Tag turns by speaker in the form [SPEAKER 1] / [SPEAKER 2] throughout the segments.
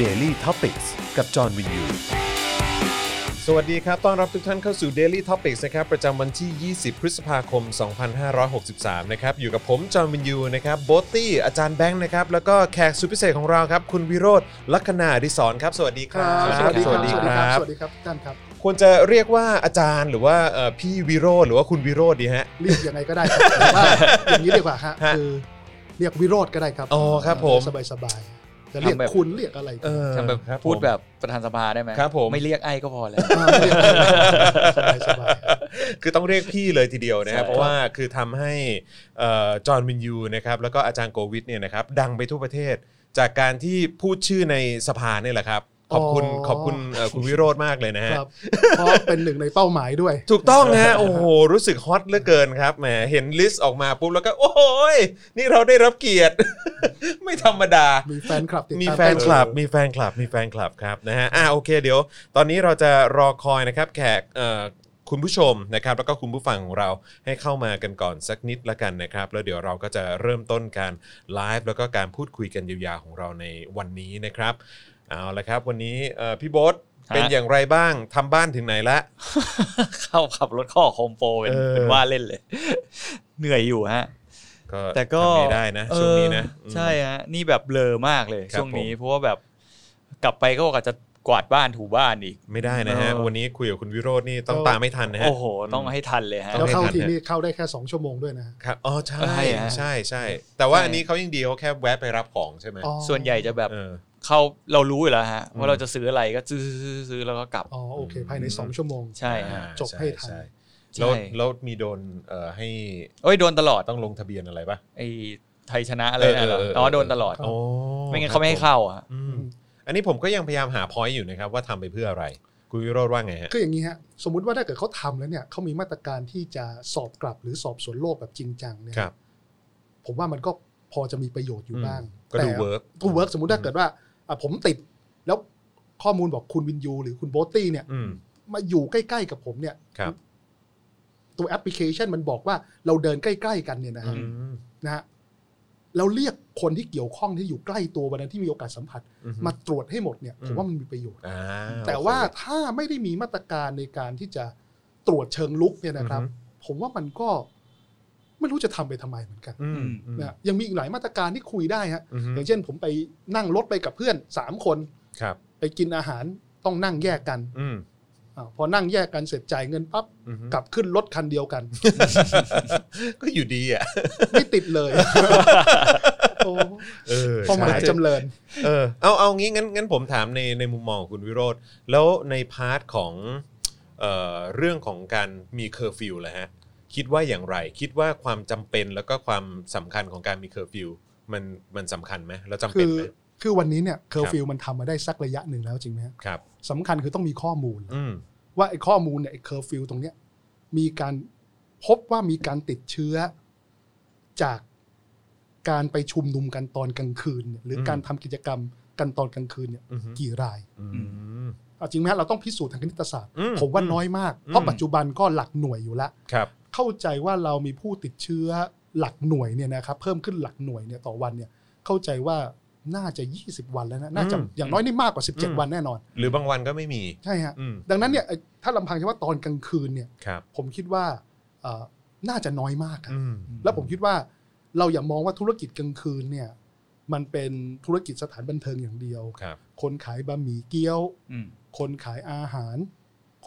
[SPEAKER 1] Daily t o p i c กกับจอห์นวินยู สวัสดีครับ ต้อนรับทุกท่านเข้าสู่ Daily Topics นะครับ ประจำวันที่ 20 พฤษภาคม 2563 นะครับ อยู่กับผม จอห์นวินยู นะครับ โบทตี้ อาจารย์แบงค์นะครับ แล้วก็แขกสุดพิเศษของเราครับ คุณวิโรธลัคนาดิศรครับ สวัสดีค
[SPEAKER 2] ค
[SPEAKER 1] รั
[SPEAKER 2] รับ บสวัสดีครั
[SPEAKER 1] ส
[SPEAKER 2] บส
[SPEAKER 1] วัสดีครั
[SPEAKER 2] วัสดีครับ บ สวัสดีครับท่านครับ
[SPEAKER 1] ควรจะเรียกว่าอาจารย์หรือว่าเอ่อพี่วิโรธหรือว่าคุณวิโรธดีฮะ
[SPEAKER 2] เรียกยังไงก็ได้ครับแต่ว่าอย่างนี้ดีกว่าฮะ
[SPEAKER 1] ฮะ
[SPEAKER 2] คือเรียกวิโรธก็ได้ครับ
[SPEAKER 1] อ๋อครับผม
[SPEAKER 2] สบายสบายๆจะเรียก
[SPEAKER 3] ทำแบบ
[SPEAKER 2] คุณเรียกอะไร
[SPEAKER 1] เออ
[SPEAKER 3] ทำแบบ
[SPEAKER 1] ครับผม
[SPEAKER 3] พูดแบบประธานสภาได้ไหม
[SPEAKER 1] ครับผม
[SPEAKER 3] ไม่เรียกไอ้ก็พอแล้ว
[SPEAKER 2] าเรียกสบายสบาย
[SPEAKER 1] คือต้องเรียกพี่เลยทีเดียวนะครับ
[SPEAKER 3] ใช่
[SPEAKER 1] เพราะว่าคือทำให้เอ่อจอห์นวินยูนะครับแล้วก็อาจารย์โกวิทเนี่ยนะครับดังไปทั่วประเทศ จากการที่พูดชื่อในสภาเนี่ยแหละครับขอบคุณ
[SPEAKER 2] อ๋อ
[SPEAKER 1] ขอบคุณเอ่อคุณวิโรธมากเลยนะฮะ
[SPEAKER 2] ๆครับเพราะเป็นหนึ่งในเป้าหมายด้วย
[SPEAKER 1] ถูกต้องฮะโอ้โหรู้สึกฮอตเหลือเกินครับแหมเห็นลิสต์ออกมาปุ๊บแล้วก็โอ้ยนี่เราได้รับเกียรติ ไม่ธรรมดา
[SPEAKER 2] มีแฟนคลับติดตาม
[SPEAKER 1] มีแฟนคลับ มีแฟนคลับ มีแฟนคลับครับนะฮะ อ่ะโอเคเดี๋ยว ตอนนี้เราจะรอคอยนะครับแขกเอ่อคุณผู้ชมนะครับ แล้วก็คุณผู้ฟังของเราให้เข้ามากันก่อนสักนิดละกันนะครับ แล้วเดี๋ยวเราก็จะเริ่มต้นการไลฟ์แล้วก็การพูดคุยกันยาวๆของเราในวันนี้นะครับ เอาละครับ วันนี้เอ่อพี่โบ๊ท
[SPEAKER 3] ฮะ
[SPEAKER 1] เป็นอย่างไรบ้างทำบ้านถึงไหนละ
[SPEAKER 3] เข้าขับรถเข้อโฮมโปรเป็น
[SPEAKER 1] เออ
[SPEAKER 3] เป็นว่าเล่นเลย เหนื่อยอยู่ฮะ
[SPEAKER 1] ก็
[SPEAKER 3] แต่ก็
[SPEAKER 1] ทำไม่ได้นะช่วงนี้นะ
[SPEAKER 3] เอออ
[SPEAKER 1] ม
[SPEAKER 3] ใช่ฮะนี่แบบเบลอมากเลย
[SPEAKER 1] ครับ
[SPEAKER 3] ช่วงนี้
[SPEAKER 1] ผม
[SPEAKER 3] เพราะว่าแบบกลับไปก็อาจจะกวาดบ้านถูบ้านอีก
[SPEAKER 1] ไม่ได้นะฮะ
[SPEAKER 3] เออ
[SPEAKER 1] วันนี้คุยกับคุณวิโรจน์นี่ต้องตามไม่ทันนะฮะ
[SPEAKER 3] โอ้โห ต้องให้ทันเลยฮะ
[SPEAKER 2] แล้วเข้าที
[SPEAKER 1] ฮะ
[SPEAKER 2] นี่เข้าได้แค่ 2 ชั่วโมงด้วยนะฮะ
[SPEAKER 1] ครับอ๋อใช่
[SPEAKER 3] ใช่ฮะ
[SPEAKER 1] ใช่ใช่ แต่ว่า
[SPEAKER 3] ใช่
[SPEAKER 1] อันนี้เขายังดีเขาแค่แวะไปรับของใช่ไหม
[SPEAKER 2] อ๋อ
[SPEAKER 3] ส่วนใหญ่จะแบบ
[SPEAKER 1] เออ
[SPEAKER 3] เข้าเรารู้อยู่แล้วฮะ
[SPEAKER 1] อืม
[SPEAKER 3] ว่าเราจะซื้ออะไรก็ซื้อซื้อซื้อแล้วก็กลับ
[SPEAKER 2] อ๋อโอเค ภายใน 2 ชั่วโมง
[SPEAKER 3] ใช่ฮะ
[SPEAKER 2] จบให้ทัน
[SPEAKER 1] ใช่
[SPEAKER 3] ใช่
[SPEAKER 1] แล้วแล้วมีโดนเอ่อให้
[SPEAKER 3] โอ้ยโดนตลอด
[SPEAKER 1] ต้องลงทะเบียนอะไรปะ
[SPEAKER 3] ไอ้ไทยชนะอะไร
[SPEAKER 1] เอ
[SPEAKER 3] นะ
[SPEAKER 1] อ
[SPEAKER 3] เหรอ
[SPEAKER 1] เออเอออ๋
[SPEAKER 3] อ๋อโดนตลอด
[SPEAKER 2] อ๋อ
[SPEAKER 3] ไม่งั้นเขาไม่ให้เข้าอ่ะ
[SPEAKER 1] อืมอันนี้ผมก็ยังพยายามหาพอยต์อยู่นะครับ ว่าทำไปเพื่ออะไร คุณวิโรจน์ว่าไงฮะ
[SPEAKER 2] คืออย่างนี้ฮะสมมุติว่าถ้าเกิดเขาทำแล้วเนี่ยเขามีมาตรการที่จะสอบกลับหรือสอบสวนโลกแบบจริงจังเนี่ย
[SPEAKER 1] ครับ
[SPEAKER 2] ผมว่ามันก็พอจะมีประโยชน์อยู่บ้าง
[SPEAKER 1] อืมก็ดู work
[SPEAKER 2] ก็เวิร์กสมมุติถ้าเกิดว่าอ่ะผมติด แล้วข้อมูลบอกคุณวินยูหรือคุณโบตี้เนี่ย
[SPEAKER 1] อืม
[SPEAKER 2] มาอยู่ใกล้ ๆ กับผมเนี่ย
[SPEAKER 1] ครับ
[SPEAKER 2] ตัวแอปพลิเคชันมันบอกว่าเราเดินใกล้ ๆ กันเนี่ยนะฮะ
[SPEAKER 1] อืม
[SPEAKER 2] นะฮะแล้วเรียกคนที่เกี่ยวข้องที่อยู่ใกล้ตัววันนั้นที่มีโอกาสสัมผัส
[SPEAKER 1] อืม
[SPEAKER 2] มาตรวจให้หมดเนี่ย
[SPEAKER 1] อืม
[SPEAKER 2] ผมว่ามันมีประโยชน์
[SPEAKER 1] อ่า
[SPEAKER 2] แต่ว่า
[SPEAKER 1] โอเค
[SPEAKER 2] ถ้าไม่ได้มีมาตรการในการที่จะตรวจเชิงลุกเนี่ยนะครับ
[SPEAKER 1] อือฮึ
[SPEAKER 2] ผมว่ามันก็ไม่รู้จะทำไปทำไมเหมือนกัน
[SPEAKER 1] อืมอืม
[SPEAKER 2] นะยังมีอีกหลายมาตรการที่คุยได้ฮะ
[SPEAKER 1] อืม
[SPEAKER 2] อย่างเช่น ผมไปนั่งรถไปกับเพื่อนสามคน
[SPEAKER 1] ครับ
[SPEAKER 2] ไปกินอาหารต้องนั่งแยกกัน
[SPEAKER 1] อืม
[SPEAKER 2] อาพอนั่งแยกกันเสร็จจ่ายเงินปั๊บ
[SPEAKER 1] อืม
[SPEAKER 2] กลับขึ้นรถคันเดียวกัน
[SPEAKER 1] ก็อยู่ดีอ่ะ
[SPEAKER 2] ไม่ติดเลย โอ้
[SPEAKER 1] เออ
[SPEAKER 2] พอหมาย
[SPEAKER 1] ใช่
[SPEAKER 2] จำเริญ
[SPEAKER 1] เออเอาเอางี้งั้นงั้นผมถามในในมุมมองของคุณวิโรธแล้วในพาร์ทของเอ่อเรื่องของการมีเคอร์ฟิวแหละฮะคิดว่าอย่างไร คิดว่าความจำเป็นแล้วก็ความสำคัญของการมีเคอร์ฟิวมันมันสำคัญไหมแล้วจำ
[SPEAKER 2] คื
[SPEAKER 1] เป็น
[SPEAKER 2] อ
[SPEAKER 1] ไหม
[SPEAKER 2] คือวันนี้เนี่ยเคอร์ฟิวมันทำมาได้สักระยะหนึ่งแล้วจริงไหมฮะ
[SPEAKER 1] ครับ
[SPEAKER 2] สำคัญคือต้องมีข้อมูล
[SPEAKER 1] อืม
[SPEAKER 2] ว่าไอ้ข้อมูลเนี่ยไอ้เคอร์ฟิวตรงเนี้ยมีการพบว่ามีการติดเชื้อจากการไปชุมนุมกันตอนกลางคืนเนี่ยหรือการทำกิจกรรมกันตอนกลางคืนเนี่ย
[SPEAKER 1] อืม
[SPEAKER 2] กี่ราย
[SPEAKER 1] อืม
[SPEAKER 2] เอาจริงไหมฮะเราต้องพิสูจน์ทางคณิตศาสตร์
[SPEAKER 1] อืม
[SPEAKER 2] ผมว่าน้อยมาก เพราะ
[SPEAKER 1] อืม
[SPEAKER 2] ปัจจุบันก็หลักหน่วยอยู่ละ
[SPEAKER 1] ครับ
[SPEAKER 2] เข้าใจว่าเรามีผู้ติดเชื้อหลักหน่วยเนี่ยนะครับเพิ่มขึ้นหลักหน่วยเนี่ยต่อวันเนี่ยเข้าใจว่าน่าจะ 20 วันแล้วนะน่าจะอย่างน้อยนี่มากกว่า 17 วันแน่นอน
[SPEAKER 1] หรือบางวันก็ไม่มี
[SPEAKER 2] ใช่ฮะ
[SPEAKER 1] อืม
[SPEAKER 2] ดังนั้นเนี่ยไอ้ถ้าลำพังแค่ว่าตอนกลางคืนเนี่ย
[SPEAKER 1] ครับ
[SPEAKER 2] ผมคิดว่าเอ่อน่าจะน้อยมากอะ
[SPEAKER 1] อืม
[SPEAKER 2] แล้วผมคิดว่าเราอย่ามองว่าธุรกิจกลางคืนเนี่ยมันเป็นธุรกิจสถานบันเทิงอย่างเดียว
[SPEAKER 1] ครับ
[SPEAKER 2] คนขายบะหมี่เกี๊ยว
[SPEAKER 3] อืม
[SPEAKER 2] คนขายอาหาร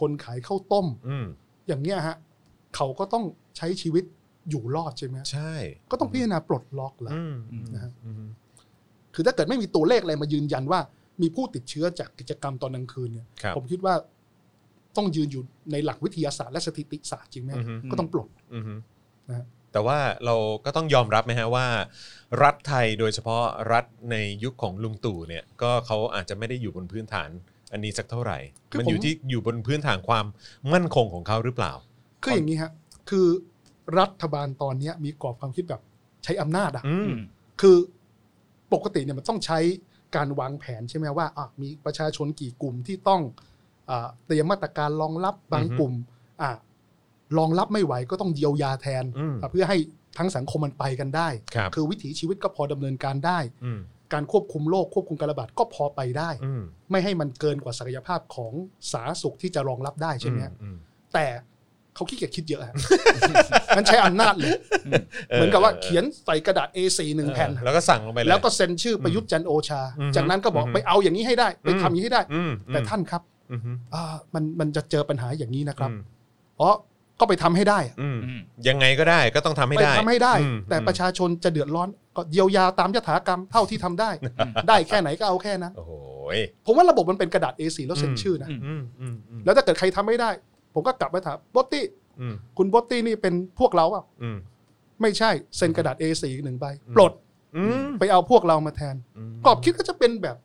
[SPEAKER 2] คนขายข้าวต้ม
[SPEAKER 1] อืม
[SPEAKER 2] อย่างเนี้ยฮะเขาก็ต้องใช้ชีวิตอยู่รอดใช่ไหม
[SPEAKER 1] ใช่
[SPEAKER 2] ก็ต้องพิจารณาปลดล็อกละ
[SPEAKER 1] อืมอืม
[SPEAKER 2] นะฮะ
[SPEAKER 1] อืม
[SPEAKER 2] คือถ้าเกิดไม่มีตัวเลขอะไรมายืนยันว่า มีผู้ติดเชื้อจากกิจกรรมตอนกลางคืนเนี่ย
[SPEAKER 1] ครับ
[SPEAKER 2] ผมคิดว่าต้องยืนอยู่ในหลักวิทยาศาสตร์และสถิติศาสตร์จริงไหม
[SPEAKER 1] อืม
[SPEAKER 2] ก็ต้องปลด
[SPEAKER 1] อือฮึ
[SPEAKER 2] นะฮะ
[SPEAKER 1] แต่ว่าเราก็ต้องยอมรับไหมฮะว่า รัฐไทยโดยเฉพาะรัฐในยุคของลุงตู่เนี่ยก็เขาอาจจะไม่ได้อยู่บนพื้นฐานอันนี้สักเท่าไหร่ มันอยู่ที่อยู่บนพื้นฐานความมั่นคงของเขาหรือเปล่า
[SPEAKER 2] คืออย่างนี้ฮะ คือรัฐบาลตอนเนี้ยมีกรอบความคิดแบบใช้อำนาจอะ
[SPEAKER 1] อืม
[SPEAKER 2] คือปกติเนี่ยมันต้องใช้การวางแผนใช่ไหมว่าอ่ะมีประชาชนกี่กลุ่มที่ต้องอ่ะเตรียมมาตรการรองรับบาง
[SPEAKER 1] อือฮึ
[SPEAKER 2] กลุ่มอ่ะรองรับไม่ไหวก็ต้องเยียวยาแทน
[SPEAKER 1] อืม
[SPEAKER 2] อ่ะเพื่อให้ทั้งสังคมมันไปกันได้
[SPEAKER 1] ครับ
[SPEAKER 2] คือวิถีชีวิตก็พอดำเนินการได้
[SPEAKER 1] อืม
[SPEAKER 2] การควบคุมโรคควบคุมการระบาดก็พอไปได้
[SPEAKER 1] อืม
[SPEAKER 2] ไม่ให้มันเกินกว่าศักยภาพของสาธารณสุขที่จะรองรับได้ใช่ไหมฮะ
[SPEAKER 1] อืม
[SPEAKER 2] แต่เขาขี้เกียจคิดเยอะฮ ะ งั้นใช้อำนาจเลย เหมือนกับว่าเขียนใส่กระดาษ A4 หนึ่งแผ่น
[SPEAKER 1] เออแล้วก็สั่งลงไปเย
[SPEAKER 2] แล้วก็เซ็นชื่อประยุทธ์จันทร์โอชา
[SPEAKER 1] อืม
[SPEAKER 2] จากนั้นก็บอก
[SPEAKER 1] อืม
[SPEAKER 2] ไปเอาอย่างนี้ให้ได้ ไป
[SPEAKER 1] อืม
[SPEAKER 2] ทำอย่างนี้ให้ได้
[SPEAKER 1] อืม
[SPEAKER 2] แต่ท่านครับ
[SPEAKER 1] อืม
[SPEAKER 2] อ่ามันมันจะเจอปัญหาอย่างนี้นะครับ
[SPEAKER 1] อืม
[SPEAKER 2] อ๋อก็ไปทำให้ได้อะ
[SPEAKER 1] อืม
[SPEAKER 3] อืม
[SPEAKER 1] ยังไงก็ได้ก็ต้องทำให้
[SPEAKER 2] ไป
[SPEAKER 1] ได้
[SPEAKER 2] ทำให้ได้
[SPEAKER 1] อืม
[SPEAKER 2] แต่ประชาชนจะเดือดร้อนก็เยียวยาตามยถากรรมเท่าที่ทำได้
[SPEAKER 3] อืม
[SPEAKER 2] ได้แค่ไหนก็เอาแค่นั้น
[SPEAKER 1] โอ้โห
[SPEAKER 2] ผมว่าระบบมันเป็นกระดาษ A4 แล้วเซ็น
[SPEAKER 1] อืม
[SPEAKER 2] ชื่อนะ
[SPEAKER 3] อืม
[SPEAKER 1] อืมอืมอืม
[SPEAKER 2] แล้วถ้าเกิดใครทำไม่ได้ ผมก็กลับมาถามบอตตี้
[SPEAKER 1] อืม
[SPEAKER 2] คุณบอตตี้นี่เป็นพวกเราเปล่า
[SPEAKER 1] อืม
[SPEAKER 2] ไม่ใช่เซ็นกระดาษ A4 หนึ่งใบ
[SPEAKER 1] อืม
[SPEAKER 2] ปลด
[SPEAKER 1] อืม
[SPEAKER 2] ไปเอาพวกเรามาแทน
[SPEAKER 1] อืม
[SPEAKER 2] กรอบคิดก็จะเป็นแบบ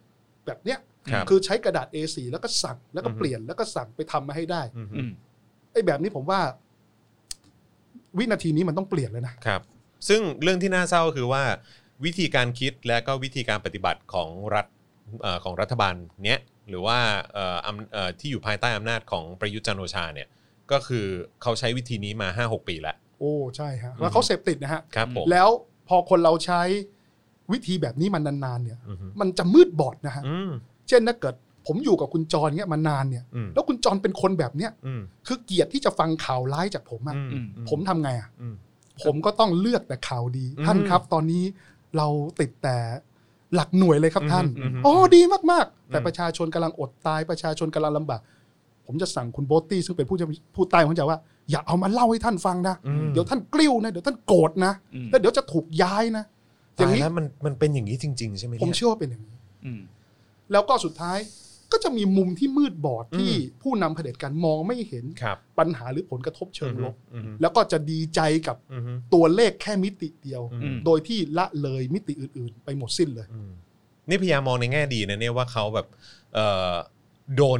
[SPEAKER 2] แบบเนี้ย
[SPEAKER 1] ครับ
[SPEAKER 2] คือใช้กระดาษ A4 แล้วก็สั่งแล้วก็
[SPEAKER 1] อือฮึ
[SPEAKER 2] เปลี่ยนแล้วก็สั่งไปทำมาให้ได้
[SPEAKER 1] อืม
[SPEAKER 3] อืม
[SPEAKER 2] ไอ้แบบนี้ผมว่า วินาทีนี้มันต้องเปลี่ยนแล้วนะครับ
[SPEAKER 1] ซึ่งเรื่องที่น่าเศร้าคือว่า วิธีการคิดและก็วิธีการปฏิบัติของรัฐเอ่อของรัฐบาลเนี้ยหรือว่าเอ่ออำเอ่อที่อยู่ภายใต้อำนาจของประยุทธ์จันทร์โอชาเนี่ยก็คือเขาใช้วิธีนี้มา 5-6 ปีแล้ว
[SPEAKER 2] โอ้ใช่ฮะ
[SPEAKER 1] อือฮึ
[SPEAKER 2] แล้วเขาเสพติดนะฮะ
[SPEAKER 1] ครับผม
[SPEAKER 2] แล้วพอคนเราใช้วิธีแบบนี้มานานๆเนี่ย
[SPEAKER 1] อืม
[SPEAKER 2] มันจะมืดบอดนะฮะ
[SPEAKER 1] อืม
[SPEAKER 2] เช่นถ้าเกิด ผมอยู่กับคุณจรเนี่ยมานานเนี่ย
[SPEAKER 1] อืม
[SPEAKER 2] แล้วคุณจรเป็นคนแบบเนี้ย
[SPEAKER 1] อืม
[SPEAKER 2] คือเกลียดที่จะฟังข่าวร้ายจากผมอะ
[SPEAKER 1] อืม
[SPEAKER 2] ผมทำไงอะ
[SPEAKER 1] อืม
[SPEAKER 2] ผมก็ต้องเลือกแต่ข่าวดี
[SPEAKER 1] อืม
[SPEAKER 2] ท่านครับ ตอนนี้เราติดแต่หลักหน่วยเลยครับท่าน
[SPEAKER 1] อืมอืม
[SPEAKER 2] อ๋อดีมากๆ แต่
[SPEAKER 1] อืม
[SPEAKER 2] ประชาชนกำลังอดตายประชาชนกำลังลำบากผมจะสั่งคุณโบตตี้ซึ่งเป็นผู้จะผู้ใต้ผมจะว่า อย่าเอามาเล่าให้ท่านฟังนะ
[SPEAKER 1] อืม
[SPEAKER 2] เดี๋ยวท่านกลิ้วนะ เดี๋ยวท่านโกรธนะ
[SPEAKER 3] อืม
[SPEAKER 2] แล้วเดี๋ยวจะถูกย้ายนะ อย่าง
[SPEAKER 1] ต
[SPEAKER 2] นี้
[SPEAKER 1] แล้วมันมันเป็นอย่างนี้จริง ๆ ใช่ไหม
[SPEAKER 2] ผม
[SPEAKER 1] เนี่ย
[SPEAKER 2] เชื่อว่าเป็นอย่างนี้
[SPEAKER 3] อืม
[SPEAKER 2] แล้วก็สุดท้ายก็จะมีมุมที่มืดบอดที่
[SPEAKER 1] อื
[SPEAKER 2] ผู้นำเผด็จการมองไม่เห็น
[SPEAKER 1] ครับ
[SPEAKER 2] ปัญหาหรือผลกระทบเชิงลบ
[SPEAKER 1] อืมอืม
[SPEAKER 2] แล้วก็จะดีใจกับ
[SPEAKER 1] อืม
[SPEAKER 2] ตัวเลขแค่มิติเดียว
[SPEAKER 1] อืม
[SPEAKER 3] ม
[SPEAKER 2] โดยที่ละเลยมิติอื่น ๆ ไปหมดสิ้นเลย
[SPEAKER 1] อืมนี่พยายามมองในแง่ดีนะเนี่ยว่าเขาแบบเอ่อโดน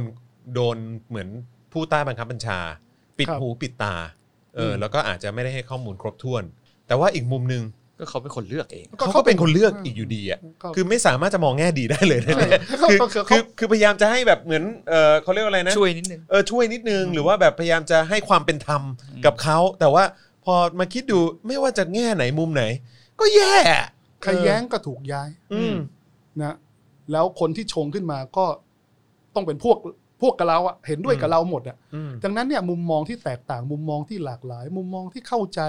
[SPEAKER 1] โดนเหมือนผู้ใต้บังคับบัญชา ปิด
[SPEAKER 2] ครับ
[SPEAKER 1] หูปิดตาเอออ
[SPEAKER 2] ม
[SPEAKER 1] แล้วก็อาจจะไม่ได้ให้ข้อมูลครบถ้วน แต่ว่าอีกมุมหนึ่ง
[SPEAKER 3] ก็เขาเป็นคนเลือกเอง
[SPEAKER 2] ก็
[SPEAKER 1] เขา
[SPEAKER 2] เขา
[SPEAKER 1] ก็เป็น
[SPEAKER 2] เป็น
[SPEAKER 1] คนเลือกอีกอยู่ดีอ่ะคือไม่สามารถจะมองแง่ดีได้เลยนะเนี่ย
[SPEAKER 2] ก็
[SPEAKER 1] คือ
[SPEAKER 2] ก็คือ
[SPEAKER 1] คื
[SPEAKER 2] เขา
[SPEAKER 1] อคือพยายามจะให้แบบเหมือนเออเขาเรียกว่าอะไรนะ
[SPEAKER 3] ช่วยนิดนึง
[SPEAKER 1] เออช่วยนิดนึงหรือว่าแบบพยายามจะให้ความเป็นธรรมกับเขาแต่ว่าพอมาคิดดูไม่ว่าจะแง่ไหนมุมไหน ก็แย่อะ
[SPEAKER 2] ใครแย้งก็ถูกย้าย
[SPEAKER 1] อืม
[SPEAKER 2] นะแล้วคนที่ชงขึ้นมาก็ต้องเป็นพวกพวกกับเราอะเห็นด้วย
[SPEAKER 1] อืม
[SPEAKER 2] กับเราหมดอะ
[SPEAKER 1] อืม
[SPEAKER 2] ดังนั้นเนี่ยมุมมองที่แตกต่างมุมมองที่หลากหลาย มุมมองที่เข้าใจ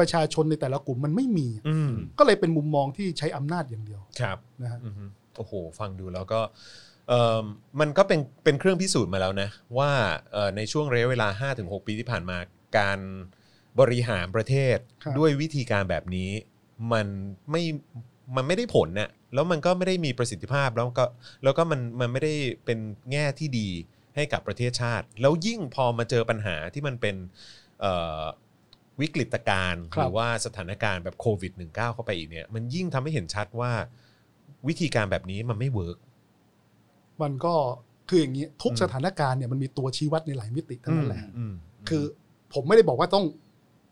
[SPEAKER 2] ประชาชนในแต่ละกลุ่มมันไม่มีอะ
[SPEAKER 1] อืม
[SPEAKER 2] ก็เลยเป็นมุมมองที่ใช้อำนาจอย่างเดียว
[SPEAKER 1] ครับ
[SPEAKER 2] นะฮะ
[SPEAKER 1] อือฮึโอ้โห ฟังดูแล้วก็เอิ่มมันก็เป็นเป็นเครื่องพิสูจน์มาแล้วนะ ว่าเอ่อในช่วงระยะเวลา 5-6 ปีที่ผ่านมาการบริหารประเทศ
[SPEAKER 2] ครับ
[SPEAKER 1] ด้วยวิธีการแบบนี้ มันไม่มันไม่ได้ผลน่ะแล้วมันก็ไม่ได้มีประสิทธิภาพแล้วก็แล้วก็มันมันไม่ได้เป็นแง่ที่ดีให้กับประเทศชาติ แล้วยิ่งพอมาเจอปัญหาที่มันเป็นเอ่อวิกฤตการณ์
[SPEAKER 2] ค
[SPEAKER 1] ห
[SPEAKER 2] รับ
[SPEAKER 1] รือว่าสถานการณ์แบบโควิด -19 เข้าไปอีกเนี่ยมันยิ่งทำให้เห็นชัดว่า วิธีการแบบนี้มันไม่เวิร์ก
[SPEAKER 2] มันก็คืออย่างนี้ทุก
[SPEAKER 1] อืม
[SPEAKER 2] สถานการณ์เนี่ยมันมีตัวชี้วัดในหลายมิติทั้งนั้นแหละ
[SPEAKER 1] อืม
[SPEAKER 2] คือผมไม่ได้บอกว่าต้อง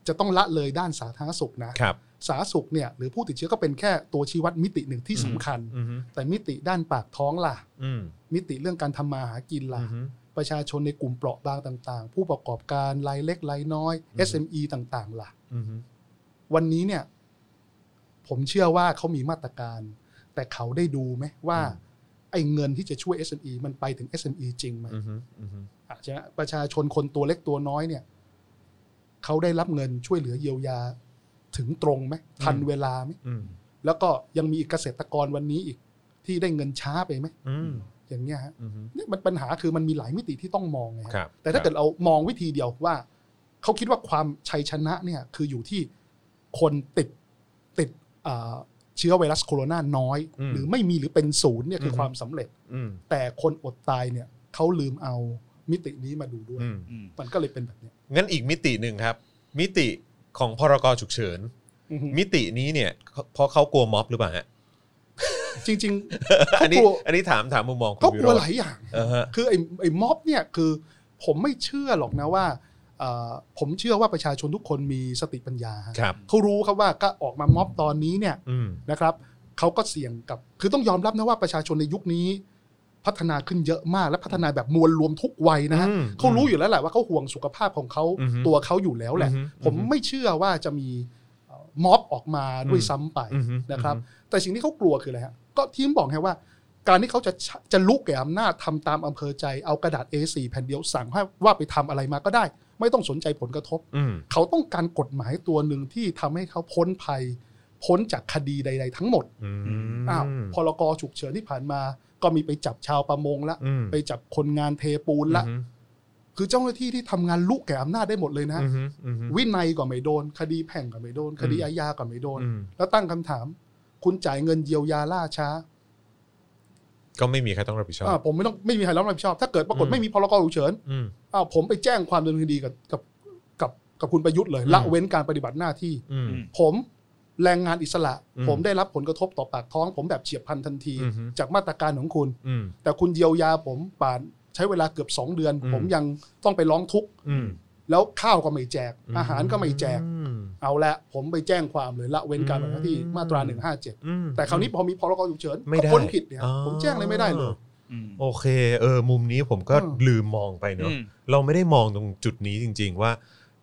[SPEAKER 2] จะต้องละเลยด้านสาธารณสุขนะ
[SPEAKER 1] ครับ
[SPEAKER 2] สาธารณสุขเนี่ยหรือผู้ติดเชื้อก็เป็นแค่ตัวชี้วัดมิติหนึ่งที่สำคัญ
[SPEAKER 1] อืม
[SPEAKER 2] แต่มิติด้านปากท้องล่ะ
[SPEAKER 1] อืม
[SPEAKER 2] มิติเรื่องการทำมาหากิน
[SPEAKER 1] อื
[SPEAKER 2] ล่ะ
[SPEAKER 1] ม
[SPEAKER 2] ประชาชนในกลุ่มเปราะบางต่างๆ ผู้ประกอบการรายเล็กรายน้อย
[SPEAKER 1] อืม
[SPEAKER 2] SME ต่างๆล่ะ
[SPEAKER 1] อืม
[SPEAKER 2] วันนี้เนี่ย ผมเชื่อว่าเขามีมาตรการ แต่เขาได้ดูไหมว่า ไอ้เงินที่จะช่วย SME มันไปถึง SME จริงไหม
[SPEAKER 1] อืมอืม
[SPEAKER 2] อาจจะประชาชนคนตัวเล็กตัวน้อยเนี่ยเขาได้รับเงินช่วยเหลือเยียวยาถึงตรงไหมทันเวลาไหม
[SPEAKER 1] อืม
[SPEAKER 2] แล้วก็ยังมีอีกเกษตรกรวันนี้อีกที่ได้เงินช้าไปไหม
[SPEAKER 1] อืม
[SPEAKER 2] อย่างเงี้ยฮะ
[SPEAKER 1] อืม
[SPEAKER 2] เนี่ยมันปัญหาคือมันมีหลายมิติที่ต้องมองไงฮะ
[SPEAKER 1] ครับ
[SPEAKER 2] แต่ถ้าเกิดเรามองวิธีเดียวว่าเขาคิดว่าความชัยชนะเนี่ยคืออยู่ที่คนติดติดเอ่อเชื้อไวรัสโคโรนาน้อย หรือไม่มีหรือเป็นศูนย์เนี่ยคือความสำเร็จ
[SPEAKER 1] อืม
[SPEAKER 2] แต่คนอดตายเนี่ยเขาลืมเอามิตินี้มาดูด้วย
[SPEAKER 1] อืม
[SPEAKER 3] อืม
[SPEAKER 2] มันก็เลยเป็นแบบเนี้ย
[SPEAKER 1] งั้นอีกมิติหนึ่งครับ มิติของพรกฉุกเฉิน
[SPEAKER 2] อือฮึ
[SPEAKER 1] มิตินี้เนี่ยเพราะเขากลัวม็อบหรือเปล่าฮะ
[SPEAKER 2] จริงๆเขา
[SPEAKER 1] อันนี้
[SPEAKER 2] กลัว
[SPEAKER 1] อันนี้ถามถามมุมมองคุณ
[SPEAKER 2] เขา
[SPEAKER 1] วิ
[SPEAKER 2] ก
[SPEAKER 1] โร
[SPEAKER 2] ลัว
[SPEAKER 1] จ
[SPEAKER 2] ห
[SPEAKER 1] น์
[SPEAKER 2] ลายอย่าง
[SPEAKER 1] เออฮะ
[SPEAKER 2] คือไอ้ไอ้ม็อบเนี่ยคือผมไม่เชื่อหรอกนะว่าเอ่อผมเชื่อว่าประชาชนทุกคนมีสติปัญญา
[SPEAKER 1] ครับ
[SPEAKER 2] เขารู้ครับว่าก็ออกมาม็อบตอนนี้เนี่ย
[SPEAKER 1] อืม
[SPEAKER 2] นะครับเขาก็เสี่ยงกับคือต้องยอมรับนะว่าประชาชนในยุคนี้ พัฒนาขึ้นเยอะมากและพัฒนาแบบมวลรวมทุกวัยนะฮะ
[SPEAKER 1] อืม
[SPEAKER 2] เขารู้อยู่แล้วแหละว่าเขาห่วงสุขภาพของเขา
[SPEAKER 1] อือฮึ
[SPEAKER 2] ตัวเขาอยู่แล้วแหละ
[SPEAKER 1] อือฮึ
[SPEAKER 2] ผมไม่เชื่อว่าจะมีเอ่อม็อบออกมาด้วย
[SPEAKER 1] อืม
[SPEAKER 2] ซ้ำไป
[SPEAKER 1] อืม
[SPEAKER 2] นะครับ แต่สิ่งที่เขากลัวคืออะไรฮะก็ ก็ทีมบอกไงว่า การที่เขาจะจะลุกแก่อำนาจทำตามอำเภอใจเอากระดาษ A4 แผ่นเดียวสั่งให้ว่าไปทำอะไรมาก็ได้ ไม่ต้องสนใจผลกระทบ
[SPEAKER 1] อืม
[SPEAKER 2] เขาต้องการกฎหมายตัวหนึ่งที่ทำให้เขาพ้นภัย พ้นจากคดีใด ๆ ทั้งหมด
[SPEAKER 1] อืม
[SPEAKER 2] อ้าวพรกฉุกเฉินที่ผ่านมา ก็มีไปจับชาวประมงละ
[SPEAKER 1] อืม
[SPEAKER 2] ไปจับคนงานเทปูนละ
[SPEAKER 1] อืม
[SPEAKER 2] คือเจ้าหน้าที่ที่ทำงานลุกแก่อำนาจได้หมดเลยนะ
[SPEAKER 1] อืมอืม
[SPEAKER 2] วินัยก็ไม่โดน คดีแพ่งก็ไม่โดน คดี
[SPEAKER 1] อืม
[SPEAKER 2] อาญาก็ไม่โดน
[SPEAKER 1] อืม
[SPEAKER 2] แล้วตั้งคำถาม คุณจ่ายเงินเยียวยาล่าช้า
[SPEAKER 1] ก็ไม่มีใครต้องรับผิดชอบ
[SPEAKER 2] อ่าผมไม่ต้องไม่มีใครรับผิดชอบ ถ้าเกิดปรากฏ
[SPEAKER 1] อืม
[SPEAKER 2] ไม่มีพรกฉุกเฉิน
[SPEAKER 1] อืม
[SPEAKER 2] อ้าวผมไปแจ้งความดำเนินคดีกับกับกับกับคุณประยุทธ์เลย
[SPEAKER 1] อืม
[SPEAKER 2] ละเว้นการปฏิบัติหน้าที่
[SPEAKER 1] อืม
[SPEAKER 3] อืม
[SPEAKER 2] ผมแรงงานอิสระ
[SPEAKER 1] อืม
[SPEAKER 2] ผมได้รับผลกระทบต่อปากท้อง ผมแบบเฉียบพลันทันที
[SPEAKER 1] อือฮึ
[SPEAKER 2] จากมาตรการของคุณ
[SPEAKER 1] อืม
[SPEAKER 2] แต่คุณเยียวยาผมป่านใช้เวลาเกือบสองเดือน
[SPEAKER 1] อืม
[SPEAKER 2] ผมยังต้องไปร้องทุกข์
[SPEAKER 1] อืม
[SPEAKER 2] แล้วข้าวก็ไม่แจก อาหารก็ไม่แจก
[SPEAKER 1] อืม
[SPEAKER 2] เอาละผมไปแจ้งความเลยละเว้นการปฏิบัติหน้าที่
[SPEAKER 1] อืม
[SPEAKER 2] มาตรา
[SPEAKER 1] อืม
[SPEAKER 2] 157 แต่คราวนี้พอมีพรกฉุกเฉิน
[SPEAKER 1] ไม่
[SPEAKER 2] ก็
[SPEAKER 1] ได้
[SPEAKER 2] พ้นผิดเนี่ย
[SPEAKER 1] อ๋อ
[SPEAKER 2] ผมแจ้งอะไรไม่ได้เลย
[SPEAKER 3] อืม
[SPEAKER 1] โอเค เออ มุมนี้ผมก็
[SPEAKER 2] อืม
[SPEAKER 1] ลืมมองไปเนอะ
[SPEAKER 3] อืม
[SPEAKER 1] เราไม่ได้มองตรงจุดนี้จริง ๆ ว่า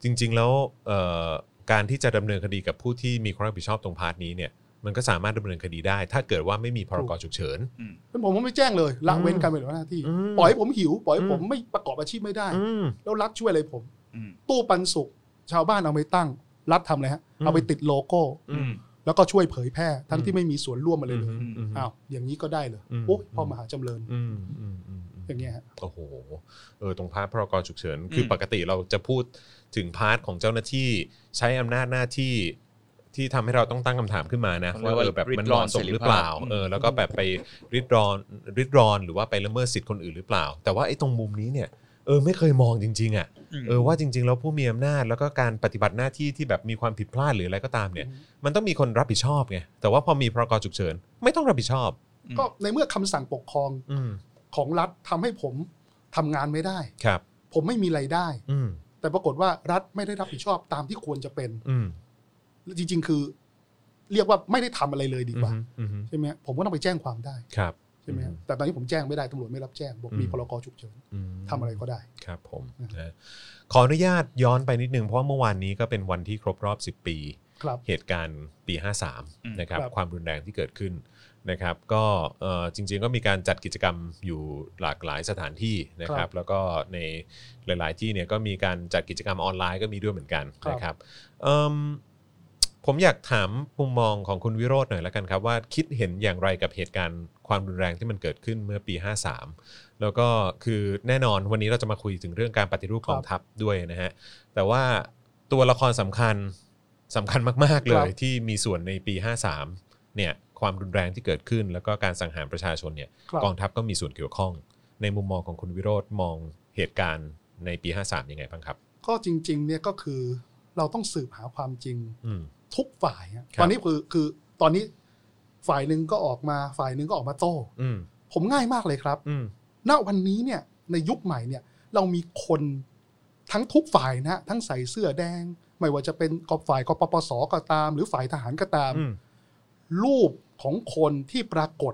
[SPEAKER 1] จริง ๆ แล้วเอ่อการที่จะดำเนินคดีกับผู้ที่มีความรับผิดชอบตรงพาร์ทนี้เนี่ย มันก็สามารถดำเนินคดีได้ ถ้าเกิดว่าไม่มีพรกฉุกเฉิน
[SPEAKER 3] อืม
[SPEAKER 2] เป็นผมผมไม่แจ้งเลยละเว้นการปฏิบัติหน้าที่
[SPEAKER 1] อืม
[SPEAKER 2] ปล่อยให้ผมหิว ปล่อยให้
[SPEAKER 1] อืม
[SPEAKER 2] ผมไม่ประกอบอาชีพไม่ได้
[SPEAKER 1] อืม
[SPEAKER 2] แล้วรัฐช่วยอะไรผม
[SPEAKER 3] อืม
[SPEAKER 2] ตู้ปันสุกชาวบ้านเอาไปตั้ง รัฐทำอะไรฮะ
[SPEAKER 1] อืม
[SPEAKER 2] เอาไปติดโลโก้
[SPEAKER 1] อืม
[SPEAKER 2] แล้วก็ช่วยเผยแพร่ ทั้
[SPEAKER 1] อื
[SPEAKER 2] ง
[SPEAKER 1] ม
[SPEAKER 2] ที่ไม่มีส่วนร่วมอะไรเลย
[SPEAKER 1] อืม
[SPEAKER 2] อ้าวอย่างนี้ก็ได้เหรอ
[SPEAKER 1] อืม
[SPEAKER 2] โอ้ยพ่อมหาจำเริญ
[SPEAKER 1] อืมอืมอืมม
[SPEAKER 2] อย่างเงี้ยฮะ
[SPEAKER 1] โอ้โห เออ ตรงพาร์ทพรกฉุกเฉิน คืออ
[SPEAKER 3] ม
[SPEAKER 1] ปกติเราจะพูดถึงพาร์ทของเจ้าหน้าที่ใช้อำนาจหน้าที่ที่ทำให้เราต้องตั้งคำถามขึ้นมานะ
[SPEAKER 3] เขาเรี
[SPEAKER 1] ว่ายเอ
[SPEAKER 3] กว่า
[SPEAKER 1] อแบบ
[SPEAKER 3] ริด
[SPEAKER 1] มัน
[SPEAKER 3] ร
[SPEAKER 1] เห
[SPEAKER 3] อน
[SPEAKER 1] มาะสมหรือเปล่า
[SPEAKER 3] เสรีภาพ
[SPEAKER 1] เออ แล้วก็แบบไปริดรอนริดรอนหรือว่าไปละเมิดสิทธิ์คนอื่นหรือเปล่า แต่ว่าไอ้ตรงมุมนี้เนี่ย เออ ไม่เคยมองจริงๆอ่ะ เออ ว่าจริง ๆ แล้วผู้มีอำนาจแล้วก็การปฏิบัติหน้าที่ที่แบบมีความผิดพลาดหรืออะไรก็ตามเนี่ย
[SPEAKER 2] อืม
[SPEAKER 1] มันต้องมีคนรับผิดชอบไง แต่ว่าพอมีพรกฉุกเฉินไม่ต้องรับผิดชอบ
[SPEAKER 3] อืม
[SPEAKER 2] ก็ในเมื่อคำสั่งปกครอง
[SPEAKER 1] อืม
[SPEAKER 2] ของรัฐทำให้ผมทำงานไม่ได้
[SPEAKER 1] ครับ
[SPEAKER 2] ผมไม่มีรายได้
[SPEAKER 1] อืม
[SPEAKER 2] แต่ปรากฏว่ารัฐไม่ได้รับผิดชอบตามที่ควรจะเป็น
[SPEAKER 1] อืม
[SPEAKER 2] และจริง ๆ คือ เรียกว่าไม่ได้ทำอะไรเลยดีกว่า
[SPEAKER 1] อืมอืม
[SPEAKER 2] ใช่ไหมฮะผมก็ต้องไปแจ้งความได้
[SPEAKER 1] ครับ
[SPEAKER 2] ใช่ไหมฮะแต่ตอนนี้ผมแจ้งไม่ได้ตำรวจไม่รับแจ้งบอกมี
[SPEAKER 1] อืม
[SPEAKER 2] พรกฉุกเฉิน
[SPEAKER 1] อืม
[SPEAKER 2] ทำอะไรก็ได้
[SPEAKER 1] ครับผม
[SPEAKER 2] นะครับ
[SPEAKER 1] นะขออนุญาตย้อนไปนิดนึง เพราะว่าเมื่อวานนี้ก็เป็นวันที่ครบรอบ 10 ปี
[SPEAKER 2] ครับ
[SPEAKER 1] เหตุการณ์ปี
[SPEAKER 3] อืม
[SPEAKER 1] 53 นะครับ
[SPEAKER 2] ครับ
[SPEAKER 1] ความรุนแรงที่เกิดขึ้นนะครับ ก็เอ่อจริง ๆ ก็มีการจัดกิจกรรมอยู่หลากหลายสถานที่นะค
[SPEAKER 2] ครั
[SPEAKER 1] รับ
[SPEAKER 2] บ
[SPEAKER 1] แล้วก็ในหลาย ๆ ที่เนี่ยก็มีการจัดกิจกรรมออนไลน์ก็มีด้วยเหมือนกัน
[SPEAKER 2] ครับ
[SPEAKER 1] นะครับเอิ่มผมอยากถามมุมมองของคุณวิโรจน์หน่อยละกันครับ ว่าคิดเห็นอย่างไรกับเหตุการณ์ความรุนแรงที่มันเกิดขึ้นเมื่อปี 53 แล้วก็คือแน่นอนวันนี้เราจะมาคุยถึงเรื่องการปฏิรูปกองทัพด้วยนะฮะ แต่ว่าตัวละครสำคัญสำคัญมาก ๆ เล
[SPEAKER 2] ครั
[SPEAKER 1] ย
[SPEAKER 2] บ
[SPEAKER 1] ที่มีส่วนในปี 53 เนี่ยความรุนแรงที่เกิดขึ้น แล้วก็การสังหารประชาชนเนี่ย
[SPEAKER 2] ครับ
[SPEAKER 1] กองทัพก็มีส่วนเกี่ยวข้อง ในมุมมองของคุณวิโรธมองเหตุการณ์ในปี 53 ยังไงบ้างครับ
[SPEAKER 2] ก็จริง ๆ เนี่ยก็คือเราต้องสืบหาความจริง
[SPEAKER 1] อืม
[SPEAKER 2] ทุกฝ่ายฮะ
[SPEAKER 1] ครับ
[SPEAKER 2] ตอนนี้คือคือตอนนี้ฝ่ายหนึ่งก็ออกมาฝ่ายหนึ่งก็ออกมาโต้
[SPEAKER 1] อืม
[SPEAKER 2] ผมง่ายมากเลยครับ
[SPEAKER 1] อืม
[SPEAKER 2] ณวันนี้เนี่ยในยุคใหม่เนี่ยเรามีคนทั้งทุกฝ่ายนะฮะทั้งใส่เสื้อแดง ไม่ว่าจะเป็นกบฝ่ายกปปสก็ตาม หรือฝ่ายทหารก็ตาม
[SPEAKER 1] อืม
[SPEAKER 2] รูปของคนที่ปรากฏ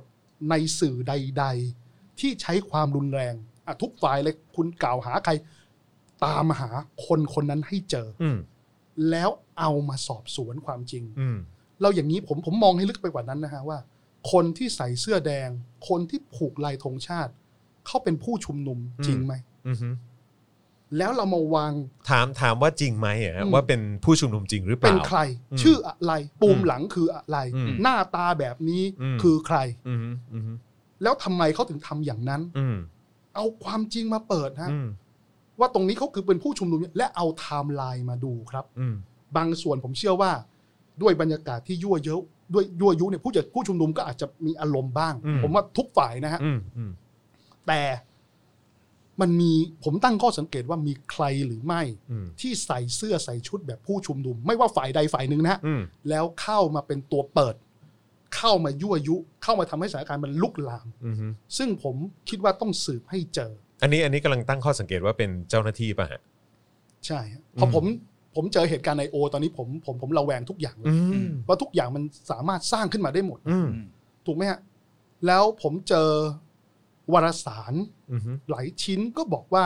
[SPEAKER 2] ในสื่อใด ๆ ที่ใช้ความรุนแรงอ่ะทุกฝ่ายเลยคุณกล่าวหาใคร ตามหาคนคนนั้นให้เจอ
[SPEAKER 1] อืม
[SPEAKER 2] แล้วเอามาสอบสวนความจริง
[SPEAKER 1] อืม
[SPEAKER 2] เราอย่างนี้ผมผมมองให้ลึกไปกว่านั้นนะฮะว่า คนที่ใส่เสื้อแดง คนที่ผูกลายธงชาติ เขาเป็นผู้ชุมนุมจริงไหม
[SPEAKER 1] อืมฮึ
[SPEAKER 2] แล้วเรามาวาง
[SPEAKER 1] ถามถามว่าจริงไหมอะฮะ
[SPEAKER 2] อืม
[SPEAKER 1] ว่าเป็นผู้ชุมนุมจริงหรือเป
[SPEAKER 2] เป็น
[SPEAKER 1] ล่า
[SPEAKER 2] ใคร
[SPEAKER 1] อืม
[SPEAKER 2] ชื่ออะไรปูม
[SPEAKER 1] อืม
[SPEAKER 2] หลังคืออะไร
[SPEAKER 1] อืม
[SPEAKER 2] หน้าตาแบบนี้
[SPEAKER 1] อืม
[SPEAKER 2] คือใคร
[SPEAKER 1] อืมฮึอืมฮึ
[SPEAKER 2] แล้วทำไมเขาถึงทำอย่างนั้น
[SPEAKER 1] อืม
[SPEAKER 2] เอาความจริงมาเปิดฮะ
[SPEAKER 1] อืม
[SPEAKER 2] ว่าตรงนี้เขาคือเป็นผู้ชุมนุมเนี่ยและเอาไทม์ไลน์มาดูครับ
[SPEAKER 1] อืม
[SPEAKER 2] บางส่วนผมเชื่อว่า ด้วยบรรยากาศที่ยั่วเยอะด้วยยั่วยุเนี่ยผู้จัดผู้ชุมนุมก็อาจจะมีอารมณ์บ้าง ผมว่าทุกฝ่ายนะฮะ
[SPEAKER 1] อืมอืม
[SPEAKER 2] แต่มันมีผมตั้งข้อสังเกตว่ามีใครหรือไม่
[SPEAKER 1] อืม
[SPEAKER 2] ที่ใส่เสื้อใส่ชุดแบบผู้ชุมนุม ไม่ว่าฝ่ายใดฝ่ายหนึ่งนะฮะ
[SPEAKER 1] อืม
[SPEAKER 2] แล้วเข้ามาเป็นตัวเปิด เข้ามายั่วยุ เข้ามาทำให้สถานการณ์มันลุกลาม
[SPEAKER 1] อืมฮึ
[SPEAKER 2] ซึ่งผมคิดว่าต้องสืบให้เจอ
[SPEAKER 1] อันนี้อันนี้กำลังตั้งข้อสังเกตว่าเป็นเจ้าหน้าที่ป่ะฮะ
[SPEAKER 2] ใช่ฮะ
[SPEAKER 1] อืม
[SPEAKER 2] เพราะผมผมเจอเหตุการณ์ในโอ ตอนนี้ผมผมผมระแวงทุกอย่างเลย
[SPEAKER 1] อืม
[SPEAKER 2] ว่าทุกอย่างมันสามารถสร้างขึ้นมาได้หมด
[SPEAKER 1] อืม
[SPEAKER 3] อืม
[SPEAKER 2] ถูกไหมฮะแล้วผมเจอวารสาร
[SPEAKER 1] อืมฮึ
[SPEAKER 2] หลายชิ้นก็บอกว่า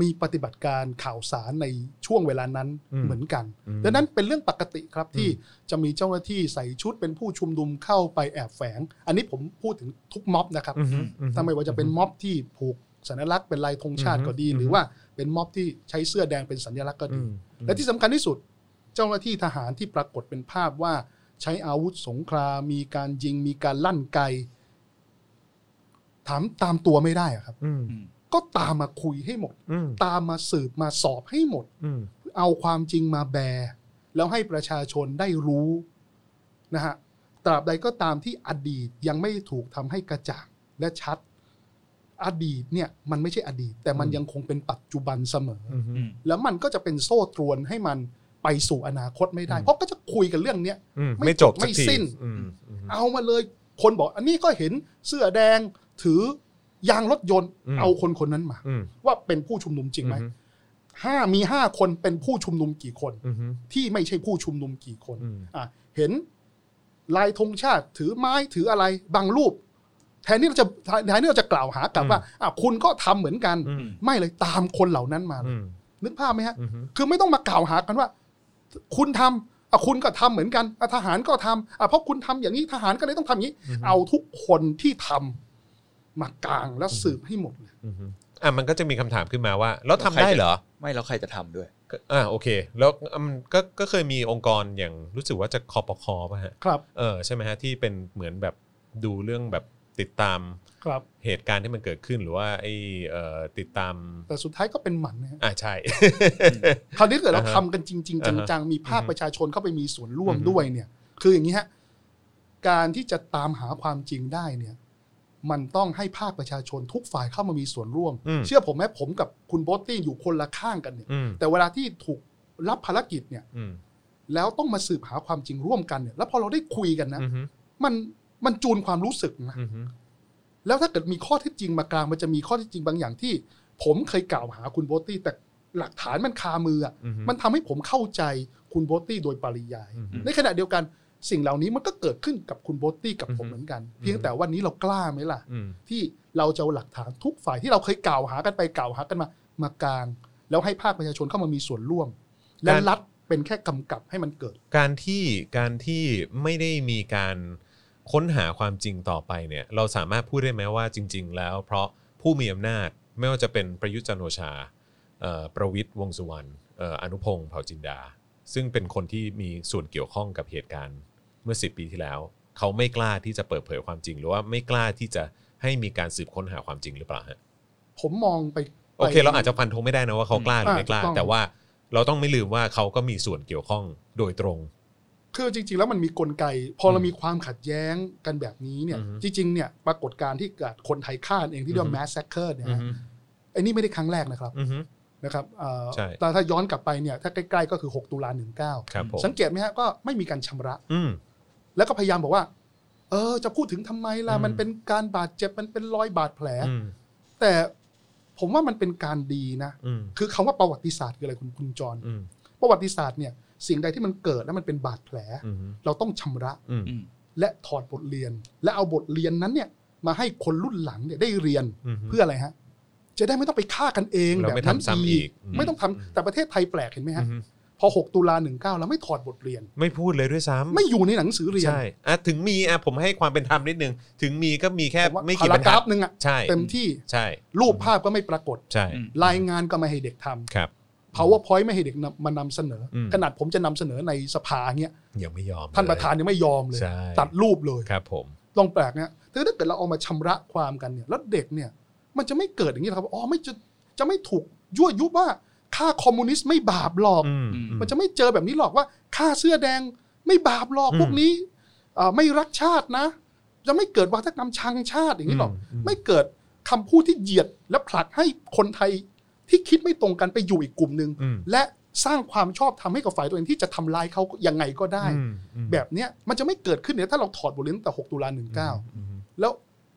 [SPEAKER 2] มีปฏิบัติการข่าวสารในช่วงเวลานั้น
[SPEAKER 1] อืม
[SPEAKER 2] เหมือนกัน
[SPEAKER 1] อืม
[SPEAKER 2] ดังนั้นเป็นเรื่องปกติครับที่
[SPEAKER 1] อื
[SPEAKER 2] จะมีเจ้าหน้าที่ใส่ชุดเป็นผู้ชุมนุมเข้าไปแอบแฝง อันนี้ผมพูดถึงทุกม็อบนะครับ
[SPEAKER 1] อือฮึอือฮึ
[SPEAKER 2] ถ้าไม่ว่าจะเป็นม็อบที่ผูกสัญลักษณ์เป็นลายธงชาติก็ดี
[SPEAKER 1] อือฮึ
[SPEAKER 2] หรือว่าเป็นม็อบที่ใช้เสื้อแดงเป็นสัญลักษณ์ก็
[SPEAKER 1] อื
[SPEAKER 2] ดี
[SPEAKER 1] มอืม
[SPEAKER 2] และที่สำคัญที่สุดเจ้าหน้าที่ทหารที่ปรากฏเป็นภาพว่าใช้อาวุธสงครามมีการยิงมีการลั่นไกถามตามตัวไม่ได้อะครับ
[SPEAKER 1] อืม
[SPEAKER 3] อืม
[SPEAKER 2] ก็ตามมาคุยให้หมด
[SPEAKER 1] อืม
[SPEAKER 2] ตามมาสืบมาสอบให้หมด
[SPEAKER 1] อืม
[SPEAKER 2] เอาความจริงมาแบร์แล้วให้ประชาชนได้รู้นะฮะตราบใดก็ตามที่อดีตยังไม่ถูกทำให้กระจ่างและชัด อดีตเนี่ยมันไม่ใช่อดีต แต่มัน
[SPEAKER 1] อืม
[SPEAKER 2] ยังคงเป็นปัจจุบันเสมออ
[SPEAKER 1] อืม
[SPEAKER 3] อืม
[SPEAKER 2] แล้วมันก็จะเป็นโซ่ตรวนให้มันไปสู่อนาคตไม่ได้
[SPEAKER 3] อืม
[SPEAKER 2] เพราะก็จะคุยกันเรื่องเนี้ย
[SPEAKER 1] อืม
[SPEAKER 2] ไม่
[SPEAKER 1] ไม่
[SPEAKER 2] จ
[SPEAKER 1] จ
[SPEAKER 2] บบ ไม่
[SPEAKER 1] สักที
[SPEAKER 2] สิ้น
[SPEAKER 1] อืมอืม
[SPEAKER 2] เอามาเลยคนบอก อันนี้ก็เห็นเสื้อแดงถือยางรถยนต์
[SPEAKER 1] อืม
[SPEAKER 2] เอาคนคนนั้นมา
[SPEAKER 1] อืม
[SPEAKER 2] ว่าเป็นผู้ชุมนุมจริงไหมห้ามีห้าคนเป็นผู้ชุมนุมกี่คน
[SPEAKER 1] อืมอืม
[SPEAKER 2] ที่ไม่ใช่ผู้ชุมนุมกี่คน
[SPEAKER 1] อืม
[SPEAKER 2] อ่ะเห็นลายธงชาติถือไม้ถืออะไรบางรูป แทนที่เราจะแทนที่เราจะกล่าวหากลับว่าอ่ะคุณก็ทำเหมือนกัน
[SPEAKER 1] อืม
[SPEAKER 2] ไม่เลยตามคนเหล่านั้นมาเล
[SPEAKER 1] อื
[SPEAKER 2] ย
[SPEAKER 1] ม
[SPEAKER 2] นึกภาพไหมฮะ
[SPEAKER 1] อืม
[SPEAKER 2] คือไม่ต้องมากล่าวหากันว่า คุณทำอ่ะคุณก็ทำเหมือนกันอ่ะทหารก็ทำอ่ะเพราะคุณทำอย่างนี้ทหารก็เลยต้องทำอย่างนี้ เอาทุกคนที่ทำมากลางแล้วสืบให้หมดเลย
[SPEAKER 1] อืมอ่ะมันก็จะมีคำถามขึ้นมาว่า แล้วทำได้เหรอ
[SPEAKER 3] ไม่แล้วใครจะทำด้วย
[SPEAKER 1] ก็อ่าโอเค แล้วอืมก็ก็เคยมีองค์กรอย่างรู้สึกว่าจะคอปคอป่ะฮะ
[SPEAKER 2] ครับ
[SPEAKER 1] เออใช่ไหมฮะที่เป็นเหมือนแบบดูเรื่องแบบติดตาม
[SPEAKER 2] ครับ
[SPEAKER 1] เหตุการณ์ที่มันเกิดขึ้นหรือว่าไอ้เอ่อติดตาม
[SPEAKER 2] แต่สุดท้ายก็เป็นหมันนะฮะ
[SPEAKER 1] อ่าใช่
[SPEAKER 2] คราวนี้เกิดเรา
[SPEAKER 1] อ่าฮะ
[SPEAKER 2] ทำกันจริง ๆ จ
[SPEAKER 1] อ่าฮะ
[SPEAKER 2] ังๆมีภาคประชาชนเข้าไปมีส่วนร่วม
[SPEAKER 1] อือฮึ
[SPEAKER 2] ด้วยเนี่ย คืออย่างนี้ฮะการที่จะตามหาความจริงได้เนี่ย มันต้องให้ภาคประชาชนทุกฝ่ายเข้ามามีส่วนร่วม เชื่อผมไหมผมกับคุณโบตตี้อยู่คนละข้างกันเนี่ย
[SPEAKER 1] อืม
[SPEAKER 2] แต่เวลาที่ถูกรับภารกิจเนี่ย
[SPEAKER 1] อืม
[SPEAKER 2] แล้วต้องมาสืบหาความจริงร่วมกันเนี่ย แล้วพอเราได้คุยกันนะ
[SPEAKER 1] อืม
[SPEAKER 2] มันมันจูนความรู้สึกนะ
[SPEAKER 1] อืม
[SPEAKER 2] แล้วถ้าเกิดมีข้อเท็จจริงมากลาง มันจะมีข้อเท็จจริงบางอย่างที่ ผมเคยกล่าวหาคุณโบตี้ แต่หลักฐานมันคามืออะ
[SPEAKER 1] อืม
[SPEAKER 2] มันทำให้ผมเข้าใจคุณโบตี้โดยปริยาย
[SPEAKER 1] อือฮึ
[SPEAKER 2] ในขณะเดียวกันสิ่งเหล่านี้มันก็เกิดขึ้นกับคุณโบตี้กับผม
[SPEAKER 1] อือฮึ
[SPEAKER 2] เหมือนกัน
[SPEAKER 1] อือฮึ
[SPEAKER 2] เพียงแต่วันนี้เรากล้าไหมล่ะ
[SPEAKER 1] อืม
[SPEAKER 2] ที่เราจะเอาหลักฐานทุกฝ่ายที่เราเคยกล่าวหากันไปกล่าวหากันมามากลาง แล้วให้ภาคประชาชนเข้ามามีส่วนร่วม และ
[SPEAKER 1] การ
[SPEAKER 2] รัฐเป็นแค่กำกับให้มันเกิด
[SPEAKER 1] การที่การที่ไม่ได้มีการค้นหาความจริงต่อไปเนี่ย เราสามารถพูดได้ไหมว่าจริง ๆ แล้ว เพราะผู้มีอำนาจไม่ว่าจะเป็นประยุทธ์จันทร์โอชาเอ่อประวิทย์วงษ์สุวรรณเอ่ออนุพงศ์เผ่าจินดา ซึ่งเป็นคนที่มีส่วนเกี่ยวข้องกับเหตุการณ์เมื่อ 10 ปีที่แล้ว เขาไม่กล้าที่จะเปิดเผยความจริง หรือว่าไม่กล้าที่จะให้มีการสืบค้นหาความจริงหรือเปล่าฮะ
[SPEAKER 2] ผมมองไป
[SPEAKER 1] โอเค
[SPEAKER 2] ไป
[SPEAKER 1] เราอาจจะฟันธงไม่ได้นะว่าเขากล้าหรือไม่กล้า
[SPEAKER 2] อ่าถูกต้อง
[SPEAKER 1] แต่ว่าเราต้องไม่ลืมว่าเขาก็มีส่วนเกี่ยวข้องโดยตรง
[SPEAKER 2] คือจริง ๆ แล้วมันมีกลไก พอเรา
[SPEAKER 1] อืม
[SPEAKER 2] มีความขัดแย้งกันแบบนี้เนี่ย
[SPEAKER 1] อือฮึ
[SPEAKER 2] จริง ๆ เนี่ยปรากฏการณ์ที่เกิดคนไทยฆ่าเองที่เรียก
[SPEAKER 1] อือฮึ
[SPEAKER 2] ว่า mass sacker เนี่ย
[SPEAKER 1] อือ
[SPEAKER 2] ฮะ
[SPEAKER 1] ฮึ
[SPEAKER 2] ไอ้นี่ไม่ได้ครั้งแรกนะครับ
[SPEAKER 1] อือฮึ
[SPEAKER 2] นะครับเอ่อ
[SPEAKER 1] ใช่
[SPEAKER 2] แต่ถ้าย้อนกลับไปเนี่ยถ้าใกล้ๆก็คือ 6 ตุลา
[SPEAKER 1] ครับผม
[SPEAKER 2] 19 สังเกตไหมฮะก็ไม่มีการชำระ
[SPEAKER 1] อืม
[SPEAKER 2] แล้วก็พยายามบอกว่า เออ จะพูดถึงทำไมล่ะ
[SPEAKER 1] อืม
[SPEAKER 2] มันเป็นการบาดเจ็บ มันเป็นรอยบาดแผล
[SPEAKER 1] อืม
[SPEAKER 2] แต่ผมว่ามันเป็นการดีนะ
[SPEAKER 1] อืม
[SPEAKER 2] คือคำว่าประวัติศาสตร์คืออะไรคุณคุณจร
[SPEAKER 1] อืม
[SPEAKER 2] ประวัติศาสตร์เนี่ยสิ่งใดที่มันเกิดแล้วมันเป็นบาดแผล
[SPEAKER 1] อืม
[SPEAKER 2] เราต้องชำระ
[SPEAKER 1] อืม
[SPEAKER 3] อืม
[SPEAKER 2] และถอดบทเรียน และเอาบทเรียนนั้นเนี่ยมาให้คนรุ่นหลังเนี่ยได้เรียน
[SPEAKER 1] อืม
[SPEAKER 2] เพื่ออะไรฮะ จะได้ไม่ต้องไปฆ่ากันเอง
[SPEAKER 1] เรา
[SPEAKER 2] แบบ
[SPEAKER 1] ไม่
[SPEAKER 2] นั้น
[SPEAKER 1] ทำซ้ำอีกอืม
[SPEAKER 2] ไม่ต้องทำ
[SPEAKER 1] อืม
[SPEAKER 2] แต่ประเทศไทยแปลกเห็นไหม
[SPEAKER 1] อื
[SPEAKER 2] ฮะ
[SPEAKER 1] ม
[SPEAKER 2] พอ 6 ตุลา19แล้วไม่ถอดบทเรียน
[SPEAKER 1] ไม่พูดเลยด้วยซ้ำ
[SPEAKER 2] ไม่อยู่ในหนังสือเรียน
[SPEAKER 1] ใช่อ่ะถึงมีอ่ะผมให้ความเป็นธรรมนิดนึง ถึงมีก็มีแค่
[SPEAKER 2] ผมว่า
[SPEAKER 1] ไม่
[SPEAKER 2] พา
[SPEAKER 1] กี่บ
[SPEAKER 2] รา
[SPEAKER 1] ร
[SPEAKER 2] รก
[SPEAKER 1] ทั
[SPEAKER 2] รา
[SPEAKER 1] ด
[SPEAKER 2] ฟหนึ่งอะ
[SPEAKER 1] ใช่
[SPEAKER 2] เต็มที่
[SPEAKER 1] ใช่
[SPEAKER 2] รูปภาพก็ไม่ปรากฏ
[SPEAKER 1] ใช่
[SPEAKER 3] อืม
[SPEAKER 2] รายงานก็ไม่ให้เด็กทำ
[SPEAKER 1] ครับ
[SPEAKER 2] powerpoint ไม่ให้เด็กนำมานำเสนออ
[SPEAKER 1] ม
[SPEAKER 2] ขนาดผมจะนำเสนอในสภาเงี้ย
[SPEAKER 1] ยังไม่ยอม
[SPEAKER 2] ท่านประธาน
[SPEAKER 1] เลย
[SPEAKER 2] ยังไม่ยอมเลย
[SPEAKER 1] ใช่
[SPEAKER 2] ตัดรูปเลย
[SPEAKER 1] ครับผม
[SPEAKER 2] ลองแปลกนะแต่ถ้าเกิดเราเอามาชำระความกันเนี่ยแล้วเด็กเนี่ย มันจะไม่เกิดอย่างนี้หรอกครับอ๋อไม่จะจะไม่ถูกยั่วยุว่าฆ่าคอมมิวนิสต์ไม่บาปหรอก
[SPEAKER 1] อืม
[SPEAKER 3] อืม
[SPEAKER 2] มันจะไม่เจอแบบนี้หรอกว่าฆ่าเสื้อแดงไม่บาปหรอก
[SPEAKER 1] อืม
[SPEAKER 2] พวกนี้เอ่อไม่รักชาตินะ จะไม่เกิดวัฒกรรมชังชาติอย่างนี้หรอก
[SPEAKER 1] อืมอืม
[SPEAKER 2] ไม่เกิดคำพูดที่เหยียดและผลักให้คนไทยที่คิดไม่ตรงกันไปอยู่อีกกลุ่มหนึ่ง
[SPEAKER 1] อืม
[SPEAKER 2] และสร้างความชอบทำให้กับฝ่ายตัวเองที่จะทำลายเขายังไงก็ได้
[SPEAKER 1] อืมอืม
[SPEAKER 2] แบบเนี้ยมันจะไม่เกิดขึ้นเนี่ยถ้าเราถอดบทเรียนตั้งแต่ 6 ตุลา
[SPEAKER 1] อืม
[SPEAKER 2] 19 แล้ว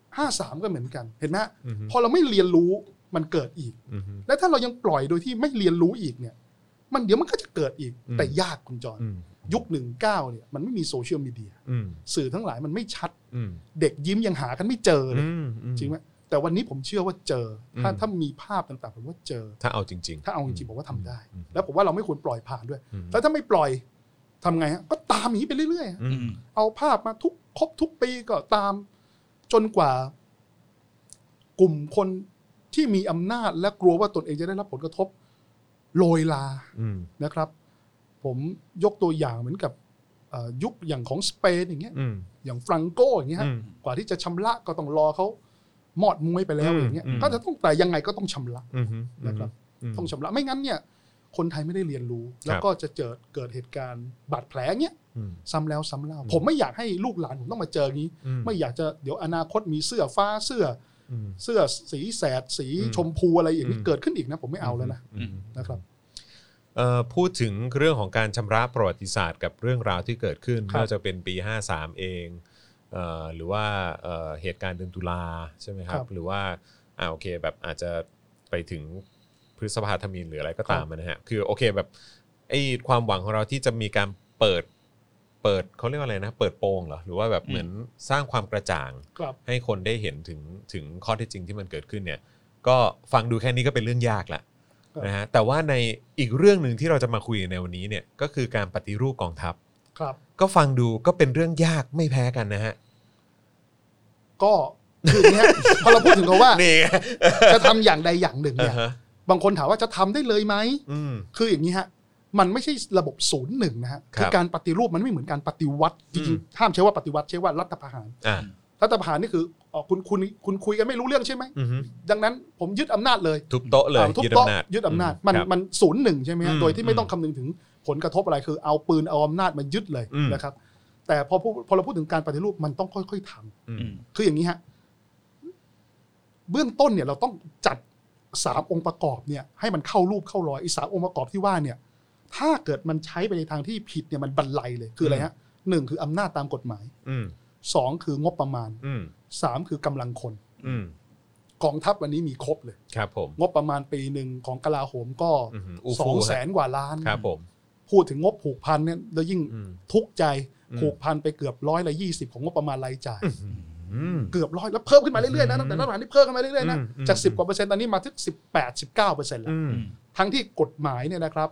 [SPEAKER 2] 53 ก็เหมือนกันเห็นไหมฮะ
[SPEAKER 1] อือฮึ
[SPEAKER 2] พอเราไม่เรียนรู้มันเกิดอีก
[SPEAKER 1] อืม
[SPEAKER 2] และถ้าเรายังปล่อยโดยที่ไม่เรียนรู้อีกเนี่ย มันเดี๋ยวมันก็จะเกิดอีก
[SPEAKER 1] อืม
[SPEAKER 2] แต่ยากคุณจอน
[SPEAKER 1] อืม
[SPEAKER 2] ยุค 19 เนี่ยมันไม่มีโซเชียลมีเดีย
[SPEAKER 1] อืม
[SPEAKER 2] สื่อทั้งหลายมันไม่ชัด
[SPEAKER 1] อืม
[SPEAKER 2] เด็กยิ้มยังหากันไม่เจอเลย
[SPEAKER 1] อืม
[SPEAKER 2] จริงไหม แต่วันนี้ผมเชื่อว่าเจอ ถ้า
[SPEAKER 1] อืม
[SPEAKER 2] ถ้ามีภาพต่างๆผมว่าเจอ
[SPEAKER 1] ถ้าเอาจริง
[SPEAKER 2] ถ้าเอาจริงๆผมว่าทำได้
[SPEAKER 1] อืม
[SPEAKER 2] แล้วผมว่าเราไม่ควรปล่อยผ่านด้วย
[SPEAKER 1] ๆอืม
[SPEAKER 2] แล้วถ้าไม่ปล่อยทำไงฮะก็ตามอย่างนี้ไปเรื่อยๆฮะ
[SPEAKER 1] อืม
[SPEAKER 2] เอาภาพมาทุกครบทุกปีก็ตามจนกว่า กลุ่มคนที่มีอำนาจและกลัวว่าตนเองจะได้รับผลกระทบโรยลา
[SPEAKER 1] อืม
[SPEAKER 2] นะครับ ผมยกตัวอย่างเหมือนกับเอ่อยุคอย่างของสเปนอย่างเงี้ย
[SPEAKER 1] อืม
[SPEAKER 2] อย่างฟรังโกอย่างเงี้ยฮะ
[SPEAKER 1] อืม
[SPEAKER 2] กว่าที่จะชำระก็ต้องรอเขาหมอดมวยไปแล้ว
[SPEAKER 1] อืม
[SPEAKER 2] อย่างเงี้ย
[SPEAKER 1] อืม
[SPEAKER 2] ก็จะต้องแต่ยังไงก็ต้องชำระ
[SPEAKER 1] อืม
[SPEAKER 2] นะครับ
[SPEAKER 1] ม
[SPEAKER 2] ต้องชำระไม่งั้นเนี่ย คนไทยไม่ได้เรียนรู้ แล้วก็จะเจอเกิดเหตุการณ์บาดแผลเงี้ย
[SPEAKER 1] อืม
[SPEAKER 2] ซ้ำแล้วซ้ำเล่า
[SPEAKER 1] อืม
[SPEAKER 2] ผมไม่อยากให้ลูกหลานผมต้องมาเจออย่างนี้ ไม่อยากจะเดี๋ยวอนาคตมีเสื้อฟ้าเสื้อ
[SPEAKER 1] อืม
[SPEAKER 2] เสื้อสีแสด สี
[SPEAKER 1] อืม
[SPEAKER 2] ชมพูอะไรอย่างนี้
[SPEAKER 1] อืม
[SPEAKER 2] เกิดขึ้นอีกนะ ผมไม่เอาแล้วนะ
[SPEAKER 1] อืม
[SPEAKER 2] นะครับ
[SPEAKER 1] เอ่อพูดถึงเรื่องของการชำระประวัติศาสตร์กับเรื่องราวที่เกิดขึ้น
[SPEAKER 2] ครับ
[SPEAKER 1] ไม่ว่าจะเป็นปี 53 เองเอ่อหรือว่าเอ่อเหตุการณ์เดือนตุลาใช่ไหมครั
[SPEAKER 2] ครับ บ
[SPEAKER 1] หรือว่าอ่าโอเคแบบอาจจะไปถึงพฤษภาธมินหรืออะไรก็ตามนะฮะคือโอเคแบบไอ้ความหวังของเราที่จะมีการเปิดเปิดเขาเรียกว่าอะไรนะ เปิดโปงเหรอหรือว่าแบบ
[SPEAKER 3] อืม
[SPEAKER 1] เหมือนสร้างความกระจ่าง
[SPEAKER 2] ครับ
[SPEAKER 1] ให้คนได้เห็นถึงถึงข้อเท็จจริงที่มันเกิดขึ้นเนี่ย ก็ฟังดูแค่นี้ก็เป็นเรื่องยากละ
[SPEAKER 2] ครับ
[SPEAKER 1] นะฮะแต่ว่าในอีกเรื่องหนึ่งที่เราจะมาคุยในวันนี้เนี่ยก็คือการปฏิรูปกองทัพ
[SPEAKER 2] ครับ
[SPEAKER 1] ก็ฟังดูก็เป็นเรื่องยากไม่แพ้กันนะฮะ
[SPEAKER 2] ก็คืออย่างเนี้ย พอเราพูดถึงเขาว่า
[SPEAKER 1] นี่ไง
[SPEAKER 2] จะทำอย่างใดอย่างหนึ่ง
[SPEAKER 1] อ่า
[SPEAKER 2] เนี่ย
[SPEAKER 1] ฮะ
[SPEAKER 2] บางคนถามว่าจะทำได้เลยไหม
[SPEAKER 1] อืม
[SPEAKER 2] คืออย่างนี้ฮะ มันไม่ใช่ระบบศูนย์หนึ่งนะฮะ
[SPEAKER 1] ครับ
[SPEAKER 2] การปฏิรูปมันไม่เหมือนการปฏิวัติจ
[SPEAKER 1] อื
[SPEAKER 2] ริง
[SPEAKER 1] ม
[SPEAKER 2] ๆห้ามใช้ว่าปฏิวัติใช้ว่ารัฐประหาร
[SPEAKER 1] อ่า
[SPEAKER 2] รัฐประหารนี่คืออ๋อคุณคุณคุณคุยกันไม่รู้เรื่องใช่ไหม
[SPEAKER 1] อือฮึ
[SPEAKER 2] ดังนั้นผมยึดอำนาจเลย
[SPEAKER 1] ทุบโต๊ะเลย
[SPEAKER 2] อ่าทุบ
[SPEAKER 1] ยึด
[SPEAKER 2] โต๊ะ
[SPEAKER 1] อำนาจ
[SPEAKER 2] ยึดอำนาจมัน
[SPEAKER 1] ครับ
[SPEAKER 2] มันศูนย์หนึ่งใช่ไหม
[SPEAKER 1] อื
[SPEAKER 2] ฮะ
[SPEAKER 1] ม
[SPEAKER 2] โดยที่ไม่ต้องคำนึงถึงผลกระทบอะไรคือเอาปืนเอาอำนาจมายึดเลย
[SPEAKER 1] อืม
[SPEAKER 2] นะครับ แต่พอพูดพอเราพูดถึงการปฏิรูปมันต้องค่อยๆทำ
[SPEAKER 1] อืม
[SPEAKER 2] คืออย่างนี้ฮะเบื้องต้นเนี่ยเราต้องจัดสามองค์ประกอบเนี่ย ให้มันเข้ารูปเข้ารอยไอ้สามองค์ประกอบที่ว่าเนี่ย ถ้าเกิดมันใช้ไปในทางที่ผิดเนี่ยมันบันไลเลยคืออะไรฮะหนึ่งคืออำนาจตามกฎหมาย
[SPEAKER 1] อืม
[SPEAKER 2] สองคืองบประมาณ
[SPEAKER 1] อืม
[SPEAKER 2] สามคือกำลังคน
[SPEAKER 1] อืม
[SPEAKER 2] กองทัพวันนี้มีครบเลย
[SPEAKER 1] ครับผม
[SPEAKER 2] งบประมาณปีหนึ่งของกลาโหมก็
[SPEAKER 1] อือหืออู้
[SPEAKER 2] ส
[SPEAKER 1] ฟู่
[SPEAKER 2] อง
[SPEAKER 1] ฮะ
[SPEAKER 2] แสนกว่าล้าน
[SPEAKER 1] ครับผม
[SPEAKER 2] พูดถึงงบผูกพันเนี่ยแล้วยิ่ง
[SPEAKER 1] อืม
[SPEAKER 2] ทุกข์ใจ
[SPEAKER 1] อืม
[SPEAKER 2] ผูกพันไปเกือบร้อยละยี่สิบของงบประมาณรายจ่าย
[SPEAKER 1] อืม
[SPEAKER 2] เกือบร้อยแล้วเพิ่มขึ้นมาเรื่อยๆนะตั้งแต่รัฐบาลนี่เพิ่มขึ้นมาเรื่อยๆนะ
[SPEAKER 1] อืมอืม
[SPEAKER 2] จาก 10กว่าเปอร์เซ็นต์ตอนนี้มาถึง18 19เปอร์เซ็นต์แล้ว
[SPEAKER 1] อืม
[SPEAKER 2] ทั้งที่กฎหมายเนี่ยนะครับ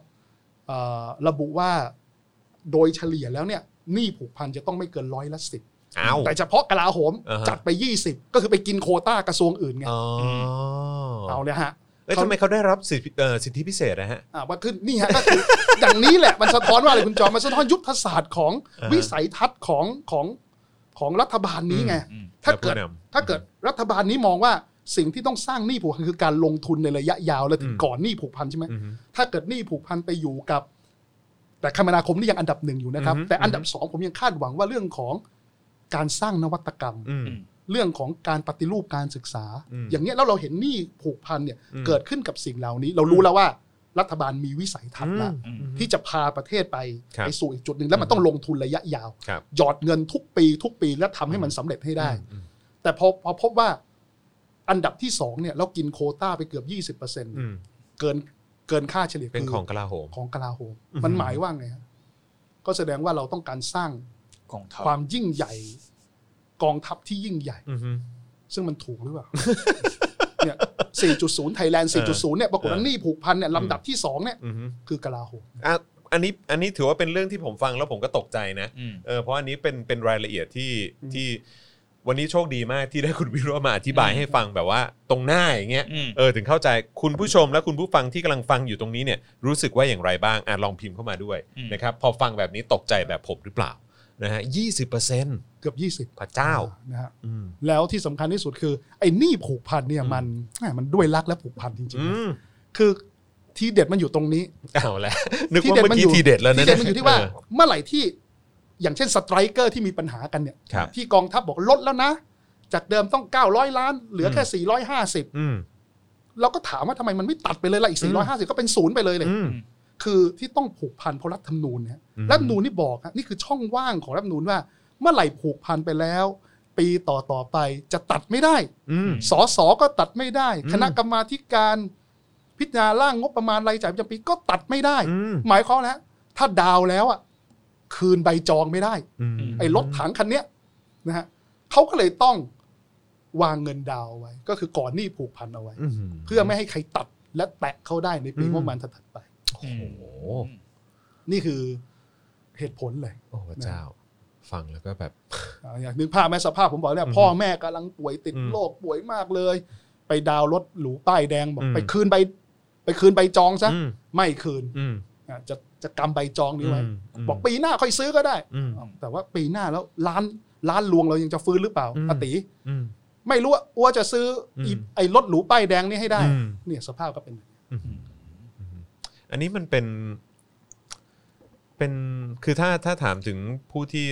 [SPEAKER 2] เอ่อระบุว่าโดยเฉลี่ยแล้วเนี่ยหนี้ผูกพันจะต้องไม่เกินร้อยละสิบ
[SPEAKER 1] เอ้า
[SPEAKER 2] แต่เฉพาะกลาโหม
[SPEAKER 1] อ่าฮะ
[SPEAKER 2] จัดไป 20 ก็คือไปกินโควต้ากระทรวงอื่นไง
[SPEAKER 1] อ๋อ
[SPEAKER 2] เอาเลยฮะ
[SPEAKER 1] เอ้ยทำไมเขาได้รับสิทธิเอ่อสิทธิพิเศษนะฮะ
[SPEAKER 2] อ่าว่าขึ้นนี่ฮะก็คือ อย่างนี้แหละมันสะท้อนว่าอะไรคุณจอมมันสะท้อนยุทธศาสตร์ของ
[SPEAKER 1] อ่าฮะ
[SPEAKER 2] วิสัยทัศน์ของของของรัฐบาลนี้ไง ถ้าเกิด
[SPEAKER 1] และผู้นำ
[SPEAKER 2] ถ้าเกิดรัฐบาลนี้มองว่าสิ่งที่ต้องสร้างหนี้ผูกพันคือการลงทุนในระยะยาวและถึง
[SPEAKER 1] อืม
[SPEAKER 2] ก่อนหนี้ผูกพันใช่ไหม
[SPEAKER 1] อือฮึ
[SPEAKER 2] ถ้าเกิดหนี้ผูกพันไปอยู่กับ แต่คมนาคมนี่ยังอันดับหนึ่งอยู่นะครับ
[SPEAKER 1] อือฮึ
[SPEAKER 2] แต่อันดับสองผมยังคาดหวังว่าเรื่องของการสร้างนวัตกรรม
[SPEAKER 1] อืม
[SPEAKER 2] เรื่องของการปฏิรูปการศึกษา
[SPEAKER 1] อืม
[SPEAKER 2] อย่างเงี้ยแล้วเราเห็นหนี้ผูกพันเนี่ย
[SPEAKER 1] อืม
[SPEAKER 2] เกิดขึ้นกับสิ่งเหล่านี้ เรารู้แล้วว่ารัฐบาลมีวิสัยทัศน์ละ
[SPEAKER 1] อืม
[SPEAKER 2] ที่จะพาประเทศไป
[SPEAKER 1] ครับ
[SPEAKER 2] ไปสู่อีกจุดหนึ่งแล้วมัน
[SPEAKER 1] อืม
[SPEAKER 2] ต้องลงทุนระยะยาว
[SPEAKER 1] ครับ
[SPEAKER 2] หยอดเงินทุกปี ทุกปีและทำให้มันสำเร็จให้ได้
[SPEAKER 1] อืม
[SPEAKER 2] แต่พอพอพบว่าอันดับที่สองเนี่ยเรากินโควต้าไปเกือบ 20%เ
[SPEAKER 1] อืม
[SPEAKER 2] กินเกินค่าเฉลี่ย
[SPEAKER 1] เป็น
[SPEAKER 2] คื
[SPEAKER 1] ของกลาโหม
[SPEAKER 2] ของกลาโหม
[SPEAKER 1] อือหือ
[SPEAKER 2] มันหมายว่าไงฮะก็แสดงว่าเราต้องการสร้าง
[SPEAKER 3] กองทัพ
[SPEAKER 2] ความยิ่งใหญ่ กองทัพที่ยิ่งใหญ่
[SPEAKER 1] อือฮึ
[SPEAKER 2] ซึ่งมันถูกหรือเปล่า เนี่ย 4.0 ไทยแลนด์ 4.0 เนี่ยปรากฏว่าหนี่ผูกพันเนี่ยลำดับที่สองเนี่ย
[SPEAKER 1] อือฮึ
[SPEAKER 2] คือกลาโหม
[SPEAKER 1] อ่ะอันนี้อันนี้ถือว่าเป็นเรื่องที่ผมฟังแล้วผมก็ตกใจนะ
[SPEAKER 3] อืม
[SPEAKER 1] เออเพราะอันนี้เป็นเป็นรายละเอียดที่
[SPEAKER 2] อืม
[SPEAKER 1] ที่วันนี้โชคดีมากที่ได้คุณวิโรจน์มาอธิบาย
[SPEAKER 3] อืม
[SPEAKER 1] ให้ฟังแบบว่าตรงหน้าอย่างเงี้ย
[SPEAKER 3] อืม
[SPEAKER 1] เออถึงเข้าใจคุณผู้ชมและคุณผู้ฟังที่กำลังฟังอยู่ตรงนี้เนี่ยรู้สึกว่าอย่างไรบ้างอ่ะลองพิมพ์เข้ามาด้วยนะครับพอฟังแบบนี้ตกใจแบบผมหรือเปล่านะฮะยี่สิบเปอร์เซ็นต์
[SPEAKER 2] เกือบ 20
[SPEAKER 1] พระเจ้า
[SPEAKER 2] นะฮะ
[SPEAKER 1] อืม
[SPEAKER 2] แล้วที่สำคัญที่สุดคือ ไอ้หนี่ผูกพันเนี่ยมันแหม่มันด้วยรักและผูกพันจริง
[SPEAKER 1] อื
[SPEAKER 2] ๆ
[SPEAKER 1] ม
[SPEAKER 2] นะคือทีเด็ดมันอยู่ตรงนี้
[SPEAKER 1] เอาละ นึกว่าเมื่อกี้ทีเด็ดแล้วนะ
[SPEAKER 2] ที่เด็ดมันอยู่ที่ว่า
[SPEAKER 1] เ
[SPEAKER 2] เมื่อไหร่ที่อย่างเช่นสไตรเกอร์ที่มีปัญหากันเนี่ย
[SPEAKER 1] ครับ
[SPEAKER 2] ที่กองทัพบอกลดแล้วนะ จากเดิมต้อง 900 ล้าน เหลือแค่ 450
[SPEAKER 1] อืม
[SPEAKER 2] เราก็ถามว่าทำไมมันไม่ตัดไปเลยล่ะอีก 450 ก็เป็นศูนย์ไปเลยเลย
[SPEAKER 1] อืม
[SPEAKER 2] คือที่ต้องผูกพันเพราะรัฐธรรมนูญนะฮะ
[SPEAKER 1] อืม
[SPEAKER 2] รัฐธรรมนูญนี่บอกฮะนี่คือช่องว่างของรัฐธรรมนูญว่า เมื่อไหร่ผูกพันไปแล้ว ปีต่อต่อๆไปจะตัดไม่ได้
[SPEAKER 1] อืม
[SPEAKER 2] สอสอก็ตัดไม่ได้
[SPEAKER 1] อืม
[SPEAKER 2] คณะกรรมาธิการพิจารณาร่างงบประมาณรายจ่ายประจำปีก็ตัดไม่ได้
[SPEAKER 1] อืม
[SPEAKER 2] หมายความแล้วถ้าดาวแล้วอ่ะคืนใบจองไม่ได้
[SPEAKER 1] อืม
[SPEAKER 2] ไอ้รถถังคันเนี้ยนะฮะเขาก็เลยต้อง วางเงินดาวน์ไว้ ก็คือก่อนหนี้ผูกพันเอาไว้
[SPEAKER 1] หื
[SPEAKER 2] เพื่อไม่ให้ใครตัดและแตะเข้าได้ในปีงบประมาณถัดๆไป
[SPEAKER 1] โอ้โห
[SPEAKER 2] นี่คือเหตุผลเลย
[SPEAKER 1] โอ้พระเจ้า ฟังแล้วก็แบบ
[SPEAKER 2] อ่าอยากนึกภาพไหมสภาพผมบอกเนี่ยพ่อแม่กำลังป่วยติด
[SPEAKER 1] อืม
[SPEAKER 2] โรคป่วยมากเลย ไปดาวน์รถหรูป้ายแดงบอก
[SPEAKER 1] อืม
[SPEAKER 2] ไปคืนใบไปคืนใบจองซะ
[SPEAKER 1] อืม
[SPEAKER 2] ไม่คืน
[SPEAKER 1] อืม
[SPEAKER 2] อ่าจะจะกำใบจองนี้ไว้
[SPEAKER 1] มม
[SPEAKER 2] บอกปีหน้าค่อยซื้อก็ได้
[SPEAKER 1] อืม
[SPEAKER 2] แต่ว่าปีหน้าแล้วร้านร้านลวงเรายังจะฟื้นหรือเปล่า
[SPEAKER 1] อืม
[SPEAKER 2] อาติ
[SPEAKER 1] อืม
[SPEAKER 2] ไม่รู้ว่าอัวจะซื้ออ
[SPEAKER 1] ม
[SPEAKER 2] ไอ้รถหรูป้ายแดงนี่ให้ได้
[SPEAKER 1] อืม
[SPEAKER 2] เนี่ยสภาพก็เป็น
[SPEAKER 1] อันนี้มันเป็น เป็นคือถ้าถ้าถามถึงผู้ที่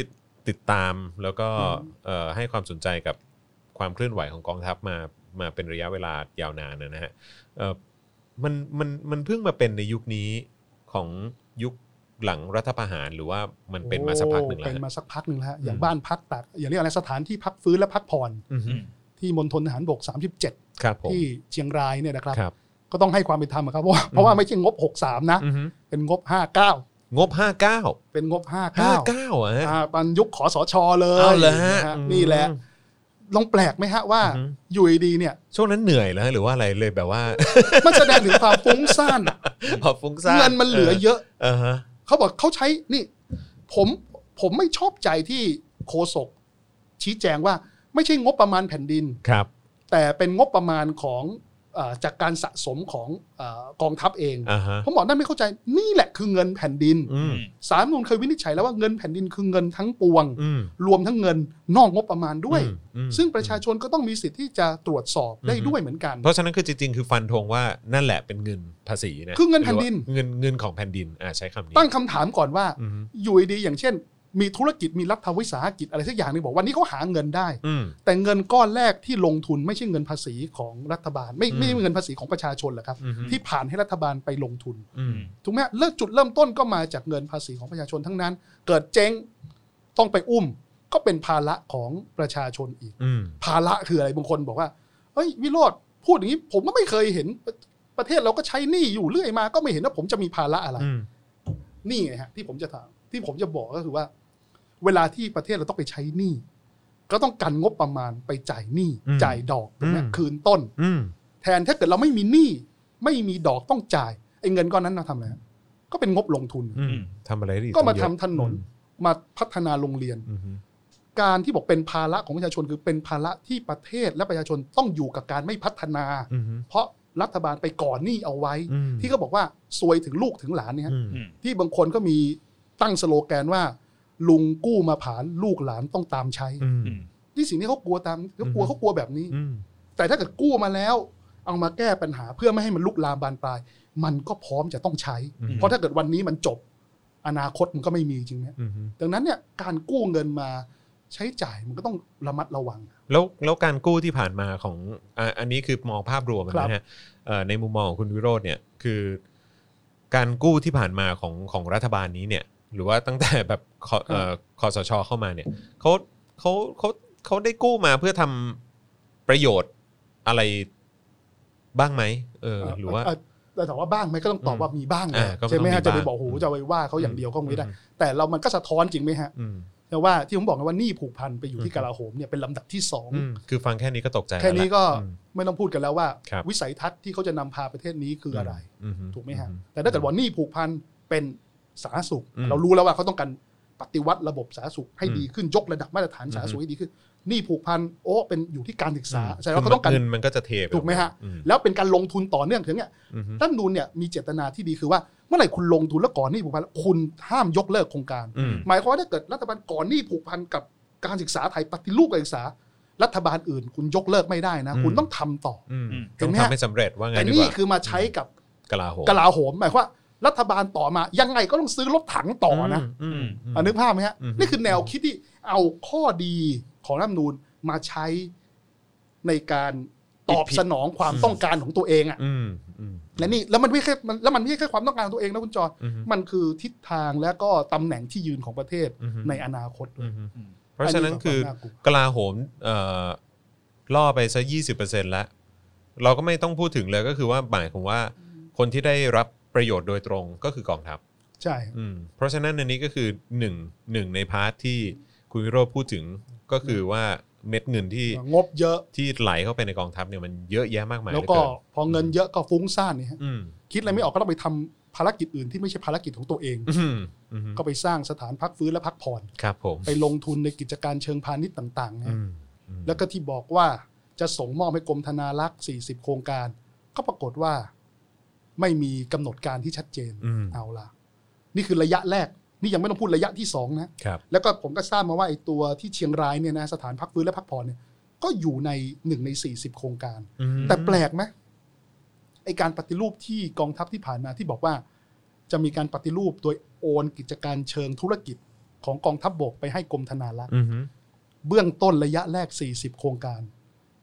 [SPEAKER 1] ติดตามแล้วก็
[SPEAKER 2] อืม
[SPEAKER 1] เอ่อให้ความสนใจกับความเคลื่อนไหวของกองทัพมามาเป็นระยะเวลายาวนานนะนะฮะเอ่อมันมันมันเพิ่งมาเป็นในยุคนี้ของยุคหลังรัฐประหารหรือว่ามันเป็นมาสักพักหนึ่ง
[SPEAKER 2] โอ้
[SPEAKER 1] แล้ว
[SPEAKER 2] เป็น
[SPEAKER 1] ฮะ
[SPEAKER 2] มาสักพักหนึ่งแล้วฮะอย่า
[SPEAKER 1] อื
[SPEAKER 2] ง
[SPEAKER 1] ม
[SPEAKER 2] บ้านพักตักอย่างเรียกอะไรสถานที่พักฟื้นและพักผ่อน
[SPEAKER 1] อือฮึ
[SPEAKER 2] ที่มณฑลทหารบก 37
[SPEAKER 1] ครับผม
[SPEAKER 2] ที่เชียงรายเนี่ยนะครับ
[SPEAKER 1] ครับ
[SPEAKER 2] ก็ต้องให้ความเป็นธรรมอะครับเพราะว่าเพราะว่าไม่ใช่งบ 63 นะ
[SPEAKER 1] อือฮึ
[SPEAKER 2] เป็นงบ
[SPEAKER 1] งบห้าเก้า
[SPEAKER 2] 59 เป็นงบ
[SPEAKER 1] ห้า
[SPEAKER 2] 59
[SPEAKER 1] เก้าอ่ะฮะ
[SPEAKER 2] อ่ามันยุคขอสชเลย
[SPEAKER 1] เอาเหรอฮะ
[SPEAKER 2] นะฮะ
[SPEAKER 1] อืม
[SPEAKER 2] นี่แหละลองแปลกไหมฮะว่า
[SPEAKER 1] อือฮึ
[SPEAKER 2] อยู่ดีๆเนี่ย
[SPEAKER 1] ช่วงนั้นเหนื่อยแล้วหรือว่าอะไรเลยแบบว่า
[SPEAKER 2] มันแสดงถึงความฟุ้งซ่านอะ
[SPEAKER 1] พอฟุ้ง ซ่าน
[SPEAKER 2] เงินมันเหลือเยอะ
[SPEAKER 1] เออฮะ
[SPEAKER 2] เขาบอกเขาใช้นี่ ผมผมไม่ชอบใจที่โคศกชี้แจงว่าไม่ใช่งบประมาณแผ่นดิน
[SPEAKER 1] ครับ
[SPEAKER 2] แต่เป็นงบประมาณของเออจากการสะสมของเออกอง ทัพเอง
[SPEAKER 1] อ่าฮะ
[SPEAKER 2] ผมบอกนั่นไม่เข้าใจนี่แหละคือเงินแผ่นดิน
[SPEAKER 1] อืม
[SPEAKER 2] สารรัฐธรรมนูนเคยวินิจฉัยแล้วว่าเงินแผ่นดินคือเงินทั้งปวง
[SPEAKER 1] อืม
[SPEAKER 2] รวมทั้งเงินนอกงบประมาณด้วย
[SPEAKER 1] อืมอืม
[SPEAKER 2] ซึ่งประชาชนก็ต้องมีสิทธิ์ที่จะตรวจสอบได้
[SPEAKER 1] อืม
[SPEAKER 2] ด้วยเหมือนกัน
[SPEAKER 1] เพราะฉะนั้นคือจริงๆ คือฟันธงว่านั่นแหละเป็นเงินภาษีนะ
[SPEAKER 2] คือเงินแผ่นดิน
[SPEAKER 1] หรือว่าเงินเงินของแผ่นดิน อ่าใช้คำนี้
[SPEAKER 2] ตั้งคำถามก่อนว่า
[SPEAKER 1] อืม
[SPEAKER 2] อยู่ดีๆอย่างเช่น มีธุรกิจมีรัฐวิสาหกิจอะไรสักอย่างหนึงบอกว่านี่เขาหาเงินได้
[SPEAKER 1] อืม
[SPEAKER 2] แต่เงินก้อนแรกที่ลงทุนไม่ใช่เงินภาษีของรัฐบาล ไม่
[SPEAKER 1] อืม
[SPEAKER 2] ไม่ใช่เงินภาษีของประชาชนหรอกครับ
[SPEAKER 1] อืม
[SPEAKER 2] ที่ผ่านให้รัฐบาลไปลงทุน
[SPEAKER 1] อืม
[SPEAKER 2] ถูกไหมเลิกจุดเริ่มต้นก็มาจากเงินภาษีของประชาชนทั้งนั้น เกิดเจ๊งต้องไปอุ้ม ก็เป็นภาระของประชาชนอีก
[SPEAKER 1] อืม
[SPEAKER 2] ภาระคืออะไรบางคนบอกว่าเฮ้ยวิโรธพูดอย่างนี้ผมก็ไม่เคยเห็นประประเทศเราก็ใช้หนี้อยู่เรื่อยมา ก็ไม่เห็นว่าผมจะมีภาระอะไร
[SPEAKER 1] อืม
[SPEAKER 2] นี่ไงฮะที่ผมจะถามที่ผมจะบอกก็คือว่า เวลาที่ประเทศเราต้องไปใช้หนี้ก็ต้องกันงบประมาณไปจ่ายหนี้
[SPEAKER 1] อืม
[SPEAKER 2] จ่ายดอกถูกไหม
[SPEAKER 1] อืม
[SPEAKER 2] คืนต้น
[SPEAKER 1] อืม
[SPEAKER 2] แทนถ้าเกิดเราไม่มีหนี้ไม่มีดอกต้องจ่ายไอ้เงินก้อนนั้นเราทำอะไรฮะก็เป็นงบลงทุน
[SPEAKER 1] อืมทำอะไรดี
[SPEAKER 2] ก็มาทำถนน
[SPEAKER 1] อืม
[SPEAKER 2] มาพัฒนาโรงเรียน
[SPEAKER 1] อืม
[SPEAKER 2] การที่บอกเป็นภาระของประชาชนคือเป็นภาระที่ประเทศและประชาชนต้องอยู่กับการไม่พัฒนา
[SPEAKER 1] อืม
[SPEAKER 2] เพราะรัฐบาลไปก่อนหนี้เอาไว้
[SPEAKER 1] อืม
[SPEAKER 2] ที่เขาบอกว่าซวยถึงลูกถึงหลานเนี่ยฮะ
[SPEAKER 1] อืม
[SPEAKER 2] ที่บางคนก็มีตั้งสโลแกนว่า ลุงกู้มาผ่านลูกหลานต้องตามใช้
[SPEAKER 1] อืม
[SPEAKER 2] นี่สิ่งที่เขากลัวตามเขากลั
[SPEAKER 1] อื
[SPEAKER 2] ว
[SPEAKER 1] ม
[SPEAKER 2] เขากลัวแบบนี้
[SPEAKER 1] อืม
[SPEAKER 2] แต่ถ้าเกิดกู้มาแล้ว เอามาแก้ปัญหาเพื่อไม่ให้มันลุกลามบานปลาย มันก็พร้อมจะต้องใช้
[SPEAKER 1] อืม
[SPEAKER 2] เพราะถ้าเกิดวันนี้มันจบ อนาคตมันก็ไม่มีจริงไหม
[SPEAKER 1] อืม
[SPEAKER 2] ดังนั้นเนี่ยการกู้เงินมาใช้จ่ายมันก็ต้องระมัดระวัง
[SPEAKER 1] แล้วแล้วการกู้ที่ผ่านมาของอ่าอันนี้คือมองภาพรวมนะฮะเอ่อในมุมมองของคุณวิโรจน์เนี่ยคือ การกู้ที่ผ่านมาของของรัฐบาลนี้เนี่ย หรือว่าตั้งแต่แบบคอเอ่อคอสชเข้ามาเนี่ยเขาเขาเขาเขาได้กู้มาเพื่อทำประโยชน์อะไรบ้างไหมเออ หรือว่า
[SPEAKER 2] เแต่ถามว่าบ้างไหมก็ต้องตอบว่ามีบ้าง
[SPEAKER 1] อ่า
[SPEAKER 2] นะ
[SPEAKER 1] ก็ต้อง
[SPEAKER 2] ใช่ไหม
[SPEAKER 1] มี
[SPEAKER 2] ฮะจะไป
[SPEAKER 1] บ้าง
[SPEAKER 2] บอกโอ้โห
[SPEAKER 1] อืม
[SPEAKER 2] จะไปว่าเขาอย่างเดียวก็ไม่ได้ แต่เรามันก็สะท้อนจริงไหมฮะ
[SPEAKER 1] อืม
[SPEAKER 2] แต่ว่าที่ผมบอกไงว่าหนี่ผูกพันไปอยู่
[SPEAKER 1] อื
[SPEAKER 2] ที่
[SPEAKER 1] ม
[SPEAKER 2] กลาโหมเนี่ยเป็นลำดับที่สอง
[SPEAKER 1] อืมคือฟังแค่นี้ก็ตกใจ
[SPEAKER 2] แค่นี้ก็
[SPEAKER 1] ล้วล่ะอืม
[SPEAKER 2] ไม่ต้องพูดกันแล้วว่า
[SPEAKER 1] ครับ
[SPEAKER 2] วิสัยทัศน์ที่เขาจะนำพาประเทศนี้คืออะไร
[SPEAKER 1] อื
[SPEAKER 2] ถูกไหมฮะ
[SPEAKER 1] อื
[SPEAKER 2] แต่ถ้าเกิดว่าหนี่ผูกพันเป็นสาธารณสุข
[SPEAKER 1] อืม
[SPEAKER 2] เรารู้แล้วว่าเขาต้องการปฏิวัติระบบสาธารณสุขให้
[SPEAKER 1] อืม
[SPEAKER 2] ดีขึ้นยกระดับมาตรฐานสาธารณสุขให้ดีขึ้นหนี่ผูกพันโอ้เป็นอยู่ที่การศึกษา
[SPEAKER 1] อืม
[SPEAKER 2] ใช่ว่าเขาต้องการ
[SPEAKER 1] เงินมันก็จะเทป
[SPEAKER 2] ถูกไหมฮะ
[SPEAKER 1] อืม
[SPEAKER 2] แล้วเป็นการลงทุนต่อเนื่องถึงเนี่ย
[SPEAKER 1] อืม
[SPEAKER 2] รัฐธรรมนูนเนี่ยมีเจตนาที่ดีคือว่าเมื่อไหร่คุณลงทุนแล้วก่อนหนี้ผูกพันคุณห้ามยกเลิกโครงการ
[SPEAKER 1] อืม
[SPEAKER 2] หมายความว่าถ้าเกิดรัฐบาลก่อนหนี้ผูกพันกับการศึกษาไทยปฏิรูปการศึกษา รัฐบาลอื่น คุณยกเลิกไม่ได้นะ คุณ
[SPEAKER 1] อืม
[SPEAKER 2] ต้องทำต่อ
[SPEAKER 1] อืม
[SPEAKER 3] อืม
[SPEAKER 1] ต้องทำให้สำเร็จว่าไง
[SPEAKER 2] แต่
[SPEAKER 1] ดีก
[SPEAKER 2] นี่
[SPEAKER 1] ว่า
[SPEAKER 2] คือมาใช้กับ
[SPEAKER 1] กลาโหม
[SPEAKER 2] กลาโหมหมายความว่ารัฐบาลต่อมายังไงก็ต้องซื้อรถถังต่อนะ
[SPEAKER 1] อืมม
[SPEAKER 2] อะนึกภาพไหมฮะ
[SPEAKER 1] อืม
[SPEAKER 2] นี่คือแนวคิดที่เอาข้อดีของรัฐธรรมนูญมาใช้ในการตอบสนองความต้องการของตัวเองอ่ะ
[SPEAKER 1] อืมอืม
[SPEAKER 2] และนี่แล้วมันไม่แค่มันแล้วมันไม่ใช่แค่ความต้องการของตัวเองนะคุณจอห์น
[SPEAKER 1] อืม
[SPEAKER 2] มันคือทิศทางและก็ตำแหน่งที่ยืนของประเทศ
[SPEAKER 1] อืม
[SPEAKER 2] ในอนาคต
[SPEAKER 1] อื
[SPEAKER 2] ด้วย
[SPEAKER 1] มเพราะฉะนั้นคือ
[SPEAKER 2] วามากลัว
[SPEAKER 1] กลาโหมเอ่อล่อไปซะยี่สิบเปอร์เซ็นต์แล้ว เราก็ไม่ต้องพูดถึงเลยก็คือว่าหมายของว่าคนที่ได้รับประโยชน์โดยตรงก็คือกองทัพ
[SPEAKER 2] ใช่
[SPEAKER 1] อืมเพราะฉะนั้นอันนี้ก็คือหนึ่งหนึ่งในพาร์ทที่คุณวิโรจน์พูดถึงก็คือว่า เม็ดเงินที่
[SPEAKER 2] งบเยอะ
[SPEAKER 1] ที่ไหลเข้าไปในกองทัพเนี่ยมันเยอะแยะมากมาย
[SPEAKER 2] แล้วก็
[SPEAKER 1] เหเน
[SPEAKER 2] พอเงินเยอะก็ฟุ้งซ่านเนี่ยฮะ
[SPEAKER 1] อืม
[SPEAKER 2] คิดอะไรไม่ออกก็ต้องไปทำภารกิจอื่นที่ไม่ใช่ภารกิจของตัวเอง
[SPEAKER 1] อืมอืม
[SPEAKER 2] ก็ไปสร้างสถานพักฟื้นและพักผ่อน
[SPEAKER 1] ครับผม
[SPEAKER 2] ไปลงทุนในกิจการเชิงพาณิชย์ต่างๆนะ
[SPEAKER 1] อื
[SPEAKER 2] ฮะ
[SPEAKER 1] มอืม
[SPEAKER 2] แล้วก็ที่บอกว่าจะส่งมอบให้กรมธนารักษ์ 40 โครงการ ก็ปรากฏว่าไม่มีกำหนดการที่ชัดเจน
[SPEAKER 1] อืม
[SPEAKER 2] เอาละนี่คือระยะแรก นี่ยังไม่ต้องพูดระยะที่สองนะ
[SPEAKER 1] ครับ
[SPEAKER 2] แล้วก็ผมก็ทราบมาว่าไอ้ตัวที่เชียงรายเนี่ยนะสถานพักฟื้นและพักผ่อนเนี่ยก็อยู่ในหนึ่งใน 40 โครงการ
[SPEAKER 1] อืม
[SPEAKER 2] แต่แปลกไหมไอการปฏิรูปที่กองทัพที่ผ่านมาที่บอกว่า จะมีการปฏิรูปโดยโอนกิจการเชิงธุรกิจของกองทัพบบกไปให้กรมธนารักษ์
[SPEAKER 1] อืม
[SPEAKER 2] เบื้องต้นระยะแรก 40 โครงการ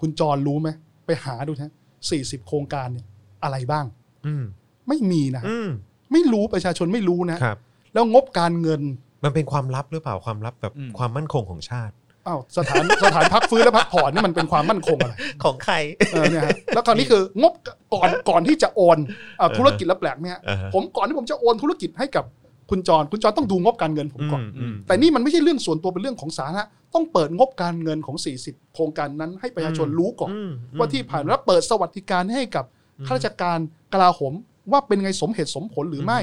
[SPEAKER 2] คุณจรรู้ไหมไปหาดูนะ40 โครงการเนี่ยอะไรบ้าง
[SPEAKER 1] อืม
[SPEAKER 2] ไม่มีนะ
[SPEAKER 1] อืม
[SPEAKER 2] ไม่รู้ประชาชนไม่รู้นะ
[SPEAKER 1] ครับ
[SPEAKER 2] แล้วงบการเงิน
[SPEAKER 1] มันเป็นความลับหรือเปล่าความลับแบบ
[SPEAKER 3] อืม
[SPEAKER 1] ความมั่นคงของชาติ
[SPEAKER 2] อ้าวสถาน สถานพักฟื้นและพักผ่อนนี่มันเป็นความมั่นคงอะไร
[SPEAKER 1] ของใคร
[SPEAKER 2] เออเนี่ยฮะแล้วคราวนี้คืองบก่อนก่อนที่จะโอนอ่าธุรกิจแล้วแปลกไหมฮะ
[SPEAKER 1] อ่าฮะ
[SPEAKER 2] ผมก่อนที่ผมจะโอนธุรกิจให้กับคุณจร คุณจรต้องดูงบการเงินผมก่อน
[SPEAKER 1] อืม
[SPEAKER 2] แต่นี่มันไม่ใช่เรื่องส่วนตัวเป็นเรื่องของสาธารณะต้องเปิดงบการเงินของ 40 โครงการนั้นให้ประชาชนรู้ก่อน
[SPEAKER 1] ม
[SPEAKER 2] ว่าที่ผ่านมาแล้วเปิดสวัสดิการให้กับข้าราชการกลาโหมว่าเป็นไงสมเหตุสมผลหรือไม่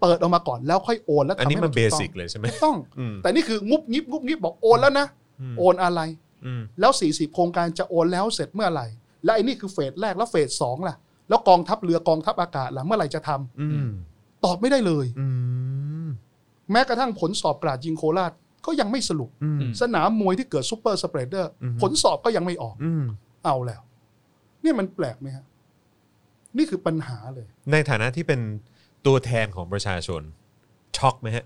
[SPEAKER 2] เปิดออกมาก่อนแล้วค่อยโอนแล้ว
[SPEAKER 1] อัน
[SPEAKER 2] ทำ
[SPEAKER 1] นี้
[SPEAKER 2] ให้
[SPEAKER 1] มัน
[SPEAKER 2] ถู
[SPEAKER 1] เบ
[SPEAKER 2] ต้อง
[SPEAKER 1] สิกเลยใช่ไหม
[SPEAKER 2] ถูกต้อง
[SPEAKER 1] อืม
[SPEAKER 2] แต่นี่คืองุบงิบงุบงิบบอกโอนแล้วนะ โอนอะไร
[SPEAKER 1] อืม
[SPEAKER 2] แล้ว 40 โครงการจะโอนแล้วเสร็จเมื่อไหร่ และไอ้นี่คือเฟสแรกแล้วเฟสสองล่ะ แล้วกองทัพเรือกองทัพอากาศล่ะเมื่อไหร่จะทำ
[SPEAKER 1] อืม
[SPEAKER 2] ตอบไม่ได้เลย
[SPEAKER 1] อืม
[SPEAKER 2] แม้กระทั่งผลสอบกราดยิงโคราชก็ยังไม่สรุป
[SPEAKER 1] อืม
[SPEAKER 2] สนามมวยที่เกิดซูเปอร์สเปรดเดอร์
[SPEAKER 1] อืม
[SPEAKER 2] ผลสอบก็ยังไม่ออก
[SPEAKER 1] อืม
[SPEAKER 2] เอาแล้ว เนี่ยมันแปลกไหมฮะนี่คือปัญหาเลย
[SPEAKER 1] ในฐานะที่เป็นตัวแทนของประชาชน ช็อกไหมฮะ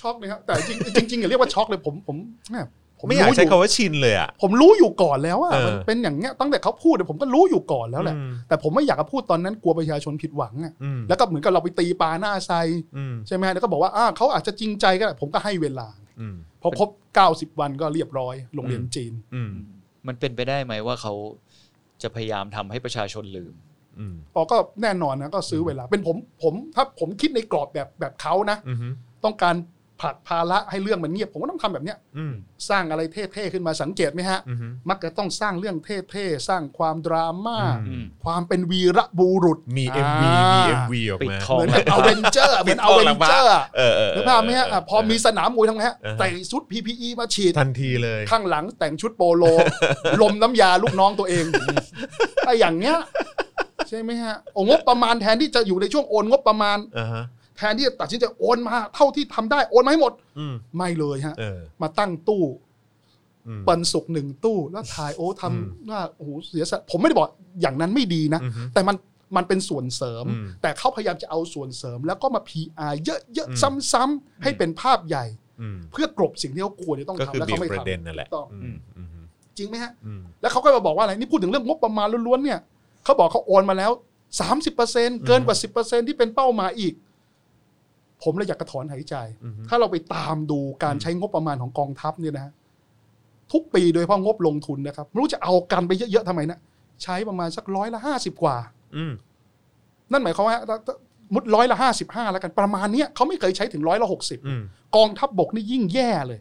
[SPEAKER 2] ช็อกเลยครับแต่จริงจริงจริงอย่าเรียกว่าช็อกเลยผมผมแหม่ผม
[SPEAKER 1] ไม่อยาก
[SPEAKER 2] รู้
[SPEAKER 1] ใช้
[SPEAKER 2] อยู่
[SPEAKER 1] คำว่าชินเลยอ่ะ
[SPEAKER 2] ผมรู้อยู่ก่อนแล้วอะ
[SPEAKER 1] เออ
[SPEAKER 2] มันเป็นอย่างเงี้ยตั้งแต่เขาพูดเนี่ยผมก็รู้อยู่ก่อนแล้วแหละ
[SPEAKER 1] อืม
[SPEAKER 2] แต่ผมไม่อยากจะพูดตอนนั้นกลัวประชาชนผิดหวังอะ
[SPEAKER 1] อืม
[SPEAKER 2] แล้วก็เหมือนกับเราไปตีปลาหน้าใส
[SPEAKER 1] อืม
[SPEAKER 2] ใช่ไหมแล้วก็บอกว่าอ่าเขาอาจจะจริงใจก็ได้ผมก็ให้เวลา
[SPEAKER 1] อืม
[SPEAKER 2] พอครบ 90 วันก็เรียบร้อยโรงเรียนจีน
[SPEAKER 1] อืม
[SPEAKER 3] มันเป็นไปได้ไหมว่าเขาจะพยายามทำให้ประชาชนลืม
[SPEAKER 1] อืม
[SPEAKER 2] พอก็แน่นอนนะก็ซื้อเวลาเป็นผมผมถ้าผมคิดในกรอบแบบแบบเขานะ
[SPEAKER 1] อืม
[SPEAKER 2] ต้องการผลักภาระให้เรื่องมันเงียบ ผมก็ต้องทำแบบเนี้ย
[SPEAKER 1] อืม
[SPEAKER 2] สร้างอะไรเท่ๆขึ้นมาสังเกตไหมฮะ
[SPEAKER 1] อืม
[SPEAKER 2] มักจะต้องสร้างเรื่องเท่ๆสร้างความดราม่า
[SPEAKER 1] อืม
[SPEAKER 2] ความเป็นวีระบุรุษ
[SPEAKER 1] มี
[SPEAKER 2] า
[SPEAKER 1] MV มี MV ออก
[SPEAKER 3] ปิด
[SPEAKER 1] มา
[SPEAKER 3] ทอง
[SPEAKER 2] เหมือนกับอเวนเจอร์เหมือน
[SPEAKER 1] ปิด
[SPEAKER 2] อ
[SPEAKER 1] ทอง
[SPEAKER 2] เว
[SPEAKER 1] หลั
[SPEAKER 2] น
[SPEAKER 1] งบ้าน
[SPEAKER 2] เจอร์
[SPEAKER 1] เออเออ
[SPEAKER 2] นึกภาพไหมฮะ
[SPEAKER 1] เ
[SPEAKER 2] อ่ะพอมีสนามมวยทำไงฮะ
[SPEAKER 1] เออ
[SPEAKER 2] ใส่ชุด PPE มาฉีด
[SPEAKER 1] ทันทีเลย
[SPEAKER 2] ข้างหลังแต่งชุดโปโล ลมน้ำยาลูกน้องตัวเองแต่อย่างเงี้ย ใช่ไหมฮะโอ้งบประมาณแทนที่จะอยู่ในช่วงโอนงบประมาณ
[SPEAKER 1] อ่าฮะ
[SPEAKER 2] แทนที่จะตัดสินใจโอนมา เท่าที่ทำได้โอนมาให้หมด
[SPEAKER 1] อืม
[SPEAKER 2] ไม่เลยฮะ
[SPEAKER 1] เออ
[SPEAKER 2] มาตั้งตู้
[SPEAKER 1] อืม
[SPEAKER 2] ปันสุกหนึ่งตู้แล้วถ่ายโอ้
[SPEAKER 1] อืม
[SPEAKER 2] ทำหน้าโอ้โหเสียสละผมไม่ได้บอกอย่างนั้นไม่ดีนะ
[SPEAKER 1] อืม
[SPEAKER 2] แต่มันมันเป็นส่วนเสริม
[SPEAKER 1] อืม
[SPEAKER 2] แต่เขาพยายามจะเอาส่วนเสริม แล้วก็มา PR เยอะ
[SPEAKER 1] อืม
[SPEAKER 2] ๆซ้ำๆให้เป็นภาพใหญ่
[SPEAKER 1] อืม
[SPEAKER 2] เพื่อกลบสิ่งที่เขาควรจะต้อง
[SPEAKER 1] ก็
[SPEAKER 2] ทำ
[SPEAKER 1] คือ
[SPEAKER 2] แล้ว
[SPEAKER 1] บิว
[SPEAKER 2] เขาไม่
[SPEAKER 1] ประ
[SPEAKER 2] ทำ
[SPEAKER 1] เด็นนั่นแหละ
[SPEAKER 2] ถูกต้อง
[SPEAKER 1] อืมอืม
[SPEAKER 2] จริงไหมฮะ
[SPEAKER 1] อืม
[SPEAKER 2] แล้วเขาก็มาบอกว่าอะไรนี่พูดถึงเรื่องงบประมาณล้วนๆเนี่ยเขาบอกเขาโอนมาแล้ว 30%เกินกว่า 10%ที่เป็นเป้าหมายอีก ผมเลยอยากกระถอนหายใจ
[SPEAKER 1] อืม
[SPEAKER 2] ถ้าเราไปตามดูการใช้งบประมาณของกองทัพเนี่ยนะฮะทุกปีโดยเฉพาะงบลงทุนนะครับไม่รู้จะเอากันไปเยอะๆทำไมนะใช้ประมาณสักร้อยละห้าสิบกว่า
[SPEAKER 1] อืม
[SPEAKER 2] นั่นหมายความว่าถ้าถ้ามุดร้อยละห้าสิบห้าแล้วกันประมาณเนี้ยเขาไม่เคยใช้ถึงร้อยละหกสิบ
[SPEAKER 1] อืม
[SPEAKER 2] กองทัพบกนี่ยิ่งแย่เลย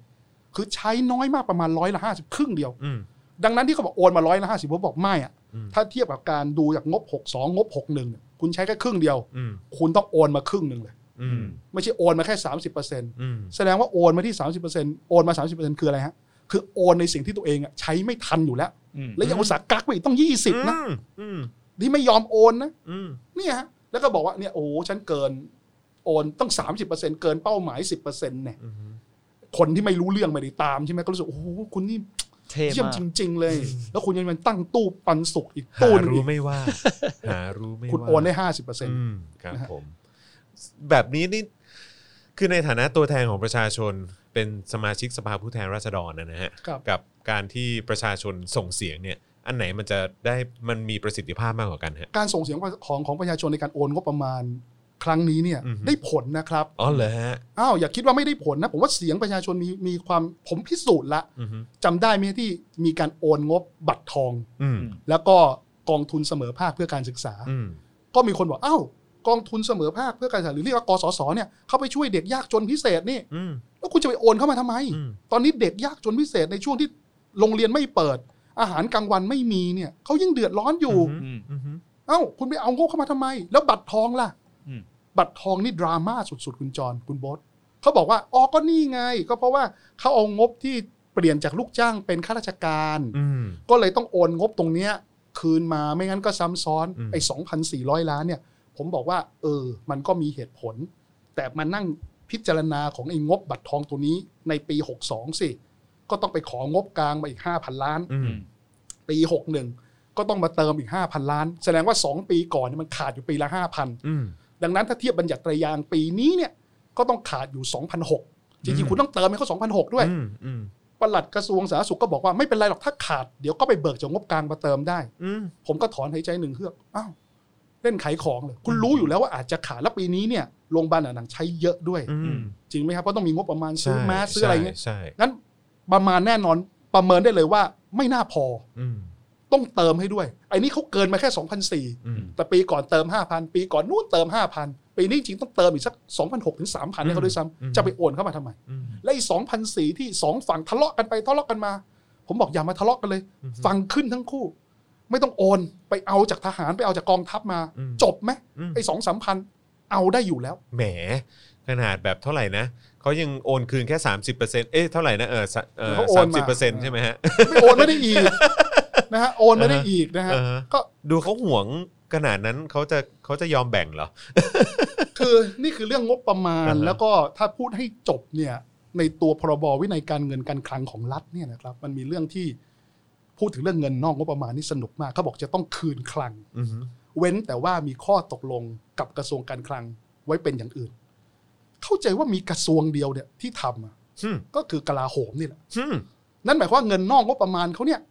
[SPEAKER 2] คือใช้น้อยมากประมาณร้อยละห้าสิบครึ่งเดียว
[SPEAKER 1] อืม
[SPEAKER 2] ดังนั้นที่เขาบอกโอนมาร้อยละห้าสิบผมบอกไม่อะ
[SPEAKER 1] อืม
[SPEAKER 2] ถ้าเทียบกับการดูจากงบหกสองงบหกหนึ่งคุณใช้แค่ครึ่งเดียว
[SPEAKER 1] อืม
[SPEAKER 2] คุณต้องโอนมาครึ่งหนึ่งเลย
[SPEAKER 1] อืม
[SPEAKER 2] ไม่ใช่โอนมาแค่สามสิบเปอร์เซ็นต์
[SPEAKER 1] อืม
[SPEAKER 2] แสดงว่าโอนมาที่สามสิบเปอร์เซ็นต์โอนมาสามสิบเปอร์เซ็นต์คืออะไรฮะ คือโอนในสิ่งที่ตัวเองอะใช้ไม่ทันอยู่แล้ว
[SPEAKER 3] อืม
[SPEAKER 2] และยังอุตส่าห์กักไปอีกต้องยี่สิบนะ
[SPEAKER 1] อืม
[SPEAKER 2] ที่ไม่ยอมโอนนะ
[SPEAKER 1] อืม
[SPEAKER 2] เนี่ยฮะแล้วก็บอกว่าเนี่ยโอ้โหฉันเกินโอนต้องสามสิบเปอร์เซ็นต์เกินเป้าหมายสิบเปอร์เซ็นต์เนี่ย
[SPEAKER 1] อืม
[SPEAKER 2] คนที่ไม่รู้เรื่องไม่ได้ตามใช่ไหมก็รู้สึกโอ้โหคุณนี่
[SPEAKER 3] เท่
[SPEAKER 2] เยี่ยม
[SPEAKER 3] มาก
[SPEAKER 2] จริง ๆ เลย แล้วคุณยังมันตั้งตู้ปันสุกอีก
[SPEAKER 1] หา
[SPEAKER 2] ตู้หนึงอี
[SPEAKER 1] รู้
[SPEAKER 2] ก
[SPEAKER 1] ไม่ว่า หารู้ไม่ว่า
[SPEAKER 2] คุณโอนได้ห้าสิบเปอร์เซ็นต์
[SPEAKER 1] อืมครับผม แบบนี้นี่คือในฐานะตัวแทนของประชาชนเป็นสมาชิกสภาผู้แทนราษฎรนะฮะ
[SPEAKER 2] ครับ
[SPEAKER 1] กับการที่ประชาชนส่งเสียงเนี่ย อันไหนมันจะได้มันมีประสิทธิภาพมากกว่ากันฮะ
[SPEAKER 2] การส่งเสียงของของประชาชนในการโอนงบประมาณ ครั้งนี้เนี่ย
[SPEAKER 1] อือฮึ
[SPEAKER 2] ได้ผลนะครับ
[SPEAKER 1] อ๋อเหรอฮะ
[SPEAKER 2] อ้าวอย่าคิดว่าไม่ได้ผลนะผมว่าเสียงประชาชนมีมีความผมพิสูจน์ละ
[SPEAKER 1] อืม
[SPEAKER 2] จำได้ไหมที่มีการโอนงบบัตรทอง
[SPEAKER 1] อืม
[SPEAKER 2] แล้วก็กองทุนเสมอภาคเพื่อการศึกษา
[SPEAKER 1] อืม
[SPEAKER 2] ก็มีคนบอกอ้าวกองทุนเสมอภาคเพื่อการศึกษาหรือเรียกว่ากสศเนี่ยเขาไปช่วยเด็กยากจนพิเศษนี่
[SPEAKER 1] อืม
[SPEAKER 2] แล้วคุณจะไปโอนเข้ามาทำไม
[SPEAKER 1] อืม
[SPEAKER 2] ตอนนี้เด็กยากจนพิเศษในช่วงที่ โรงเรียนไม่เปิด อาหารกลางวันไม่มีเนี่ยเขายิ่งเดือดร้อนอยู่
[SPEAKER 3] อืม
[SPEAKER 1] อืม
[SPEAKER 2] เอ้า คุณไปเอางบเข้ามาทำไม แล้วบัตรทองล่ะ
[SPEAKER 3] อืม
[SPEAKER 2] บัตรทองนี่ดราม่าสุดๆ คุณจรคุณโบอสเขาบอกว่าอ๋อก็นี่ไง ก็เพราะว่าเขาเอางบที่เปลี่ยนจากลูกจ้างเป็นข้าราชการ
[SPEAKER 1] อืม
[SPEAKER 2] ก็เลยต้องโอนงบตรงเนี้ยคืนมาไม่งั้นก็ซ้ำซ้อน
[SPEAKER 1] อืม
[SPEAKER 2] ไอ้2,400 ล้านเนี่ย ผมบอกว่า เออ มันก็มีเหตุผล แต่มานั่งพิจารณาของไอ้งบบัตรทองตัวนี้ในปี 62 สิ ก็ต้องไปของงบกลางมาอีก 5,000 ล้าน
[SPEAKER 1] อืม
[SPEAKER 2] ปี 61 ก็ต้องมาเติมอีก 5,000 ล้าน แสดงว่า 2 ปีก่อนเนี่ยมันขาดอยู่ปีละ
[SPEAKER 1] อืม
[SPEAKER 2] 5,000 ดังนั้นถ้าเทียบบัญญัติไตรยางค์ปีนี้เนี่ยก็ต้องขาดอยู่ 2,006จ
[SPEAKER 1] อื
[SPEAKER 2] ริ
[SPEAKER 1] ม
[SPEAKER 2] งๆ คุณต้องเติมให้เขา2,006ด้วย
[SPEAKER 1] อืมอืม
[SPEAKER 2] ปลัดกระทรวงสาธารณสุขก็บอกว่าไม่เป็นไรหรอกถ้าขาดเดี๋ยวก็ไปเบิกจากงบกลางมาเติมได้
[SPEAKER 1] อืม
[SPEAKER 2] ผมก็ถอนหายใจหนึ่งเฮือก อ้าวเล่นขายของเลย คุณรู้อยู่แล้วว่าอาจจะขาดแล้วปีนี้เนี่ยโรงพยาบาลอ่ะหนังใช้เยอะด้วย
[SPEAKER 1] อืม
[SPEAKER 2] จริงไหมครับเพราะต้องมีงบประมาณซื้อ
[SPEAKER 1] ใช่
[SPEAKER 2] แมสซื้ออะไรเงี้ย
[SPEAKER 1] ใช่ใช่
[SPEAKER 2] งั้นประมาณแน่นอนประเมินได้เลยว่าไม่น่าพอ
[SPEAKER 1] อืม
[SPEAKER 2] ต้องเติมให้ด้วยไอ้นี่เขาเกินมาแค่2 0 0
[SPEAKER 1] อืม
[SPEAKER 2] แต่ปีก่อนเติม 5,000 ปีก่อนนู่นเติม 5,000 ปีนี้จริงต้องเติมอีกสัก2,600ถึง3,000ให้เขาด้ว
[SPEAKER 1] อื
[SPEAKER 2] ย
[SPEAKER 1] ม
[SPEAKER 2] ซ้ำจะไปโอนเข้ามาทำไม
[SPEAKER 1] อืม
[SPEAKER 2] และอีก2,004ที่สองฝั่งทะเลาะกันไปทะเลาะกันมา ผมบอกอย่ามาทะเลาะกันเลย
[SPEAKER 1] อือฮึ
[SPEAKER 2] ฟังขึ้นทั้งคู่ ไม่ต้องโอนไปเอาจากทหารไปเอาจากกองทัพมา
[SPEAKER 1] อืม
[SPEAKER 2] จบไหม
[SPEAKER 1] อืม
[SPEAKER 2] ไอ้สองสามพันเอาได้อยู่ แล้ว
[SPEAKER 1] แหม ขนาดแบบเท่าไหร่นะเขายังโอนคืนแค่ 30%เอ๊ะเท่าไหร่นะเออสะเออ
[SPEAKER 2] เขาโอ
[SPEAKER 1] สาน ม
[SPEAKER 2] มา
[SPEAKER 1] สิบเปอร์เซ็นต์ใช่ไหมฮะ
[SPEAKER 2] ไม่โอนไม่ได้อีก นะฮะโอนไม่ได้อีกนะฮะ
[SPEAKER 1] อ่าฮะ
[SPEAKER 2] ก็
[SPEAKER 1] ดูเขาห่วงขนาดนั้นเขาจะเขาจะยอมแบ่งเหรอ
[SPEAKER 2] คือนี่คือเรื่องงบประมาณ
[SPEAKER 1] อ่าฮะ
[SPEAKER 2] แล้วก็ถ้าพูดให้จบเนี่ย ในตัวพรบวินัยการเงินการคลังของรัฐเนี่ยนะครับ มันมีเรื่องที่พูดถึงเรื่องเงินนอกงบประมาณนี่สนุกมากเขาบอกจะต้องคืนคลัง
[SPEAKER 1] อืม
[SPEAKER 2] เว้นแต่ว่ามีข้อตกลงกับกระทรวงการคลังไว้เป็นอย่างอื่น เข้าใจว่ามีกระทรวงเดียวเนี่ยที่ทำอะ
[SPEAKER 1] อืม
[SPEAKER 2] ก็คือกลาโหมนี่แหละ
[SPEAKER 1] อืม
[SPEAKER 2] นั่นหมายความว่าเงินนอกงบประมาณเขาเนี่ย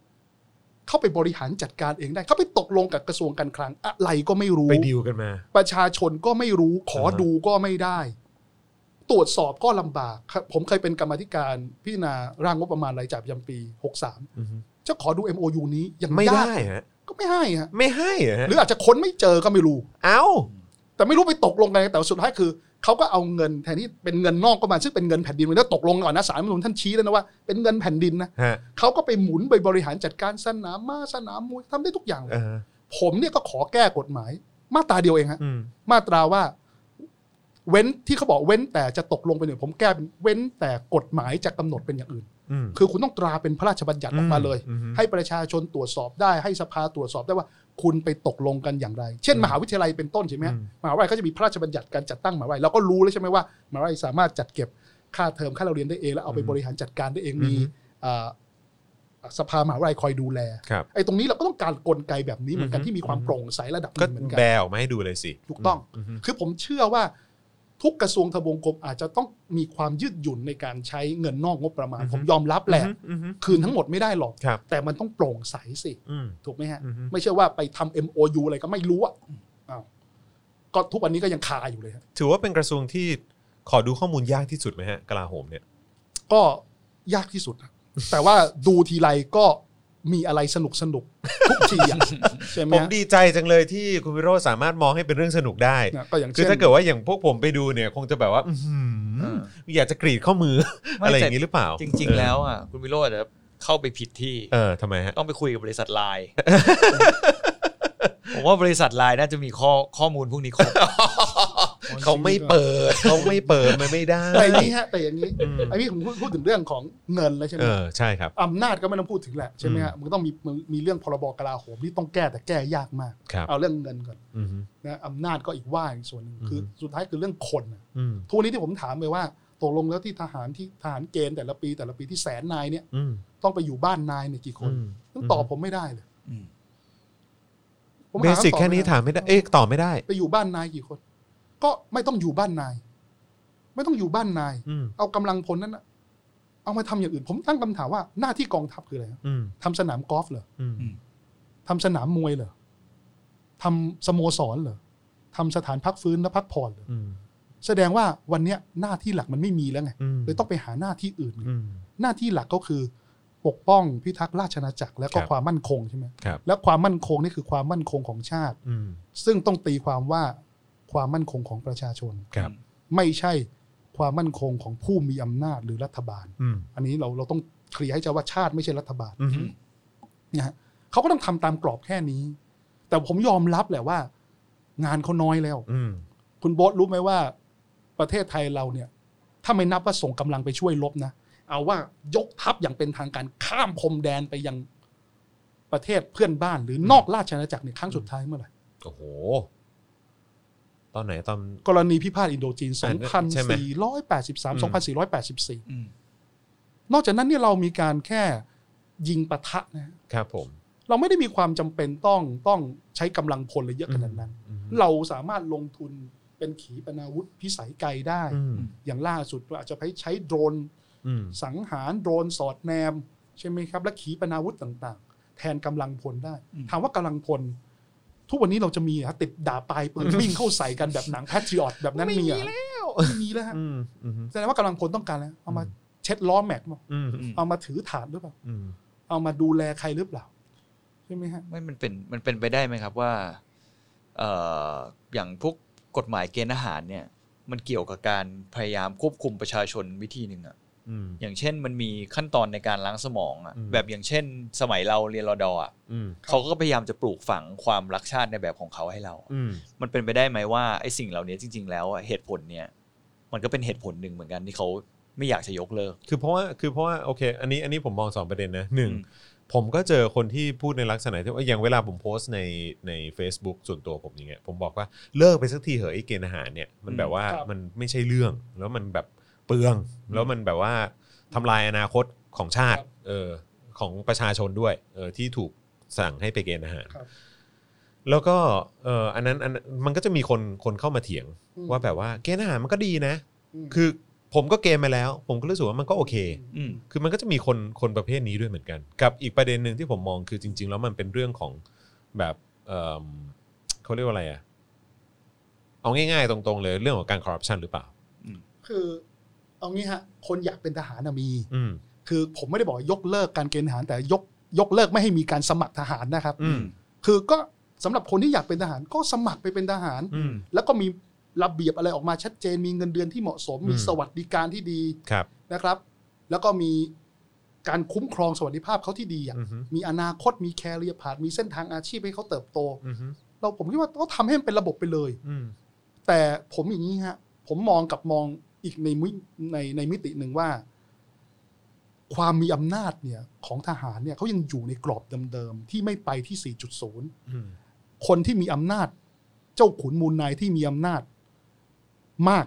[SPEAKER 2] เขาไปบริหารจัดการเองได้ เขาไปตกลงกับกระทรวงการคลัง อะไรก็ไม่รู้
[SPEAKER 1] ไปดีลกันมา
[SPEAKER 2] ประชาชนก็ไม่รู้ ขอ
[SPEAKER 1] อ่าฮะ
[SPEAKER 2] ดูก็ไม่ได้ ตรวจสอบก็ลำบากครับผมเคยเป็นกรรมาธิการพิจารณาร่างงบประมาณรายจ่ายประจำปี
[SPEAKER 1] อืม
[SPEAKER 2] 63จะขอดู MOU นี้ยัง
[SPEAKER 1] ไม่
[SPEAKER 2] ยา
[SPEAKER 1] ได้
[SPEAKER 2] ก
[SPEAKER 1] ฮะ
[SPEAKER 2] ก็ไม่ให้ฮะ
[SPEAKER 1] ไม่ให้เหรอฮะ
[SPEAKER 2] หรืออาจจะค้นไม่เจอก็ไม่รู้
[SPEAKER 1] เอ้า
[SPEAKER 2] แต่ไม่รู้ไปตกลงกันแต่สุดท้ายคือเขาก็เอาเงินแทนที่เป็นเงินนอกก็มาซึ่งเป็นเงินแผ่นดินแล้วตกลงก่อนนะสารรัฐธรรมนุนท่านชี้แล้วนะว่าเป็นเงินแผ่นดินนะ
[SPEAKER 1] ฮะ
[SPEAKER 2] เขาก็ไปหมุนไปบริหารจัดการสนามม้าสนามมวยทำได้ทุกอย่าง
[SPEAKER 1] เออ
[SPEAKER 2] ผมเนี่ยก็ขอแก้กฎหมาย มาตราเดียวเองฮะ
[SPEAKER 1] อืม
[SPEAKER 2] มาตราว่า เว้นที่เขาบอกเว้นแต่จะตกลงเป็นอย่างผมแก้เป็นเว้นแต่กฎหมายจะกำหนดเป็นอย่างอื่น
[SPEAKER 1] อืม
[SPEAKER 2] คือคุณต้องตราเป็นพระราชบัญญัติออกมาเลย
[SPEAKER 1] อืมอืม
[SPEAKER 2] ให้ประชาชนตรวจสอบได้ให้สภาตรวจสอบได้ว่า คุณไปตกลงกันอย่างไร เช่น มหาวิทยาลัยเป็นต้นใช่ไหมฮะมหาวิทยาลัยก็จะมีพระราชบัญญัติการจัดตั้งมหาวิทยาลัยเราก็รู้แล้วใช่ไหมว่ามหาวิทยาลัยสามารถจัดเก็บค่าเทอมค่าเราเรียนได้เองแล้วเอาไปบริหารจัดการได้เองมีเอ่อสภามหาวิทยาลัยคอยดูแล
[SPEAKER 1] ครับ
[SPEAKER 2] ไอ้ตรงนี้เราก็ต้องการกลไกแบบนี้เหมือนกั
[SPEAKER 1] อื
[SPEAKER 2] น
[SPEAKER 1] ม
[SPEAKER 2] ที่มีความโปร่งใสระดับห
[SPEAKER 1] ก็
[SPEAKER 2] นึ่งเหมือนกั
[SPEAKER 1] แบ
[SPEAKER 2] น
[SPEAKER 1] ออกมาให้ดูเลยสิ
[SPEAKER 2] ถูกต้อง
[SPEAKER 1] ม
[SPEAKER 2] คือผมเชื่อว่าทุกกระทรวงทบวงกรมอาจจะต้องมีความยืดหยุ่นในการใช้เงินนอกงบประมาณ ผมยอมรับแหละ
[SPEAKER 1] อืมอืม
[SPEAKER 2] คืนทั้งหมดไม่ได้หรอก
[SPEAKER 1] ครับ
[SPEAKER 2] แต่มันต้องโปร่งใสสิ
[SPEAKER 1] อืม
[SPEAKER 2] ถูกไหมฮะ
[SPEAKER 1] อือฮึ
[SPEAKER 2] ไม่ใช่ว่าไปทำ MOU อะไรก็ไม่รู้อ่ะอ้าวก็ทุกวันนี้ก็ยังคาอยู่เลยฮะ
[SPEAKER 1] ถือว่าเป็นกระทรวงที่ขอดูข้อมูลยากที่สุดไหมฮะกลาโหมเนี่ย
[SPEAKER 2] ก็ยากที่สุด อะแต่ว่าดูทีไรก็มีอะไรสนุกสนุกๆทุกที อะใช่ไหม
[SPEAKER 1] ผม
[SPEAKER 2] ฮะ
[SPEAKER 1] ดีใจจังเลยที่คุณวิโรจน์สามารถมองให้เป็นเรื่องสนุกได้
[SPEAKER 2] นะก็อย่าง
[SPEAKER 1] คือ
[SPEAKER 2] เช่น
[SPEAKER 1] ถ้าเกิดว่าอย่างพวกผมไปดูเนี่ย คงจะแบบว่า อื้อหือ
[SPEAKER 3] เออ
[SPEAKER 1] อยากจะกรีดข้อมือ
[SPEAKER 3] ไม่
[SPEAKER 1] อะไรอ
[SPEAKER 3] แต่
[SPEAKER 1] ย่างนี้หรือเปล่า
[SPEAKER 3] จริง ๆ แล้วอ่ะคุณวิโรจน์อะเข้าไปผิดที่
[SPEAKER 1] เออทำไมฮะ
[SPEAKER 3] ต้องไปคุยกับบริษัทไล น์ ผมว่าบริษัทไลน์น่าจะมีข้อข้อมูลพวกนี้ครบ
[SPEAKER 1] เขาไม่เปิด เขาไม่เปิดมันไม่ได้
[SPEAKER 2] แต่อย่างนี้ฮะแต่อย่างนี้
[SPEAKER 1] อืม
[SPEAKER 2] ไอ้นี่ผมพูดพูดถึงเรื่องของเงินแล้วใช่ไหม
[SPEAKER 1] เออใช่ครับ
[SPEAKER 2] อำนาจก็ไม่ต้องพูดถึงแหละใช่ไหมฮะมันต้องมีมันมีเรื่องพรบกลาโหมที่ต้องแก้แต่แก้ยากมาก
[SPEAKER 1] ครับ
[SPEAKER 2] เอาเรื่องเงินก่อน
[SPEAKER 1] อืม
[SPEAKER 2] นะอำนาจก็อีกว่าอีกส่วนหนึ่งคืออ
[SPEAKER 1] อฮึ
[SPEAKER 2] สุดท้ายคือเรื่องคนอะ
[SPEAKER 1] อืม
[SPEAKER 2] ทุกวันนี้ที่ผมถามเลยว่าตกลงแล้วที่ทหารที่ทหารเกณฑ์แต่ละปีแต่ละปีที่แสนนายเนี่ย
[SPEAKER 1] อืม
[SPEAKER 2] ต้องไปอยู่บ้านนายเนี่ยกี่คน
[SPEAKER 1] อืม
[SPEAKER 2] ต้องตอบผมไม่ได้เลย
[SPEAKER 3] อืม
[SPEAKER 2] ผม
[SPEAKER 1] เบ
[SPEAKER 2] หาำตอบ
[SPEAKER 1] สิกแค่นี้ถามไม่ได้ เอ๊ะตอบไม่ได้
[SPEAKER 2] ไปอยู่บ้านนายกี่คน ก็ไม่ต้องอยู่บ้านนาย ไม่ต้องอยู่บ้านนาย
[SPEAKER 1] อืม
[SPEAKER 2] เอากำลังพลนั้นน่ะเอามาทำอย่างอื่น ผมตั้งคำถามว่าหน้าที่กองทัพคืออะไร
[SPEAKER 1] อืม
[SPEAKER 2] ทำสนามกอล์ฟเหรอ
[SPEAKER 1] อืม
[SPEAKER 2] ทำสนามมวยเหรอทำสโมสรเหรอทำสถานพักฟื้นและพักผ่อนเหรอ
[SPEAKER 1] อืม
[SPEAKER 2] แสดงว่าวันเนี้ยหน้าที่หลักมันไม่มีแล้วไง
[SPEAKER 1] ม
[SPEAKER 2] เลยต้องไปหาหน้าที่อื่นไง
[SPEAKER 1] อืม
[SPEAKER 2] หน้าที่หลักก็คือปกป้องพิทักษ์ราชอาณาจักรและก็
[SPEAKER 1] ครับ
[SPEAKER 2] ความมั่นคงใช่ไหม
[SPEAKER 1] ครับ
[SPEAKER 2] และความมั่นคงนี่คือความมั่นคงของชาติ
[SPEAKER 1] อืม
[SPEAKER 2] ซึ่งต้องตีความว่าความมั่นคงของประชาชน
[SPEAKER 1] ครับ
[SPEAKER 2] ไม่ใช่ความมั่นคงของผู้มีอำนาจหรือรัฐบาล
[SPEAKER 1] อืม
[SPEAKER 2] อันนี้เราเราต้อง เคลียร์ให้ชัดว่าชาติไม่ใช่รัฐบาล
[SPEAKER 1] อืม
[SPEAKER 2] นะฮะเขาก็ต้องทำตามกรอบแค่นี้ แต่ผมยอมรับแหละว่า งานเขาน้อยแล้ว
[SPEAKER 1] อืม
[SPEAKER 2] คุณโบ๊ทรู้ไหมว่า ประเทศไทยเราเนี่ย ถ้าไม่นับว่าส่งกำลังไปช่วยลบนะ เอาว่ายกทัพอย่างเป็นทางการข้ามพรมแดนไปยังประเทศเพื่อนบ้าน หรือนอกราชอาณาจักรเนี่ยครั้งสุดท้ายเมื่อไหร่
[SPEAKER 1] โอ้โห ตอนไหนตอน
[SPEAKER 2] กรณีพิพาทอินโดจีน
[SPEAKER 1] อ่าใช่ไหม
[SPEAKER 2] 2483 2484
[SPEAKER 3] อืม
[SPEAKER 2] นอกจากนั้นเนี่ยเรามีการแค่ยิงปะทะนะฮะ
[SPEAKER 1] ครับผม
[SPEAKER 2] เราไม่ได้มีความจำเป็นต้องต้องใช้กำลังพลเลยเยอะขนาดนั้น
[SPEAKER 1] อืม
[SPEAKER 2] เราสามารถลงทุนเป็นขีปนาวุธพิสัยไกลได้
[SPEAKER 1] อืม
[SPEAKER 2] อย่างล่าสุดเราอาจจะไปใช้โดรน
[SPEAKER 1] อืม
[SPEAKER 2] สังหารโดรนสอดแนม ใช่ไหมครับ และขีปนาวุธต่างๆ แทนกำลังพลได้ ถามว่ากำลังพล ทุกวันนี้เราจะมีเหรอฮะติดดาบปลาย ปืนวิ่งเข้าใส่กันแบบหนังแพทริออตแบบนั้นมีเหรอไม่มีแล้วฮะ
[SPEAKER 1] อืมอืม
[SPEAKER 2] แสดงว่ากำลังพลต้องการแล้วเอามาเช็ดล้อแม็กซ์เปล่า
[SPEAKER 1] อืม
[SPEAKER 3] อืม
[SPEAKER 2] เอามาถือฐานหรือเปล่า
[SPEAKER 1] อืม
[SPEAKER 2] เอามาดูแลใครหรือเปล่าใช่ไหมฮะ
[SPEAKER 3] ไม่มันเป็นมันเป็นไปได้ไหมครับว่าเอ่ออย่างพวกกฎหมายเกณฑ์อาหารเนี่ย มันเกี่ยวกับการพยายามควบคุมประชาชนวิธีหนึ่งอะ
[SPEAKER 1] อืม
[SPEAKER 3] อย่างเช่นมันมีขั้นตอนในการล้างสมองอะ
[SPEAKER 1] อืม
[SPEAKER 3] แบบอย่างเช่น สมัยเราเรียนรอดอะ
[SPEAKER 1] อืม
[SPEAKER 3] เขาก็พยายามจะปลูกฝังความรักชาติในแบบของเขาให้เรา
[SPEAKER 1] อืม
[SPEAKER 3] มันเป็นไปได้ไหมว่าไอ้สิ่งเหล่านี้จริง ๆ แล้วอะเหตุผลเนี่ย มันก็เป็นเหตุผลหนึ่งเหมือนกันที่เขาไม่อยากจะยกเลิก
[SPEAKER 1] คือเพราะว่าคือเพราะว่าโอเค อันนี้อันนี้ผมมองสองประเด็นนะหนึ่ง
[SPEAKER 3] อืม
[SPEAKER 1] ผมก็เจอคนที่พูดในลักษณะที่ว่าอย่างเวลาผมโพสต์ในใน Facebook ส่วนตัวผมอย่างเงี้ยผมบอกว่าเลิกไปสักทีเหอะไอ้เกณฑ์อาหารเนี่ยมันแบบว่า
[SPEAKER 2] ครับ
[SPEAKER 1] มันไม่ใช่เรื่อง แล้วมันแบบเปลือง แล้วมันแบบว่าทำลายอนาคตของชาติเออของประชาชนด้วยเออที่ถูกสั่งให้ไปเกณฑ์อาหาร
[SPEAKER 2] ครับ
[SPEAKER 1] แล้วก็เอออันนั้นอันมันก็จะมีคนคนเข้ามาเถียง
[SPEAKER 2] อืม
[SPEAKER 1] ว่าแบบว่าเกณฑ์อาหารมันก็ดีนะ
[SPEAKER 2] ม
[SPEAKER 1] คือผมก็เกณฑ์มาแล้ว ผมก็รู้สึกว่ามันก็โอเค
[SPEAKER 3] อืม
[SPEAKER 1] คือมันก็จะมีคนคนประเภทนี้ด้วยเหมือนกัน กับอีกประเด็นหนึ่งที่ผมมองคือจริง ๆ แล้วมันเป็นเรื่องของแบบเอิ่มเขาเรียกว่าอะไรอะเอาง่ายๆ ตรงๆ เลยเรื่องของการคอร์รัปชันหรือเปล่า
[SPEAKER 2] คือเอางี้ฮะ คนอยากเป็นทหารน่ะมี
[SPEAKER 1] อืม
[SPEAKER 2] คือผมไม่ได้บอกยกเลิกการเกณฑ์ทหารแต่ยกยกเลิกไม่ให้มีการสมัครทหารนะครับ
[SPEAKER 1] อืม
[SPEAKER 2] คือก็สำหรับคนที่อยากเป็นทหารก็สมัครไปเป็นทหาร
[SPEAKER 1] อืม
[SPEAKER 2] แล้วก็มีระเบียบอะไรออกมาชัดเจน มีเงินเดือนที่เหมาะสม มี
[SPEAKER 1] อืม
[SPEAKER 2] สวัสดิการที่ดี
[SPEAKER 1] ครับ
[SPEAKER 2] นะครับ แล้วก็มีการคุ้มครองสวัสดิภาพเขาที่ดีอะ
[SPEAKER 1] อือฮึ
[SPEAKER 2] มีอนาคตมีแคเรียพาดมีเส้นทางอาชีพให้เขาเติบโต
[SPEAKER 1] อือฮึ
[SPEAKER 2] เราผมคิดว่าก็ทำให้มันเป็นระบบไปเลย
[SPEAKER 1] อืม
[SPEAKER 2] แต่ผมอย่างนี้ฮะ ผมมองกับมองอีกในมิในในมิติหนึ่งว่า ความมีอำนาจเนี่ยของทหารเนี่ยเขายังอยู่ในกรอบเดิมๆ ที่ไม่ไปที่ 4.0
[SPEAKER 1] อืม
[SPEAKER 2] คนที่มีอำนาจ เจ้าขุนมูลนายที่มีอำนาจมาก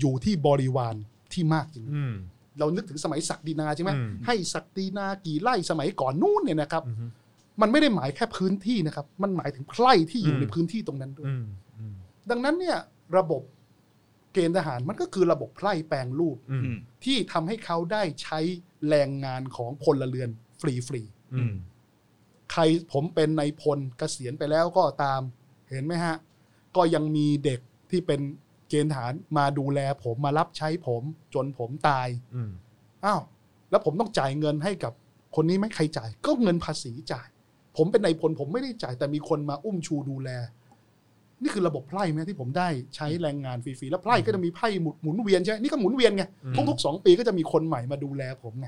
[SPEAKER 2] อยู่ที่บริวารที่มากจริง
[SPEAKER 1] อืม
[SPEAKER 2] เรานึกถึงสมัยศักดินาใช่ไหม
[SPEAKER 1] อืม
[SPEAKER 2] ให้ศักดินากี่ไร่สมัยก่อนนู่นเนี่ยนะครับ
[SPEAKER 1] อืม
[SPEAKER 2] มันไม่ได้หมายแค่พื้นที่นะครับ มันหมายถึงไพร่ที่อยู่ในพื้นที่ตรงนั้นด้วย
[SPEAKER 1] อืมอืม
[SPEAKER 2] ดังนั้นเนี่ยระบบเกณฑ์ทหารมันก็คือระบบไพร่แปลงรูป
[SPEAKER 1] อืม
[SPEAKER 3] อืม
[SPEAKER 2] ที่ทำให้เขาได้ใช้แรงงานของพลเรือนฟรีๆ
[SPEAKER 1] อืม
[SPEAKER 2] ใครผมเป็นในายพลเกษียณไปแล้วก็ตามเห็นไหมฮะ ก็ยังมีเด็กที่เป็นเกณฑ์ทหารมาดูแลผมมารับใช้ผมจนผมตาย
[SPEAKER 1] อืม
[SPEAKER 2] อ้าวแล้วผมต้องจ่ายเงินให้กับคนนี้ไหมใครจ่าย ก็เงินภาษีจ่าย ผมเป็นในายพลผมไม่ได้จ่าย แต่มีคนมาอุ้มชูดูแล นี่คือระบบไพร่ไหมที่ผมได้ใช้แรงงานฟรีๆแล้วไพร่ก็จะมีไพร่หมุนหมุนเวียนใช่ไหมนี่ก็หมุนเวียนไงทุกๆสองปีก็จะมีคนใหม่มาดูแลผมไง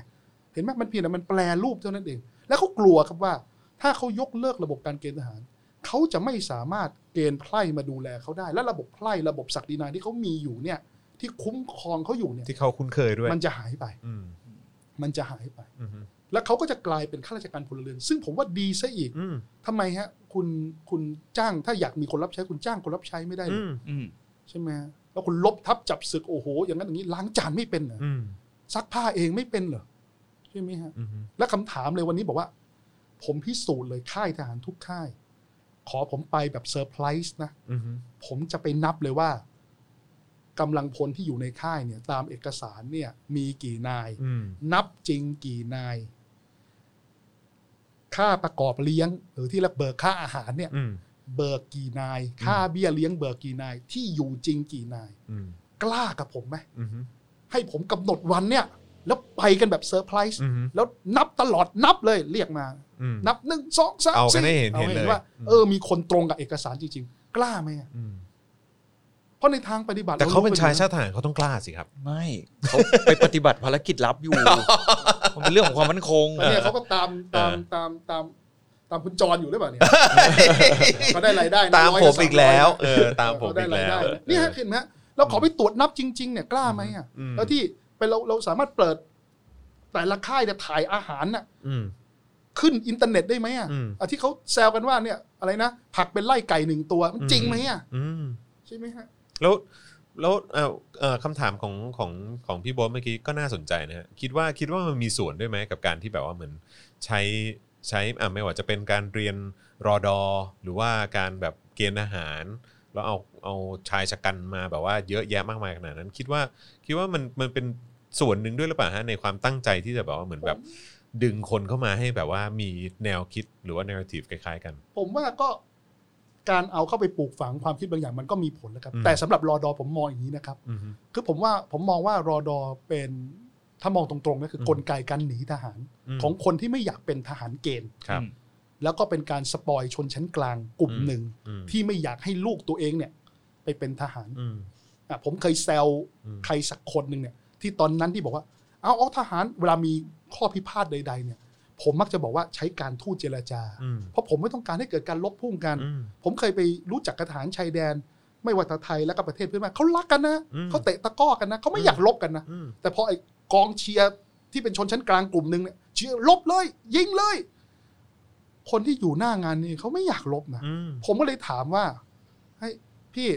[SPEAKER 2] เห็นไหมมันเพียงแต่มันแปลรูปเท่านั้นเอง แล้วเขากลัวครับว่า ถ้าเขายกเลิกระบบการเกณฑ์ทหาร เขาจะไม่สามารถเกณฑ์ไพร่มาดูแลเขาได้ และระบบไพร่ระบบศักดินาที่เขามีอยู่เนี่ย ที่คุ้มครองเขาอยู่เนี่ย
[SPEAKER 1] ที่เขาคุ้นเคยด้วย
[SPEAKER 2] มันจะหายไป
[SPEAKER 1] อืม
[SPEAKER 2] มันจะหายไป
[SPEAKER 1] อืม
[SPEAKER 2] แล้วเขาก็จะกลายเป็นข้าราชการพลเรือน ซึ่งผมว่าดีซะอีก
[SPEAKER 1] อืม
[SPEAKER 2] ทำไมฮะ คุณคุณจ้างถ้าอยากมีคนรับใช้คุณจ้างคนรับใช้ไม่ได้เหร
[SPEAKER 1] อื
[SPEAKER 2] อ
[SPEAKER 1] ม
[SPEAKER 3] อืม
[SPEAKER 2] ใช่ไหมฮะแล้วคุณลบทับจับศึกโอ้โห อย่างนั้นอย่างนี้ล้างจานไม่เป็นเหรอ
[SPEAKER 1] อืม
[SPEAKER 2] ซักผ้าเองไม่เป็นเหรอใช่ไหมฮะ
[SPEAKER 1] อืม
[SPEAKER 2] และคำถามเลยวันนี้บอกว่า ผมพิสูจน์เลยค่ายทหารทุกค่าย ขอผมไปแบบเซอร์ไพรส์นะ
[SPEAKER 1] อืม
[SPEAKER 2] ผมจะไปนับเลยว่ากำลังพลที่อยู่ในค่ายเนี่ย ตามเอกสารเนี่ย มีกี่นาย
[SPEAKER 1] อืม
[SPEAKER 2] นับจริงกี่นาย ค่าประกอบเลี้ยง หรือที่เรียกเบิกค่าอาหารเนี่ย
[SPEAKER 1] อืม
[SPEAKER 2] เบิกกี่นาย ค่าเบี้ยเลี้ยงเบิกกี่นาย ที่อยู่จริงกี่นาย
[SPEAKER 1] อืม
[SPEAKER 2] กล้ากับผมไหม
[SPEAKER 1] อืม
[SPEAKER 2] ให้ผมกำหนดวันเนี่ย แล้วไปกันแบบเซอร์ไพรส์
[SPEAKER 1] อืม
[SPEAKER 2] แล้วนับตลอดนับเลยเรียกมา
[SPEAKER 1] อืม
[SPEAKER 2] นับหนึ่งสองสาม
[SPEAKER 1] เอากันให้
[SPEAKER 2] สี่
[SPEAKER 1] เห็นเห็น
[SPEAKER 2] ให้
[SPEAKER 1] เลย
[SPEAKER 2] ว่า
[SPEAKER 1] อืม
[SPEAKER 2] เออมีคนตรงกับเอกสารจริงๆ กล้าไหมอะ
[SPEAKER 1] อืม
[SPEAKER 2] เพราะในทางปฏิบัติ
[SPEAKER 1] แต่เขาเป็น
[SPEAKER 2] รรู้
[SPEAKER 1] ชาย
[SPEAKER 2] อยู่ะ
[SPEAKER 1] ชาติทหารเขาต้องกล้าสิครับ
[SPEAKER 3] ไม่ เขาไปปฏิบัติภารกิจลับอยู่ มันเป็นเรื่องของความมั่นคง
[SPEAKER 2] เนี่ยเขาก็ตามตาม
[SPEAKER 1] เออ
[SPEAKER 2] ตามตามตามคุณจรอยู่หรือเปล่าเนี่ย เขาได้รายได้นะ
[SPEAKER 1] ตาม
[SPEAKER 2] ร้ย
[SPEAKER 1] ผมอีกแล้ว
[SPEAKER 2] สา
[SPEAKER 1] เออตามผม
[SPEAKER 2] เขาได้
[SPEAKER 1] อีก
[SPEAKER 2] ราย
[SPEAKER 1] แล้ว
[SPEAKER 2] ได้นะเนี่ยฮะเห็นไหมฮะเราขอไปตรวจนับจริง ๆ เนี่ยกล้าไหมอ่ะ
[SPEAKER 1] อืม
[SPEAKER 2] แล้วที่ไปเราเราสามารถเปิด แต่ละค่ายเนี่ยถ่ายอาหารน่ะ
[SPEAKER 1] อืม
[SPEAKER 2] ขึ้นอินเทอร์เน็ตได้ไหมอ่ะ
[SPEAKER 1] อืม
[SPEAKER 2] อ่ะที่เขาแซวกันว่าเนี่ยอะไรนะผักเป็นไล่ไก่หนึ่งตัวมันจริงไหมอ่ะ
[SPEAKER 1] อืม
[SPEAKER 2] ใช่ไหมฮะ
[SPEAKER 1] แล้วแล้วเอ่อเอ่อคำถามของของของพี่โบ๊ทเมื่อกี้ก็น่าสนใจนะฮะคิดว่าคิดว่ามันมีส่วนด้วยไหมกับการที่แบบว่าเหมือนใช้ใช้อ่ะไม่ว่าจะเป็นการเรียนรอดอ หรือว่าการแบบเกณฑ์อาหาร แล้วเอาเอาชายชะกันมาแบบว่าเยอะแยะมากมายขนาดนั้น คิดว่าคิดว่ามันมันเป็นส่วนหนึ่งด้วยหรือเปล่าฮะในความตั้งใจที่จะแบบว่าเหมือนแบบดึงคนเข้ามาให้แบบว่ามีแนวคิดหรือว่า narrative คล้ายๆกัน
[SPEAKER 2] ผมว่าก็การเอาเข้าไปปลูกฝังความคิดบางอย่างมันก็มีผลนะครับ
[SPEAKER 1] อืม
[SPEAKER 2] แต่สำหรับรอดอผมมองอย่างนี้นะครับ
[SPEAKER 1] อืม
[SPEAKER 2] คือผมว่าผมมองว่ารอดอเป็นถ้ามองตรงๆก็คือ
[SPEAKER 1] ม
[SPEAKER 2] กลไกการหนีทหาร
[SPEAKER 1] อืม
[SPEAKER 2] ของคนที่ไม่อยากเป็นทหารเกณฑ์
[SPEAKER 1] ครับ
[SPEAKER 2] แล้วก็เป็นการสปอยชนชั้นกลางกลุ่มหนึ่ง
[SPEAKER 1] อืม
[SPEAKER 2] ที่ไม่อยากให้ลูกตัวเองเนี่ย ไปเป็นทหาร
[SPEAKER 1] อืม
[SPEAKER 2] อ่ะผมเคยแซว
[SPEAKER 1] อืม
[SPEAKER 2] ใครสักคนหนึ่งเนี่ย ที่ตอนนั้นที่บอกว่า เอาเอาทหารเวลามีข้อพิพาทใด ๆ เนี่ย ผมมักจะบอกว่าใช้การทูตเจรจา
[SPEAKER 1] อืม
[SPEAKER 2] เพราะผมไม่ต้องการให้เกิดการลบพุ่งกัน
[SPEAKER 1] อืม
[SPEAKER 2] ผมเคยไปรู้จักกระฐานชายแดน ไม่ว่าจะไทยและก็ประเทศเพื่อนบ้านเขารักกันนะ
[SPEAKER 1] อืม
[SPEAKER 2] เขาเตะตะกร้อกันนะเขาไม่อยากลบกันนะ
[SPEAKER 1] อืม
[SPEAKER 2] แต่พอไอ้กองเชียร์ที่เป็นชนชั้นกลางกลุ่มหนึ่งเนี่ยเชียร์ลบเลย ยิงเลย คนที่อยู่หน้างานนี่เขาไม่อยากลบนะ
[SPEAKER 1] อืม
[SPEAKER 2] ผมก็เลยถามว่าให้ยพี่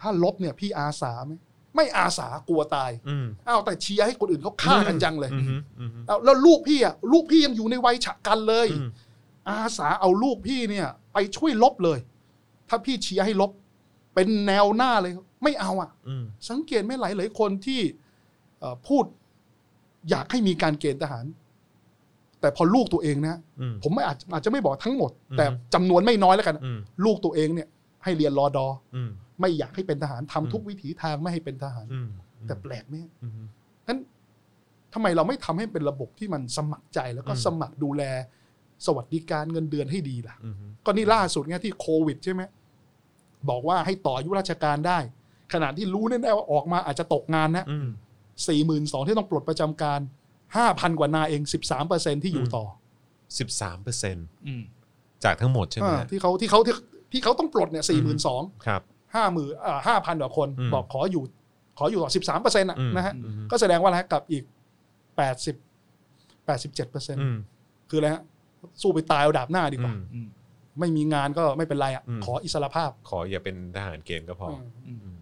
[SPEAKER 2] ถ้าลบเนี่ย พี่อาสาไหมไม่อาสากลัวตาย
[SPEAKER 1] อืม
[SPEAKER 2] อ้าวแต่เชียร์ให้คนอื่นเขาฆ่ากันจังเลย
[SPEAKER 1] อืมอืม
[SPEAKER 2] เอาแล้วลูกพี่อ่ะลูกพี่ยังอยู่ในวัยฉะกันเลย
[SPEAKER 1] อืม
[SPEAKER 2] อาสาเอาลูกพี่เนี่ย ไปช่วยลบเลย ถ้าพี่เชียร์ให้ลบ เป็นแนวหน้าเลย ไม่เอาอะ
[SPEAKER 1] อืม
[SPEAKER 2] สังเกตไหม่หลายหลายๆคนที่เอ่อพูดอยากให้มีการเกณฑ์ทหาร แต่พอลูกตัวเองนะ
[SPEAKER 1] อืม
[SPEAKER 2] ผมไม่อาจอาจจะไม่บอกทั้งหมด
[SPEAKER 1] อืม
[SPEAKER 2] แต่จำนวนไม่น้อยแล้วกัน
[SPEAKER 1] อืม
[SPEAKER 2] ลูกตัวเองเนี่ย ให้เรียนรอดอ
[SPEAKER 1] อืม
[SPEAKER 2] ไม่อยากให้เป็นทหารทำ
[SPEAKER 1] อืม
[SPEAKER 2] ทุกวิถีทางไม่ให้เป็นทหาร
[SPEAKER 1] อืม
[SPEAKER 2] แต่แปลกไหม
[SPEAKER 1] อืม
[SPEAKER 2] นั้นทำไมเราไม่ทำให้เป็นระบบที่มันสมัครใจแล้วก็
[SPEAKER 1] อืม
[SPEAKER 2] สมัครดูแล สวัสดิการเงินเดือนให้ดีล่ะ
[SPEAKER 1] อืม
[SPEAKER 2] ก็นี่ล่าสุดไงที่โควิดใช่ไหมบอกว่าให้ต่ออายุราชการได้ ขณะที่รู้แน่ๆว่าออกมาอาจจะตกงานนะ
[SPEAKER 1] อืม
[SPEAKER 2] สี่หมื่นสองที่ต้องปลดประจำการห้าพันกว่านายเองสิบสามเปอร์เซ็นที่อยู่ต่อ
[SPEAKER 1] สิบสามเปอร์เซ็นต์
[SPEAKER 3] อืม
[SPEAKER 1] จากทั้งหมดใช่ไหม
[SPEAKER 2] อ่าที่เขาที่เขาที่ที่เขาต้องปลดเนี่ยสี่หมื่นสอง
[SPEAKER 1] ครับ
[SPEAKER 2] ห้าหมื่นห้าพันกว่าคน
[SPEAKER 1] อืม
[SPEAKER 2] บอกขออยู่ ขออยู่ต่อสิบสามเปอร์เซ็นต์
[SPEAKER 1] อืม
[SPEAKER 2] นะฮะ
[SPEAKER 1] อืม
[SPEAKER 2] ก็แสดงว่าอะไรฮะกับอีกแปดสิบแปดสิบเจ็ดเปอร์เซ็นต์
[SPEAKER 1] อืม
[SPEAKER 2] คืออะไรฮะสู้ไปตายเอาดาบหน้าดีกว่า
[SPEAKER 3] อืม
[SPEAKER 2] ไม่มีงานก็ไม่เป็นไรอ่ะ
[SPEAKER 1] อืม
[SPEAKER 2] ขออิสรภาพ
[SPEAKER 1] ขออย่าเป็นทหารเกณฑ์ก็พอ
[SPEAKER 2] อืม
[SPEAKER 3] อืม
[SPEAKER 1] อืม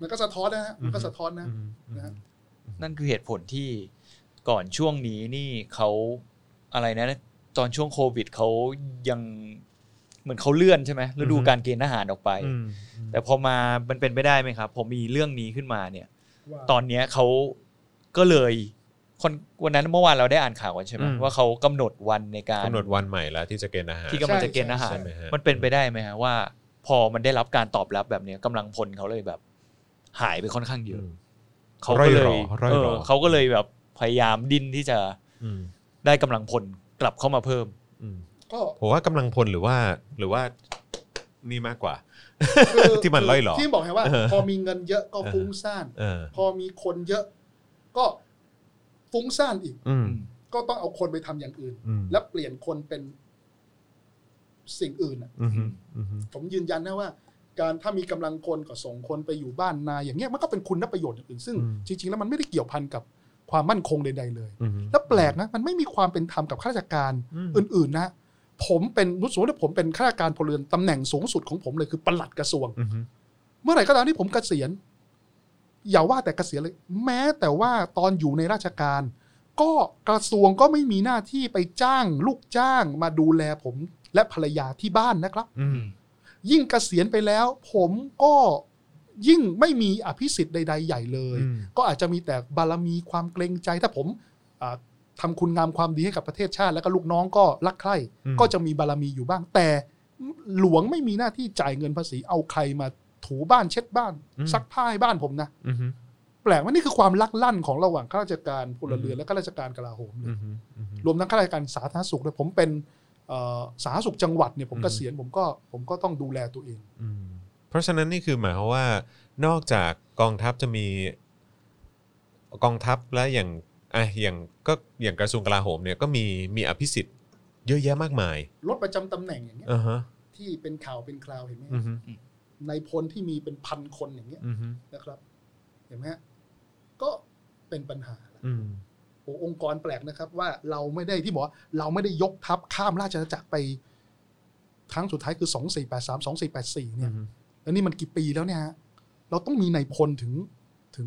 [SPEAKER 2] มันก็สะท้อนนะฮะ มันก็
[SPEAKER 1] อืม
[SPEAKER 2] สะท้อนนะ
[SPEAKER 1] อืมอืม
[SPEAKER 3] นั่นคือเหตุผลที่ก่อนช่วงนี้นี่เขาอะไรนะ ตอนช่วงโควิดเขายังเหมือนเขาเลื่อนใช่ไหมฤดู
[SPEAKER 1] อือฮึ
[SPEAKER 3] การเกณฑ์ทหารออกไป
[SPEAKER 1] อืม
[SPEAKER 3] แต่พอมามันเป็นไปได้ไหมครับ พอมีเรื่องนี้ขึ้นมาเนี่ย
[SPEAKER 2] ว่า
[SPEAKER 3] ตอนเนี้ยเขาก็เลยคนวันนั้นเมื่อวานเราได้อ่านข่าวกันใช่ไหมว่าเขากำหนดวันในการ
[SPEAKER 1] กำหนดวันใหม่แล้วที่จะเกณฑ์อาหาร
[SPEAKER 3] ที่กำลังจะเกณฑ์อาหาร
[SPEAKER 1] ใช่ใช่
[SPEAKER 3] มันเป็นไปได้ไหมฮะว่า พอมันได้รับการตอบรับแบบเนี้ยกำลังพลเขาเลยแบบ หายไปค่อนข้างเย
[SPEAKER 1] อื
[SPEAKER 3] อะ
[SPEAKER 1] ม
[SPEAKER 3] เขาก็เล
[SPEAKER 1] ร่อยหร
[SPEAKER 3] ย
[SPEAKER 1] อร่อย
[SPEAKER 3] เอ
[SPEAKER 1] หรอ
[SPEAKER 3] อเขาก็เลยแบบพยายามดิ้นที่จะ
[SPEAKER 1] อืม
[SPEAKER 3] ได้กำลังพลกลับเข้ามาเพิ่ม
[SPEAKER 1] อืม
[SPEAKER 2] ก็
[SPEAKER 1] ผมว่ากำลังพลหรือว่าหรือว่านี่มากกว่า
[SPEAKER 2] คือ
[SPEAKER 1] ที่มันร่อยหรอ
[SPEAKER 2] ที่บอกไงว่า
[SPEAKER 1] เออ
[SPEAKER 2] พอมีเงินเยอะก็ฟุ้งซ่าน
[SPEAKER 1] เออ
[SPEAKER 2] พอมีคนเยอะ ก็ฟุ้งซ่านอีก
[SPEAKER 1] อืม
[SPEAKER 2] ก็ต้องเอาคนไปทำอย่างอื่น
[SPEAKER 1] อืม
[SPEAKER 2] แล้วเปลี่ยนคนเป็นสิ่งอื่นน่ะ
[SPEAKER 1] อืมอืม
[SPEAKER 2] ผมยืนยันนะว่า การถ้ามีกำลังคนก็ส่งคนไปอยู่บ้านนายอย่างเงี้ยมันก็เป็นคุณประโยชน์อย่างอื่น ซึ่งจริงๆแล้วมันไม่ได้เกี่ยวพันกับความมั่นคงใดๆเลย
[SPEAKER 1] อืม
[SPEAKER 2] แล้วแปลกนะมันไม่มีความเป็นธรรมกับข้าราชการ
[SPEAKER 1] อืม
[SPEAKER 2] อื่นๆนะผมเป็นรู้สึกว่าผมเป็นข้าราชการพลเรือนตำแหน่งสูงสุดของผมเลยคือปลัดกระทรวง
[SPEAKER 1] อืม
[SPEAKER 2] เมื่อไหร่ก็ตามที่ผมเกษียณ อย่าว่าแต่เกษียณเลย แม้แต่ว่าตอนอยู่ในราชการ ก็กระทรวงก็ไม่มีหน้าที่ไปจ้างลูกจ้างมาดูแลผมและภรรยาที่บ้านนะครับ
[SPEAKER 1] อืม
[SPEAKER 2] ยิ่งเกษียณไปแล้ว ผมก็ยิ่งไม่มีอภิสิทธิ์ใด ๆ ใหญ่เลย
[SPEAKER 1] อืม
[SPEAKER 2] ก็อาจจะมีแต่บารมีความเกรงใจถ้าผมอ่าทำาคุณงามความดีให้กับประเทศชาติ แล้วก็ลูกน้องก็รักใคร่
[SPEAKER 1] อืม
[SPEAKER 2] ก็จะมีบารมีอยู่บ้าง แต่หลวงไม่มีหน้าที่จ่ายเงินภาษีเอาใครมาถูบ้านเช็ดบ้าน ซักผ้าให้บ้านผมนะ
[SPEAKER 1] อืมอืม
[SPEAKER 2] แปลกว่านี่คือความลักลั่นของระหว่างข้าราชการพลเรือนและข้าราชการกลาโหมเล
[SPEAKER 1] อื
[SPEAKER 2] ย
[SPEAKER 1] มอืม
[SPEAKER 2] รวมทั้งข้าราชการสาธารณสุขเลยผมเป็นเอ่อสาธารณสุขจังหวัดเนี่ยผม
[SPEAKER 1] อืม
[SPEAKER 2] เกษียณผมก็ผมก็ต้องดูแลตัวเอง
[SPEAKER 1] อืมเพราะฉะนั้นนี่คือหมายความว่านอกจากกองทัพจะมีกองทัพและอย่าง อ่ะอย่างก็อย่างกระทรวงกลาโหมเนี่ยก็มีมีอภิสิทธิ์เยอะแยะมากมาย
[SPEAKER 2] รถประจำตำแหน่งอย่างเงี้ย
[SPEAKER 1] อ่าฮะ
[SPEAKER 2] ที่เป็นข่าวเป็นคราวเห็นไหม
[SPEAKER 1] อือฮึ
[SPEAKER 2] ในพลที่มีเป็นพันคนอย่างเงี้ย
[SPEAKER 1] อือฮึ
[SPEAKER 2] นะครับ เห็นไหมฮะก็เป็นปัญหาละ
[SPEAKER 1] อืม
[SPEAKER 2] โอ้องค์กรแปลกนะครับ ว่าเราไม่ได้ที่บอกว่าเราไม่ได้ยกทัพข้ามราชอาณาจักรไปครั้งสุดท้ายคือสองสี่แปดสามสองสี่แปดสี่
[SPEAKER 1] อื
[SPEAKER 2] เนี่ย
[SPEAKER 1] อฮึ
[SPEAKER 2] แล้วนี่มันกี่ปีแล้วเนี่ยฮะเราต้องมีนายพลถึงถึง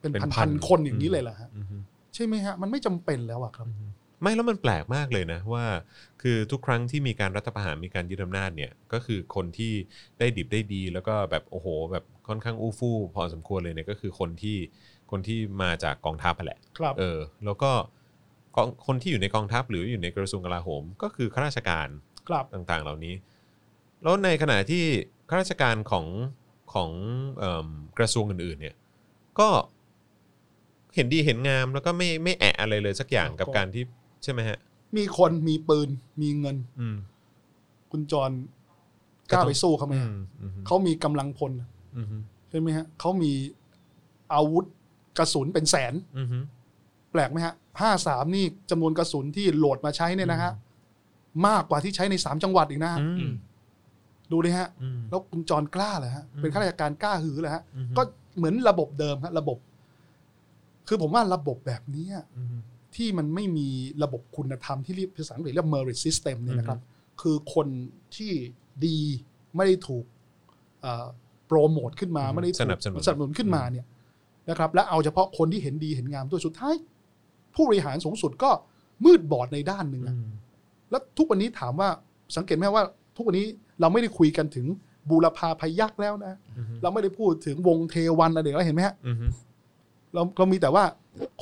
[SPEAKER 2] เป็น
[SPEAKER 1] เป็น
[SPEAKER 2] พัน
[SPEAKER 1] พั
[SPEAKER 2] พั
[SPEAKER 1] น
[SPEAKER 2] นคนอย่างนี้เลยเหรอฮะ
[SPEAKER 1] อือฮึ
[SPEAKER 2] ใช่ไหมฮะ มันไม่จำเป็นแล้วอะครับ
[SPEAKER 1] ไม่แล้วมันแปลกมากเลยนะว่า คือทุกครั้งที่มีการรัฐประหารมีการยึดอำนาจเนี่ย ก็คือคนที่ได้ดิบได้ดี แล้วก็แบบโอ้โห แบบค่อนข้างอู้ฟู่พอสมควรเลยเนี่ยก็คือคนที่คนที่มาจากกองทัพอะแหละ
[SPEAKER 2] ครับ
[SPEAKER 1] เออ แล้วก็กองคนที่อยู่ในกองทัพหรืออยู่ในกระทรวงกลาโหม ก็คือข้าราชการ
[SPEAKER 2] ครับ
[SPEAKER 1] ต่างๆ เหล่านี้ แล้วในขณะที่ข้าราชการของของเอิ่มกระทรวงอื่นๆ เนี่ย ก็เห็นดีเห็นงามแล้วก็ไม่ไม่แอะอะไรเลยสักอย่างกับการที่ใช่ไหมฮะ
[SPEAKER 2] มีคนมีปืนมีเงิน
[SPEAKER 1] อืม
[SPEAKER 2] คุณจร
[SPEAKER 1] ก็
[SPEAKER 2] กล้า
[SPEAKER 1] ต้อง
[SPEAKER 2] ไปสู้เขาไหมฮะ
[SPEAKER 1] อืม
[SPEAKER 2] เขามีกำลังพล
[SPEAKER 1] อืม
[SPEAKER 2] ใช่ไหมฮะเขามีอาวุธกระสุนเป็นแสน
[SPEAKER 1] อืม
[SPEAKER 2] แปลกไหมฮะห้าสามนี่จำนวนกระสุนที่โหลดมาใช้เนี่ยนะฮะ
[SPEAKER 1] อื
[SPEAKER 2] มากกว่าที่ใช้ในสามจังหวัดอีกนะฮะ
[SPEAKER 1] อืม
[SPEAKER 2] ดูเลยฮะ
[SPEAKER 1] อืม
[SPEAKER 2] แล้วคุณจรกล้าเหรอฮะ
[SPEAKER 1] อืม
[SPEAKER 2] เป็นข้าราชการกล้าหือเหรอฮะ
[SPEAKER 1] อือฮึ
[SPEAKER 2] ก็เหมือนระบบเดิมฮะระบบ คือผมว่าระบบแบบเนี้ย
[SPEAKER 1] อืม
[SPEAKER 2] ที่มันไม่มีระบบคุณธรรมที่เรียกภาษาอังกฤษเรียก merit system เนี่ยนะครับ คือคนที่ดีไม่ได้ถูกเอ่อโปรโมทขึ้นมา
[SPEAKER 1] อืม
[SPEAKER 2] ไม่ได้ถูก
[SPEAKER 1] สนับสนุน
[SPEAKER 2] สนับสนุนขึ้นมาเนี่ยนะครับ และเอาเฉพาะคนที่เห็นดีเห็นงามด้วยสุดท้าย ผู้บริหารสูงสุดก็มืดบอดในด้านหนึ่งอะ
[SPEAKER 1] อืม
[SPEAKER 2] แล้วทุกวันนี้ถามว่าสังเกตไหมว่า ทุกวันนี้เราไม่ได้คุยกันถึงบูรพาพยักษ์แล้วนะ
[SPEAKER 1] อือฮึ เรา
[SPEAKER 2] เราไม่ได้พูดถึงวงเทวันอะไรแล้วเห็นไหมฮะ
[SPEAKER 1] อืม
[SPEAKER 2] เราเรามีแต่ว่า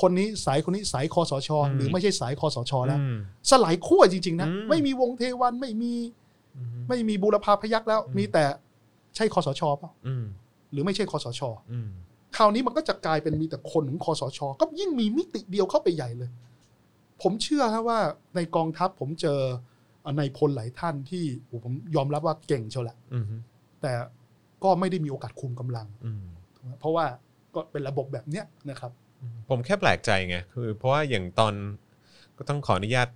[SPEAKER 2] คนนี้สายคนนี้สายคอสช
[SPEAKER 1] อืม
[SPEAKER 2] หรือไม่ใช่สายคอสชแล้ว
[SPEAKER 1] อืม
[SPEAKER 2] สลายขั้วจริง ๆ นะ
[SPEAKER 1] อืม
[SPEAKER 2] ไม่มีวงเทวันไม่มี
[SPEAKER 1] อืม
[SPEAKER 2] ไม่มีบูรพาพยักษ์แล้ว
[SPEAKER 1] อืม
[SPEAKER 2] มีแต่ใช่คอสชเปล่า
[SPEAKER 1] อืม
[SPEAKER 2] หรือไม่ใช่คอสช
[SPEAKER 1] อืม
[SPEAKER 2] คราวนี้มันก็จะกลายเป็นมีแต่คนของคอสช ก็ยิ่งมีมิติเดียวเข้าไปใหญ่เลย ผมเชื่อฮะว่าในกองทัพผมเจอในายพลหลายท่านที่โอ้โหผมยอมรับว่าเก่งเชียวแหละ
[SPEAKER 1] อืม
[SPEAKER 2] แต่ก็ไม่ได้มีโอกาสคุมกำลัง
[SPEAKER 1] อืม
[SPEAKER 2] ถูกไหมเพราะว่าก็เป็นระบบแบบเนี้ยนะครับ
[SPEAKER 1] ผมแค่แปลกใจไงคือเพราะว่าอย่างตอนก็ต้องขออนุญาต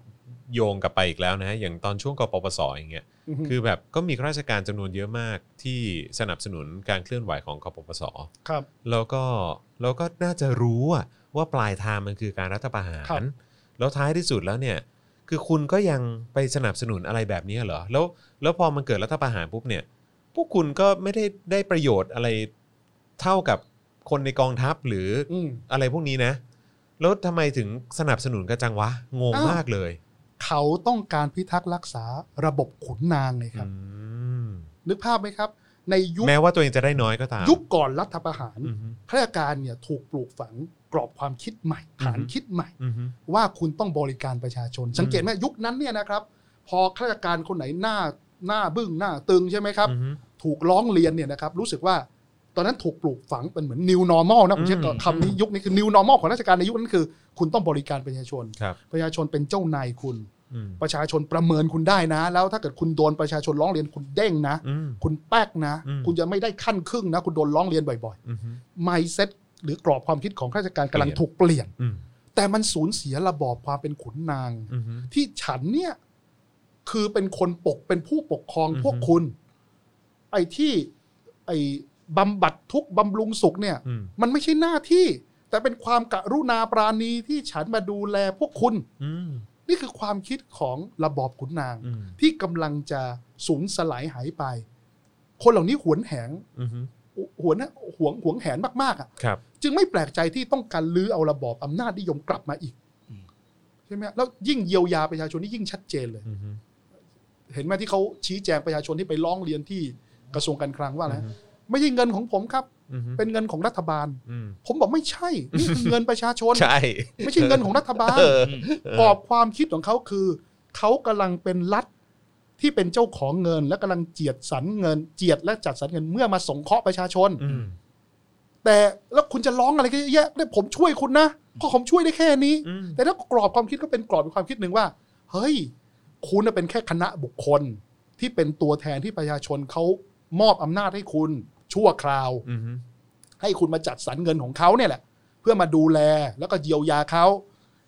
[SPEAKER 1] โยงกลับไปอีกแล้วนะฮะอย่างตอนช่วงกปปสอย่างเงี้ยคือแบบก็มีข้าราชการจำนวนเยอะมากที่สนับสนุนการเคลื่อนไหวของกปปส
[SPEAKER 2] ครับ
[SPEAKER 1] แล้วก็แล้วก็น่าจะรู้อะว่าปลายทางมันคือการรัฐประหาร
[SPEAKER 2] ครับ
[SPEAKER 1] แล้วท้ายที่สุดแล้วเนี่ย คือคุณก็ยังไปสนับสนุนอะไรแบบนี้เหรอแล้วแล้วพอมันเกิดรัฐประหารปุ๊บเนี่ย พวกคุณก็ไม่ได้ได้ประโยชน์อะไรเท่ากับคนในกองทัพหรือ
[SPEAKER 2] อืม
[SPEAKER 1] อะไรพวกนี้นะแล้วทำไมถึงสนับสนุนกันจังวะงง
[SPEAKER 2] อ้าว
[SPEAKER 1] มากเลย
[SPEAKER 2] เขาต้องการพิทักษ์รักษาระบบขุนนางไงครับ
[SPEAKER 1] อืม
[SPEAKER 2] นึกภาพไหมครับ ในยุค
[SPEAKER 1] แม้ว่าตัวเองจะได้น้อยก็ตาม
[SPEAKER 2] ยุคก่อนรัฐประหาร
[SPEAKER 1] อืมฮึ
[SPEAKER 2] ข้าราชการเนี่ยถูกปลูกฝังกรอบความคิดใหม่ฐาน
[SPEAKER 1] อือฮึ
[SPEAKER 2] คิดใหม่
[SPEAKER 1] อืมฮึ
[SPEAKER 2] ว่าคุณต้องบริการประชาชน สังเกตไหมยุคนั้นเนี่ยนะครับ พอข้าราชการคนไหนหน้าหน้าบึ้งหน้าตึงใช่ไหมครับ
[SPEAKER 1] อือฮึ
[SPEAKER 2] ถูกร้องเรียนเนี่ยนะครับ รู้สึกว่าตอนนั้นถูกปลูกฝังเป็นเหมือน new normal นะผมใช้
[SPEAKER 1] อืม
[SPEAKER 2] คำนี้ยุคนี้คือ new normal ของราชการในยุคนั้นคือ คุณต้องบริการประชาชน
[SPEAKER 1] ครับ
[SPEAKER 2] ประชาชนเป็นเจ้านายคุณ
[SPEAKER 1] อืม
[SPEAKER 2] ประชาชนประเมินคุณได้นะ แล้วถ้าเกิดคุณโดนประชาชนร้องเรียนคุณเด้งนะ
[SPEAKER 1] อืม
[SPEAKER 2] คุณแป๊กนะ
[SPEAKER 1] อืม
[SPEAKER 2] คุณจะไม่ได้ขั้นครึ่งนะ คุณโดนร้องเรียนบ่อย
[SPEAKER 1] อืมฮึ
[SPEAKER 2] ๆ mindset หรือกรอบความคิดของข้าราชการกำลัง
[SPEAKER 1] เปลี่ยน
[SPEAKER 2] ถูกเปลี่ยน
[SPEAKER 1] อืม
[SPEAKER 2] แต่มันสูญเสียระบอบความเป็นขุนนาง
[SPEAKER 1] อืมฮึ
[SPEAKER 2] ที่ฉันเนี่ย คือเป็นคนปกเป็นผู้ปกครอง
[SPEAKER 1] อือฮึ
[SPEAKER 2] พวกคุณ ไอ้ที่ ไอ้บำบัดทุกข์บำรุงสุขเนี่ย
[SPEAKER 1] อืม
[SPEAKER 2] มันไม่ใช่หน้าที่ แต่เป็นความกรุณาปราณีที่ฉันมาดูแลพวกคุณ
[SPEAKER 1] อืม
[SPEAKER 2] นี่คือความคิดของระบอบขุนนาง
[SPEAKER 1] อืม
[SPEAKER 2] ที่กำลังจะสูญสลายหายไป คนเหล่านี้หวนแหง
[SPEAKER 1] อือฮึ
[SPEAKER 2] หวนนะหวงหวงแหนมากๆอ่ะ
[SPEAKER 1] ครับ
[SPEAKER 2] จึงไม่แปลกใจที่ต้องการลื้อเอาระบอบอำนาจนิยมกลับมาอีก
[SPEAKER 3] อืม
[SPEAKER 2] ใช่ไหมแล้วยิ่งเยียวยาประชาชนนี่ยิ่งชัดเจนเลย
[SPEAKER 1] อือฮึ
[SPEAKER 2] เห็นไหมที่เขาชี้แจงประชาชนที่ไปร้องเรียนที่กระทรวงการคลังว่าอะไร
[SPEAKER 1] อือฮึ
[SPEAKER 2] ไม่ใช่เงินของผมครับ
[SPEAKER 1] อือฮึ
[SPEAKER 2] เป็นเงินของรัฐบาล
[SPEAKER 1] อืม
[SPEAKER 2] ผมบอกไม่ใช่นี่คือเงินประชาชน
[SPEAKER 1] ใช่
[SPEAKER 2] ไม่ใช่เงินของรัฐบาล
[SPEAKER 1] เออ
[SPEAKER 2] กรอบความคิดของเขาคือ เขากำลังเป็นรัฐที่เป็นเจ้าของเงิน และกำลังเจียดสรรเงิน เจียดและจัดสรรเงินเมื่อมาสงเคราะห์ประชาชน
[SPEAKER 1] อืม
[SPEAKER 2] แต่แล้วคุณจะร้องอะไรก็เยอะแยะได้ผมช่วยคุณนะเพราะผมช่วยได้แค่นี้
[SPEAKER 1] อืม
[SPEAKER 2] แต่ถ้ากรอบความคิดก็เป็นกรอบความคิดหนึ่งว่า เฮ้ย คุณน่ะเป็นแค่คณะบุคคล ที่เป็นตัวแทนที่ประชาชนเขามอบอำนาจให้คุณชั่วคราว
[SPEAKER 1] อืม
[SPEAKER 2] ให้คุณมาจัดสรรเงินของเขาเนี่ยแหละ เพื่อมาดูแลแล้วก็เยียวยาเขา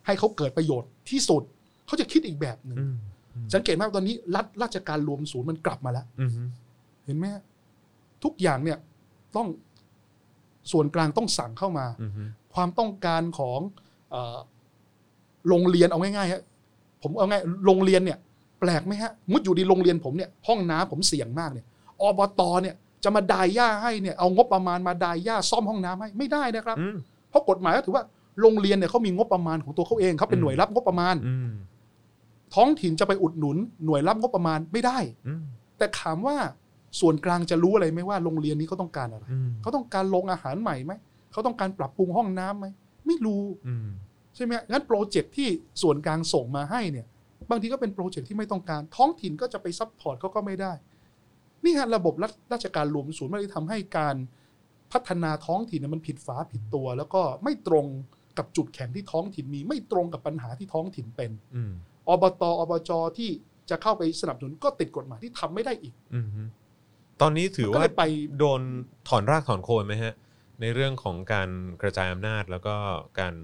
[SPEAKER 2] ให้เขาเกิดประโยชน์ที่สุด เขาจะคิดอีกแบบหนึ่ง
[SPEAKER 1] อืม
[SPEAKER 2] สังเกตไหมว่าตอนนี้รัฐราชการรวมศูนย์มันกลับมาแล้ว
[SPEAKER 1] อืม
[SPEAKER 2] เห็นไหมฮะทุกอย่างเนี่ยต้องส่วนกลางต้องสั่งเข้ามา
[SPEAKER 1] อืม
[SPEAKER 2] ความต้องการของเอ่อโรงเรียนเอาง่ายๆฮะผมเอาง่ายโรงเรียนเนี่ย แปลกไหมฮะมุดอยู่ดีโรงเรียนผมเนี่ยห้องน้ำผมเสี่ยงมากเนี่ยอบตเนี่ย จะมาดายหญ้าให้เนี่ยเอางบประมาณมาดายหญ้าซ่อมห้องน้ำให้ไม่ได้นะครับ
[SPEAKER 1] อืม
[SPEAKER 2] เพราะกฎหมายก็ถือว่าโรงเรียนเนี่ยเขามีงบประมาณของตัวเขาเองเขาเป็น
[SPEAKER 1] อืม
[SPEAKER 2] หน่วยรับงบประมาณ
[SPEAKER 1] อืม
[SPEAKER 2] ท้องถิ่นจะไปอุดหนุน หน่วยรับงบประมาณไม่ได้
[SPEAKER 1] อืม
[SPEAKER 2] แต่ถามว่าส่วนกลางจะรู้อะไรไหมว่าโรงเรียนนี้เขาต้องการอะไร
[SPEAKER 1] อืม
[SPEAKER 2] เขาต้องการโรงอาหารใหม่ไหมเขาต้องการปรับปรุงห้องน้ำไหมไม่รู้
[SPEAKER 1] อืม
[SPEAKER 2] ใช่ไหมงั้นโปรเจกต์ที่ส่วนกลางส่งมาให้เนี่ย บางทีก็เป็นโปรเจกต์ที่ไม่ต้องการ ท้องถิ่นก็จะไปซัพพอร์ตเขาก็ไม่ได้ นี่ฮะระบบรัฐราชการรวมศูนย์มันเลยทำให้การพัฒนาท้องถิ่นเนยมันผิดฝาผิดตัว แล้วก็ไม่ตรงกับจุดแข็งที่ท้องถิ่นมี ไม่ตรงกับปัญหาที่ท้องถิ่นเป็น
[SPEAKER 1] อืม
[SPEAKER 2] อบตอบจที่จะเข้าไปสนับสนุนก็ติดกฎหมายที่ทำไม่ได้อีก
[SPEAKER 1] อืมตอนนี้ถือ
[SPEAKER 2] ก็
[SPEAKER 1] ว่า
[SPEAKER 2] เลยไป
[SPEAKER 1] โดนถอนรากถอนโคนไหมฮะ ในเรื่องของการกระจายอำนาจแล้วก็การ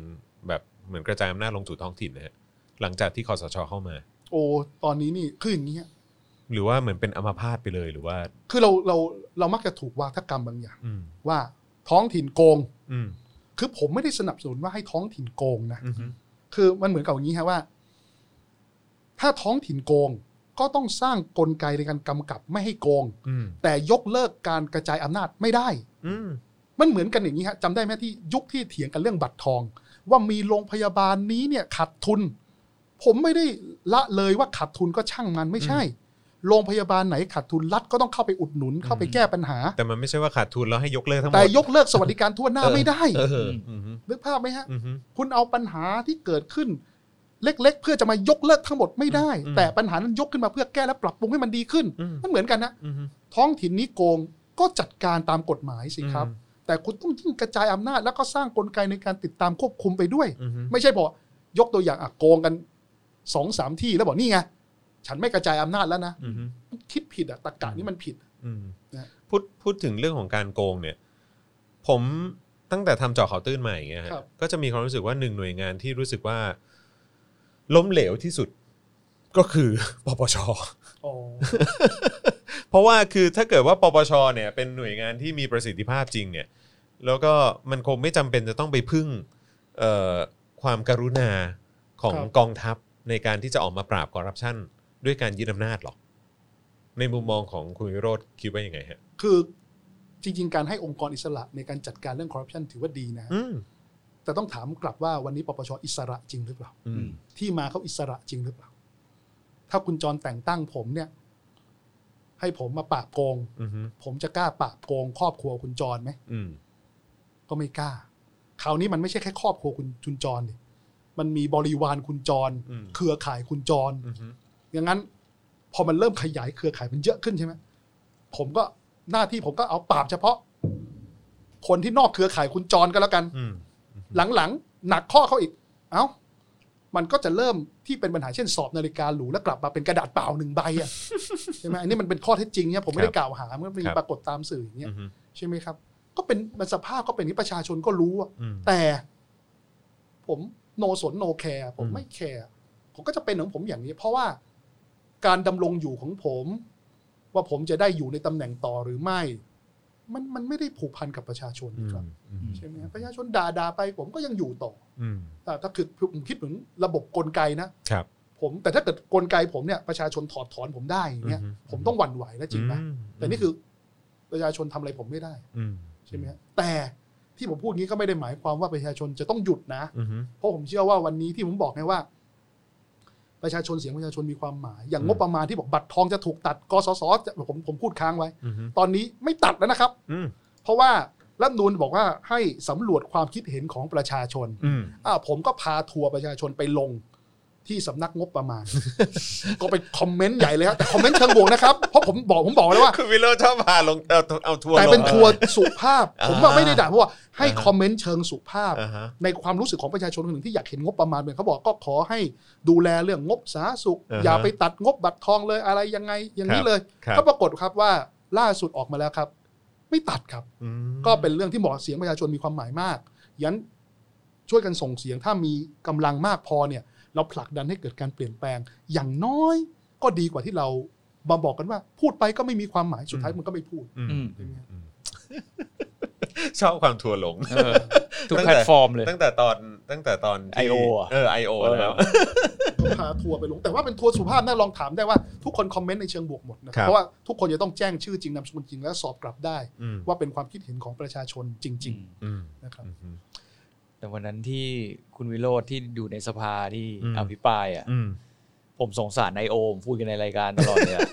[SPEAKER 1] แบบเหมือนกระจายอำนาจลงสู่ท้องถิ่นนะฮะหลังจากที่คอสชเข้ามา
[SPEAKER 2] โอตอนนี้นี่คืออย่างนี้ฮะ
[SPEAKER 1] หรือว่าเหมือนเป็นอัมพาตไปเลยหรือว่า
[SPEAKER 2] คือเราเราเรามักจะถูกวาทกรรมบางอย่าง
[SPEAKER 1] อืม
[SPEAKER 2] ว่าท้องถิ่นโกง
[SPEAKER 1] อืม
[SPEAKER 2] คือผมไม่ได้สนับสนุนว่าให้ท้องถิ่นโกงนะ
[SPEAKER 1] อืม
[SPEAKER 2] คือมันเหมือนกับอย่างนี้ฮะว่า ถ้าท้องถิ่นโกง ก็ต้องสร้างกลไกในการกำกับไม่ให้โกง
[SPEAKER 1] อืม
[SPEAKER 2] แต่ยกเลิกการกระจายอำนาจไม่ได้
[SPEAKER 1] อืม
[SPEAKER 2] มันเหมือนกันอย่างนี้ฮะจำได้ไหมที่ยุคที่เถียงกันเรื่องบัตรทอง ว่ามีโรงพยาบาลนี้เนี่ยขาดทุน ผมไม่ได้ละเลยว่าขาดทุนก็ช่างมันไม่ใช่ โรงพยาบาลไหนขาดทุนรัฐก็ต้องเข้าไปอุดหนุนเข้าไปแก้ปัญหา
[SPEAKER 1] แต่มันไม่ใช่ว่าขาดทุนแล้วให้ยกเลิกทั้งหมด
[SPEAKER 2] แต่ยกเลิกสวัสดิการทั่วหน้าไม่ได้
[SPEAKER 1] เอออืม
[SPEAKER 2] นึกภาพไหมฮะ
[SPEAKER 1] อืม
[SPEAKER 2] คุณเอาปัญหาที่เกิดขึ้น เล็กๆ เพื่อจะมายกเลิกทั้งหมดไม่ได้
[SPEAKER 1] อืม
[SPEAKER 2] แต่ปัญหานั้นยกขึ้นมาเพื่อแก้และปรับปรุงให้มันดีขึ้น
[SPEAKER 1] อืม
[SPEAKER 2] มันเหมือนกันนะ
[SPEAKER 1] อืม
[SPEAKER 2] ท้องถิ่นนี้โกงก็จัดการตามกฎหมายสิครับ แต่คุณต้องยิ่งกระจายอำนาจแล้วก็สร้างกลไกในการติดตามควบคุมไปด้วย
[SPEAKER 1] อืม
[SPEAKER 2] ไม่ใช่บอกยกตัวอย่างอ่ะโกงกันสองสามที่แล้วบอกนี่ไงฉันไม่กระจายอำนาจแล้วนะคิดผิดอ่ะตรกกะนี้มันผิด
[SPEAKER 1] อืม
[SPEAKER 2] นะ
[SPEAKER 1] พูดพูดถึงเรื่องของการโกงเนี่ย ผมตั้งแต่ทำเจาะข่าวตื้นมาอย่างเงี้ยฮะ
[SPEAKER 2] ครับ
[SPEAKER 1] ก็จะมีความรู้สึกว่าหนึ่งหน่วยงานที่รู้สึกว่า ล้มเหลวที่สุดก็คือ ปปช
[SPEAKER 2] อ๋อ
[SPEAKER 1] เพราะว่าคือถ้าเกิดว่าปปชเนี่ยเป็นหน่วยงานที่มีประสิทธิภาพจริงเนี่ย แล้วก็มันคงไม่จำเป็นจะต้องไปพึ่งเอ่อความกรุณาของ
[SPEAKER 2] ครับ
[SPEAKER 1] กองทัพในการที่จะออกมาปราบคอร์รัปชันด้วยการยึดอำนาจหรอก ในมุมมองของคุณวิโรธคิดว่ายังไงฮะ
[SPEAKER 2] คือจริง ๆ การให้องค์กรอิสระในการจัดการเรื่องคอร์รัปชันถือว่าดีนะ
[SPEAKER 1] อืม
[SPEAKER 2] แต่ต้องถามกลับว่าวันนี้ปปชอิสระจริงหรือเปล่า
[SPEAKER 1] อืม
[SPEAKER 2] ที่มาเขาอิสระจริงหรือเปล่า ถ้าคุณจรแต่งตั้งผมเนี่ย ให้ผมมาปราบโกง
[SPEAKER 1] อืม
[SPEAKER 2] ผมจะกล้าปราบโกง ครอบครัวคุณจรไหม
[SPEAKER 1] อืม
[SPEAKER 2] ก็ไม่กล้า คราวนี้มันไม่ใช่แค่ครอบครัวคุณจุนจรดิมันมีบริวารคุณจร
[SPEAKER 1] อืม
[SPEAKER 2] เครือข่ายคุณจร
[SPEAKER 1] อืม
[SPEAKER 2] อย่างนั้น พอมันเริ่มขยายเครือข่ายมันเยอะขึ้นใช่ไหมผมก็หน้าที่ผมก็เอาปราบเฉพาะ คนที่นอกเครือข่ายคุณจรก็แล้วกัน
[SPEAKER 1] อืม
[SPEAKER 2] หลังๆ หนักข้อเขาอีก เอ้า มันก็จะเริ่มที่เป็นปัญหาเช่นสอบนาฬิกาหรูแล้วกลับมาเป็นกระดาษเปล่าหนึ่งใบอ่ะ ใช่ไหมอันนี้มันเป็นข้อเท็จจริงเนี่ยผมไม่ได้กล่าวหา มันก็มีปรากฏตามสื่ออย่างเงี้ย
[SPEAKER 1] อืม
[SPEAKER 2] ใช่ไหมครับ ก็เป็นมันสภาพก็เป็นอย่างนี้ประชาชนก็รู้อะ
[SPEAKER 1] อืม
[SPEAKER 2] แต่ ผมโนสนโนแคร์ผม
[SPEAKER 1] อืม
[SPEAKER 2] ไม่แคร์ผมก็จะเป็นของผมอย่างนี้ เพราะว่าการดำรงอยู่ของผม ว่าผมจะได้อยู่ในตำแหน่งต่อหรือไม่ มันมันไม่ได้ผูกพันกับประชาชน
[SPEAKER 1] อืม
[SPEAKER 2] ครับ
[SPEAKER 1] อืม
[SPEAKER 2] ใช่ไหมครับประชาชนด่าด่าๆไป ผมก็ยังอยู่ต่อ
[SPEAKER 1] อืม
[SPEAKER 2] อ่าถ้าคือผมคิดถึงระบบกลไกนะครับ ผมแต่ถ้าเกิดกลไกผมเนี่ยประชาชนถอดถอนผมได้อย่างเงี้ย
[SPEAKER 1] อือฮึ
[SPEAKER 2] ผมต้องหวั่นไหวแล้วจริงไหม
[SPEAKER 1] อื
[SPEAKER 2] แต่นี่คือประชาชนทำอะไรผมไม่ได้
[SPEAKER 1] ม
[SPEAKER 2] ใช่ไหมฮะแต่ที่ผมพูดงี้ก็ไม่ได้หมายความว่าประชาชนจะต้องหยุดนะ
[SPEAKER 1] อืม
[SPEAKER 2] เพราะผมเชื่อว่าวันนี้ที่ผมบอกไงว่า ประชาชนเสียงประชาชนมีความหมาย อย่าง
[SPEAKER 1] อืม
[SPEAKER 2] งบประมาณที่บอกบัตรทองจะถูกตัดกสศจะผมผมพูดค้างไว้
[SPEAKER 1] อืม
[SPEAKER 2] ตอนนี้ไม่ตัดแล้วนะครับ
[SPEAKER 1] อืม
[SPEAKER 2] เพราะว่ารัฐธรรมนูนบอกว่าให้สำรวจความคิดเห็นของประชาชน
[SPEAKER 1] อืม
[SPEAKER 2] อ่าผมก็พาทัวร์ประชาชนไปลงที่สำนักงบประมาณ ก็ไปคอมเมนต์ใหญ่เลยครับแต่คอมเมนต์เชิงบวกนะครับ เพราะผมบอกผมบอกแล้วว่า
[SPEAKER 1] คุณวิโรจน์ชอบพาลงเอาเอาทัวร์
[SPEAKER 2] แต่
[SPEAKER 1] ลง
[SPEAKER 2] เป็นทัวร์สุภาพ
[SPEAKER 1] อ่า
[SPEAKER 2] ผมว่าไม่ได้ด่าเพราะว่าให้
[SPEAKER 1] อ่าฮะ
[SPEAKER 2] คอมเมนต์เชิงสุภาพ
[SPEAKER 1] อ่าฮะ
[SPEAKER 2] ในความรู้สึกของประชาชนคนหนึ่งที่อยากเห็นงบประมาณเป็นเขาบอกก็ขอให้ดูแลเรื่องงบสาธารณสุข
[SPEAKER 1] อ่าฮะ
[SPEAKER 2] อย่าไปตัดงบบัตรทองเลยอะไรยังไง อย่างนี้เลย
[SPEAKER 1] ครับ
[SPEAKER 2] ก็ปรากฏครับว่าล่าสุดออกมาแล้วครับ ไม่ตัดครับ
[SPEAKER 1] อืม
[SPEAKER 2] ก็เป็นเรื่องที่บอกเสียงประชาชนมีความหมายมากยัน ช่วยกันส่งเสียง ถ้ามีกำลังมากพอเนี่ย เราผลักดันให้เกิดการเปลี่ยนแปลง อย่างน้อยก็ดีกว่าที่เรามาบอกกันว่า พูดไปก็ไม่มีความหมายสุดท้ายมันก็ไม่พูด
[SPEAKER 1] อืม
[SPEAKER 3] อืม
[SPEAKER 1] อืมอืม ชอบความทัวร์ลง
[SPEAKER 3] เออทุกแพลตฟอร์มเลย
[SPEAKER 1] ตั้งแต่ตอนตั้งแต่ตอนที่
[SPEAKER 3] I.O. อะ
[SPEAKER 1] เออไอโอแล้ว
[SPEAKER 2] ต้องพาทัวร์ไปลงแต่ว่าเป็นทัวร์สุภาพน่าลองถามได้ว่าทุกคนคอมเมนต์ในเชิงบวกหมดนะค
[SPEAKER 1] ครั
[SPEAKER 2] รับบ เพราะว่าทุกคนจะต้องแจ้งชื่อจริงนามสกุลจริงและสอบกลับได้
[SPEAKER 1] อืม
[SPEAKER 2] ว่าเป็นความคิดเห็นของประชาชนจริง
[SPEAKER 1] อืม
[SPEAKER 2] ๆ นะครับ
[SPEAKER 1] อืม
[SPEAKER 3] แต่วันนั้นที่คุณวิโรธที่อยู่ในสภาที่
[SPEAKER 1] อืม
[SPEAKER 3] อภิปรายอ่ะ
[SPEAKER 1] อืม
[SPEAKER 3] ผมสงสารนายโอมพูดกันในรายการตลอด เลยอะ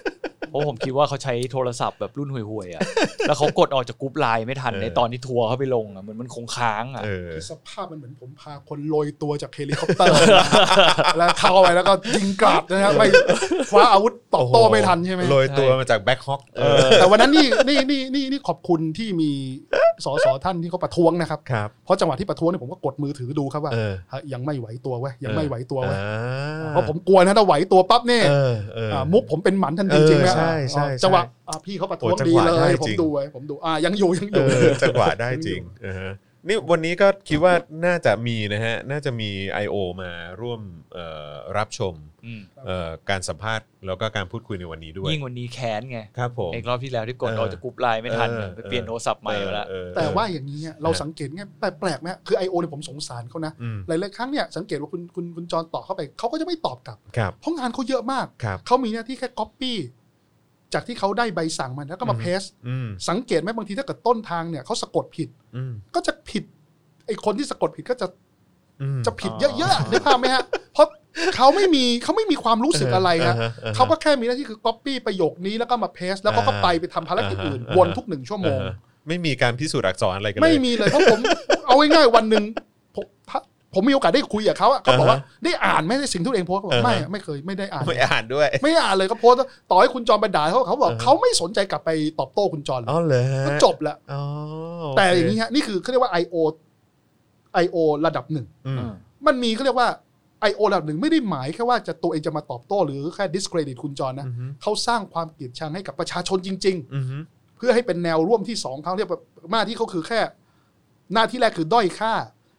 [SPEAKER 3] เพราะผมคิดว่าเขาใช้โทรศัพท์แบบรุ่นห่วยๆอ่ะ แล้วเขากดออกจากกรุ๊ปไลน์ไม่ทัน
[SPEAKER 1] เออ
[SPEAKER 3] ในตอนที่ทัวร์เขาไปลงอ่ะเหมือนมันคงค้างอ่ะ
[SPEAKER 1] เออ
[SPEAKER 2] คือสภาพมันเหมือนผมพาคนลอยตัวจากเฮลิคอปเตอร์ แล้วเข้าไปแล้วก็ยิงกราดนะครับไม่คว้าอาวุธตอบโต้ไม่ทันใช่ไหม
[SPEAKER 1] โรยตัวมาจากแบ็คฮอ k
[SPEAKER 3] เออ
[SPEAKER 2] แต่วันนั้นนี่นี่นี่นี่นี่ขอบคุณที่มีสสท่านที่เขาประท้วงนะครับ
[SPEAKER 1] ครับ
[SPEAKER 2] เพราะจังหวะที่ประท้วงเนี่ยผมก็กดมือถือดูครับว่า
[SPEAKER 1] เออ
[SPEAKER 2] ฮะยังไม่ไหวตัวเว้ยยังไม่ไหวตัวเว้ย
[SPEAKER 1] อ่า
[SPEAKER 2] เพราะผมกลัวนะถ้าไหวตัวปั๊บเนี่ย
[SPEAKER 1] เออเออ
[SPEAKER 2] อ่ามุกผมเป็นหมันทันทีจริง
[SPEAKER 1] เออ
[SPEAKER 2] นะ
[SPEAKER 1] ใช่ใช่
[SPEAKER 2] อ่า
[SPEAKER 1] ใช่
[SPEAKER 2] จังหวะอ่าพี่เขาประท้วง
[SPEAKER 1] โอ้จัง
[SPEAKER 2] ดี
[SPEAKER 1] หวะ
[SPEAKER 2] เล
[SPEAKER 1] ได้
[SPEAKER 2] ย
[SPEAKER 1] จริง
[SPEAKER 2] ผมดูไว้ผมดูอ่ายังอยู่ยังอ
[SPEAKER 1] เอยู่ อจังหวะได้จริงเออฮะนี่วันนี้ก็คิดว่าน่าจะมีนะฮะ น่าจะมี I.O. มาร่วมเอ่อรับชม
[SPEAKER 3] อืม
[SPEAKER 1] เอ่อการสัมภาษณ์แล้วก็การพูดคุยในวันนี้ด้วย
[SPEAKER 3] ยิ่งวันนี้แค้นไง
[SPEAKER 1] ครับผม
[SPEAKER 3] เอกรอบที่แล้วที่กด
[SPEAKER 1] เออ
[SPEAKER 3] ออกจากกรุ๊ปไลน์ไม่ทัน
[SPEAKER 1] เออ
[SPEAKER 3] ไปเปลี่ยนโทรศัพท์ใหม่มาแล้ว
[SPEAKER 1] เออเออ
[SPEAKER 2] แต่ว่าอย่างนี้เราสังเกตไงแปลกๆไหมคือ I.O. เนี่ยผมสงสารเขานะ
[SPEAKER 1] อืม
[SPEAKER 2] หลายๆครั้งเนี่ยสังเกตว่าคุณคุณคุณจรตอบเข้าไปเขาก็จะไม่ตอบกลับ
[SPEAKER 1] ครับ
[SPEAKER 2] เพราะงานเขาเยอะมาก
[SPEAKER 1] ครับ
[SPEAKER 2] เขามีหน้าที่แค่ก๊อปปี้จากที่เขาได้ใบสั่งมาแล้วก็มา
[SPEAKER 1] อืม
[SPEAKER 2] เพสต์
[SPEAKER 1] อืม
[SPEAKER 2] สังเกตไหมบางทีถ้าเกิดต้นทางเนี่ยเขาสะกดผิด
[SPEAKER 1] อืม
[SPEAKER 2] ก็จะผิดไอ้คนที่สะกดผิดก็จะ
[SPEAKER 1] อืม
[SPEAKER 2] จะผิด
[SPEAKER 3] อ๋อ
[SPEAKER 2] เยอะๆอะนึกภาพไหมฮะเพราะเขาไม่มีเขาไม่มีความรู้สึกอะไร
[SPEAKER 1] า
[SPEAKER 2] นะ
[SPEAKER 1] ฮอ่ฮ
[SPEAKER 2] เขาก็แค่มีหน้าที่คือก๊อปปี้ประโยคนี้แล้วก็มาเพสแล้วก็
[SPEAKER 1] อ่า
[SPEAKER 2] ก็ไปไปทำภารกิจอื่น
[SPEAKER 1] อ่าฮะ
[SPEAKER 2] วนทุกหนึ่งชั่วโมง
[SPEAKER 1] อ่าฮะไม่มีการพิสูจน์อักษรอะไรกันเลย
[SPEAKER 2] ไม่มีเลยเพราะผม เอาง่ายๆวันหนึ่งผมถ้าผมมีโอกาสได้คุยกับเขาอะเขาบอกว่าได้อ่านไหมในสิ่งที่ตัวเองโพสต์เขาบอ
[SPEAKER 1] อ่าก ฮะ
[SPEAKER 2] ไม่อะไม่เคยไม่ได้อ่าน
[SPEAKER 1] ไม่อ่านด้วย
[SPEAKER 2] ไม่อ่านเลยเขาโพสต์ว่าต่อให้คุณจอมไปด่าเขาเขาบอก
[SPEAKER 1] อ่าฮะ
[SPEAKER 2] เขาไม่สนใจกลับไปตอบโต้คุณจอม
[SPEAKER 1] อ๋อเหรอฮะ
[SPEAKER 2] ก็จบละ
[SPEAKER 1] อ๋อโเค
[SPEAKER 2] แต่อย่างนี้ฮะนี่คือเขาเรียกว่า I.O. I.O. ระดับหนึ่ง
[SPEAKER 1] อืม
[SPEAKER 2] มันมีเขาเรียกว่า I.O. ระดับหนึ่งไม่ได้หมายแค่ว่าจะตัวเองจะมาตอบโต้ หรือแค่ discredit คุณจรนะ
[SPEAKER 1] อือฮึ
[SPEAKER 2] เขาสร้างความเกลียดชังให้กับประชาชนจริง ๆ
[SPEAKER 1] อืมฮึ
[SPEAKER 2] เพื่อให้เป็นแนวร่วมที่สองเขาเรียกว่าหน้าที่เขาคือแค่ หน้าที่แรกคือด้อยค่า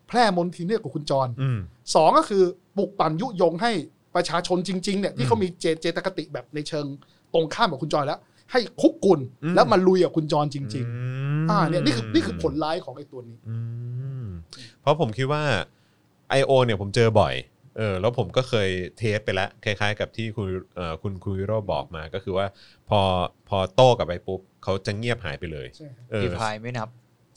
[SPEAKER 2] แพร่มนทินเรื่องของคุณจร
[SPEAKER 1] อืม
[SPEAKER 2] สองก็คือปลุกปั่นยุยงให้ประชาชนจริงๆเนี่ย
[SPEAKER 1] อื
[SPEAKER 2] ที่
[SPEAKER 1] ม
[SPEAKER 2] เขามีเจเจตคติแบบในเชิงตรงข้ามกับคุณจรแล้ว ให้คุกกุน
[SPEAKER 1] อืม
[SPEAKER 2] แล้วมาลุยกับคุณจรจริง
[SPEAKER 1] ม
[SPEAKER 2] ๆ อ่าเนี่ยนี่คือนี่คือผลร้ายของไอ้ตัวนี้
[SPEAKER 1] อืมเพราะผมคิดว่า I.O. เนี่ยผมเจอบ่อย เออ แล้วผมก็เคยเทสไปแล้ว คล้ายๆ กับที่คุณเอ่อคุณคุณวิโรจน์บอกมาก็คือว่า พอพอโต้กลับไปปุ๊บเขาจะเงียบหายไปเลย
[SPEAKER 2] ใช่ครับ
[SPEAKER 1] เออ
[SPEAKER 3] รีพลายไม่นับ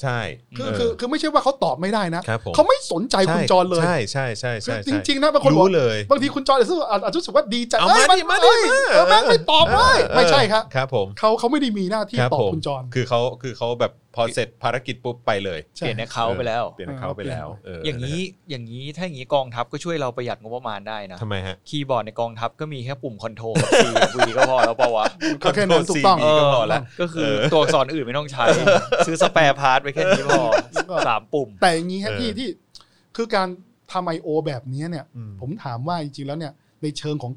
[SPEAKER 1] ใช่
[SPEAKER 2] คือ
[SPEAKER 1] เ
[SPEAKER 2] คือคือไม่ใช่ว่าเขาตอบไม่ได้นะครับ
[SPEAKER 1] ผม
[SPEAKER 2] เขาไม่สนใจคุณจรเลย
[SPEAKER 1] ใช่ใช่ใช่
[SPEAKER 2] คื
[SPEAKER 1] ใช่
[SPEAKER 2] อ
[SPEAKER 1] ใช่
[SPEAKER 2] จริงๆนะบางคนบอ
[SPEAKER 1] รู้
[SPEAKER 2] ก
[SPEAKER 1] เลย
[SPEAKER 2] บางทีคุณจรอาจจะรู้สึกว่าดีจัด
[SPEAKER 1] เอา
[SPEAKER 2] เอ้ย
[SPEAKER 1] มาดิมาดิ
[SPEAKER 2] เอ้ยเออแม่งไม่ตอบเลย
[SPEAKER 1] เออ
[SPEAKER 2] ไม่ใช่ครับ
[SPEAKER 1] ครับผม
[SPEAKER 2] เขาเขาไม่ได้มีหน้าที่
[SPEAKER 1] ครับ
[SPEAKER 2] ตอบ
[SPEAKER 1] ผม
[SPEAKER 2] คุณจร
[SPEAKER 1] คือเขาคือเขาแบบพอเสร็จภารกิจปุ๊บไปเลย
[SPEAKER 3] เปลี่ยนแอคเคาท์ไปแล้ว
[SPEAKER 1] เปลี่ยนเขาไปแล้ว เออ
[SPEAKER 3] อ
[SPEAKER 1] อย่าง
[SPEAKER 3] นี้อย่างนี้ถ้าอย่างนี้กองทัพก็ช่วยเราประหยัดงบประมาณได้นะ
[SPEAKER 1] ทำไมฮะ
[SPEAKER 3] คีย์บอร์ดในกองทัพก็มีแค่ปุ่มคอนโทรลกับซีวีก็พอแล้วเปล่าวะ
[SPEAKER 2] ก็แค่นั้นถูกต้อง
[SPEAKER 1] คอนโทรล CB ก็พอละ
[SPEAKER 3] ก็คือ
[SPEAKER 1] เออ
[SPEAKER 3] ตัวอักษรอื่นไม่ต้องใช้ ซื้อสแปร์พาร์ทไปแค่นี้พอสามปุ่ม
[SPEAKER 2] แต่อย่างนี้ฮะ
[SPEAKER 1] เออ
[SPEAKER 2] ที่ที่คือการทำไอโอแบบนี้เนี่ย
[SPEAKER 1] อืม
[SPEAKER 2] ผมถามว่าจริงๆแล้วเนี่ย ในเชิงของ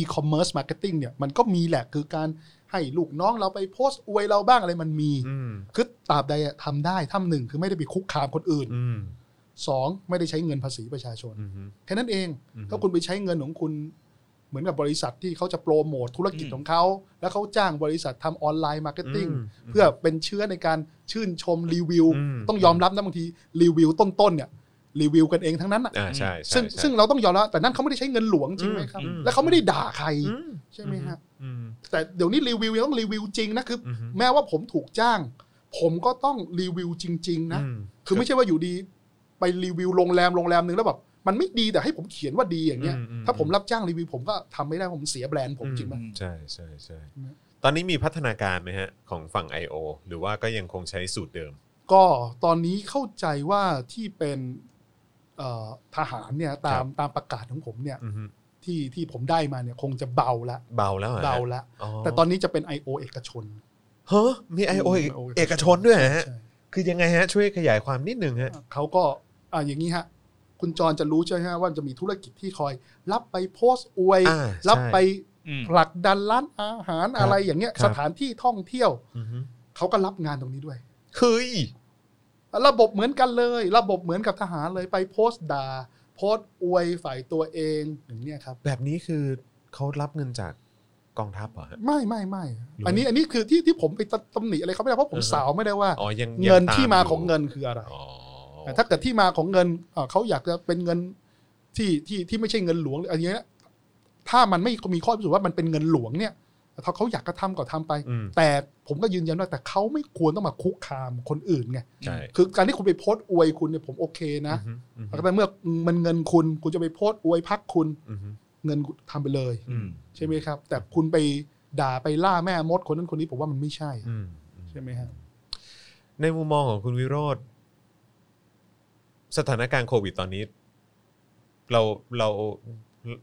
[SPEAKER 2] e-commerce marketing เนี่ย มันก็มีแหละคือการให้ลูกน้องเราไปโพสต์อวยเราบ้างอะไรมันมี
[SPEAKER 1] อืม
[SPEAKER 2] คือตราบใดอะทำได้ทำหนึ่งคือไม่ได้ไปคุกคามคนอื่น
[SPEAKER 1] อืม
[SPEAKER 2] สองไม่ได้ใช้เงินภาษีประชาชน
[SPEAKER 1] อืมฮึ
[SPEAKER 2] แค่นั้นเอง
[SPEAKER 1] อืม
[SPEAKER 2] ถ้าคุณไปใช้เงินของคุณ เหมือนกับบริษัทที่เขาจะโปรโมทธุรกิจของเขาแล้วเขาจ้างบริษัททำออนไลน์มาร์เก็ตติ้ง
[SPEAKER 1] ม
[SPEAKER 2] เพื่อเป็นเชื้อในการชื่นชมรีวิว
[SPEAKER 1] อืม
[SPEAKER 2] ต้องยอมรับนะบางทีรีวิวต้นๆเนี่ยรีวิวกันเองทั้งนั้นน่ะ
[SPEAKER 1] อ่าใช่ใช่
[SPEAKER 2] ซึ่ง
[SPEAKER 1] ใช่
[SPEAKER 2] ซึ่งเราต้องยอมรับแต่นั่นเขาไม่ได้ใช้เงินหลวงจริงไหมครับ
[SPEAKER 1] อืม
[SPEAKER 2] และเขาไม่ได้ด่าใคร
[SPEAKER 1] อื
[SPEAKER 2] ใช่ไหมฮะ
[SPEAKER 1] อืม
[SPEAKER 2] แต่เดี๋ยวนี้รีวิวยังต้องรีวิวจริงนะคืออ
[SPEAKER 1] อฮึ
[SPEAKER 2] แม้ว่าผมถูกจ้าง ผมก็ต้องรีวิวจริง ๆ นะ
[SPEAKER 1] อืม
[SPEAKER 2] คือไม่ใช่ว่าอยู่ดีไปรีวิวโรงแรมโรงแรมหนึ่งแล้วแบบมันไม่ดีแต่ให้ผมเขียนว่าดีอย่างเงี้ย
[SPEAKER 1] มอืม
[SPEAKER 2] ถ้าผมรับจ้างรีวิวผมก็ทำไม่ได้ผมเสียแบรนด์ผมจริงไหม
[SPEAKER 1] ใช่ใช่ใช่
[SPEAKER 2] นะ
[SPEAKER 1] ตอนนี้มีพัฒนาการไหมฮะ ของฝั่ง I.O. หรือว่าก็ยังคงใช้สูตรเดิม
[SPEAKER 2] ก็ตอนนี้เข้าใจว่าที่เป็นเอ่อทหารเนี่ยตามตามประกาศของผมเนี่ย
[SPEAKER 1] อือฮึ
[SPEAKER 2] ที่ที่ผมได้มาเนี่ยคงจะเบาละ
[SPEAKER 1] เบาแล้วหรอฮะ
[SPEAKER 2] เบาละ
[SPEAKER 1] อ๋อ
[SPEAKER 2] แต่ตอนนี้จะเป็น I.O. เอกชน
[SPEAKER 1] เฮ้อมี I.O. เอก
[SPEAKER 2] มี I.O.
[SPEAKER 1] เอกชนด้วยเหรอฮะ
[SPEAKER 2] ใช่
[SPEAKER 1] คือยังไงฮะ ช่วยขยายความนิดนึงฮะ
[SPEAKER 2] เขาก็อ่าอย่างนี้ฮะ คุณจรจะรู้ใช่ไหมฮะว่าจะมีธุรกิจที่คอย รับไปโพสต์อวย
[SPEAKER 1] อ่า
[SPEAKER 2] รับไป
[SPEAKER 3] อืม
[SPEAKER 2] ผลักดันร้านอาหาร
[SPEAKER 1] ครับ
[SPEAKER 2] อะไรอย่างเงี้ย
[SPEAKER 1] ครับ
[SPEAKER 2] สถานที่ท่องเที่ยว
[SPEAKER 1] อือฮึ
[SPEAKER 2] เขาก็รับงานตรงนี้ด้วย
[SPEAKER 1] เฮ้ย
[SPEAKER 2] ระบบเหมือนกันเลย ระบบเหมือนกับทหารเลยไปโพสต์ด่าโพสต์อวยฝ่ายตัวเองอย่างเนี้ยครับ
[SPEAKER 1] แบบนี้คือเขารับเงินจากกองทัพเหรอฮะ
[SPEAKER 2] ไม่ไม่ไม่
[SPEAKER 1] หรืออั
[SPEAKER 2] อันนี้อันนี้คือที่ที่ผมไปตำหนิอะไรเขาไม่ได้เพราะผม
[SPEAKER 1] อือฮะ
[SPEAKER 2] สาวไม่ได้ว่า
[SPEAKER 1] อ๋อยัง
[SPEAKER 2] เงิ
[SPEAKER 1] ยัง
[SPEAKER 2] น
[SPEAKER 1] ต
[SPEAKER 2] ที่มาของ
[SPEAKER 1] ยู่
[SPEAKER 2] เงินคืออะไร
[SPEAKER 1] อ๋อ
[SPEAKER 2] แต่ถ้าเกิดที่มาของเงินเอ่อเขาอยากจะเป็นเงินที่ที่ที่ไม่ใช่เงินหลวงหรืออะไรเงี้ยถ้ามันไม่มีข้อพิสูจน์ว่ามันเป็นเงินหลวงเนี่ยถ้าเขาอยากกระทำก็ทำไป
[SPEAKER 1] อืม
[SPEAKER 2] แต่ผมก็ยืนยันว่าแต่เขาไม่ควรต้องมาคุกคามคนอื่นไง
[SPEAKER 1] ใช่
[SPEAKER 2] คือการที่คุณไปโพสต์อวยคุณเนี่ยผมโอเคนะ
[SPEAKER 1] อืมอืม
[SPEAKER 2] แต่เมื่อมันเงินคุณคุณจะไปโพสต์อวยพักคุณ
[SPEAKER 1] อืม
[SPEAKER 2] เงินคุณทำไปเลย
[SPEAKER 1] อืม
[SPEAKER 2] ใช่ไหมครับ แต่คุณไปด่าไปล่าแม่มดคนนั้นคนนี้ผมว่ามันไม่ใช่
[SPEAKER 1] อืมอืม
[SPEAKER 2] ใช่ไหมฮะ
[SPEAKER 1] ในมุมมองของคุณวิโรธสถานการณ์โควิดตอนนี้ เราเราเรา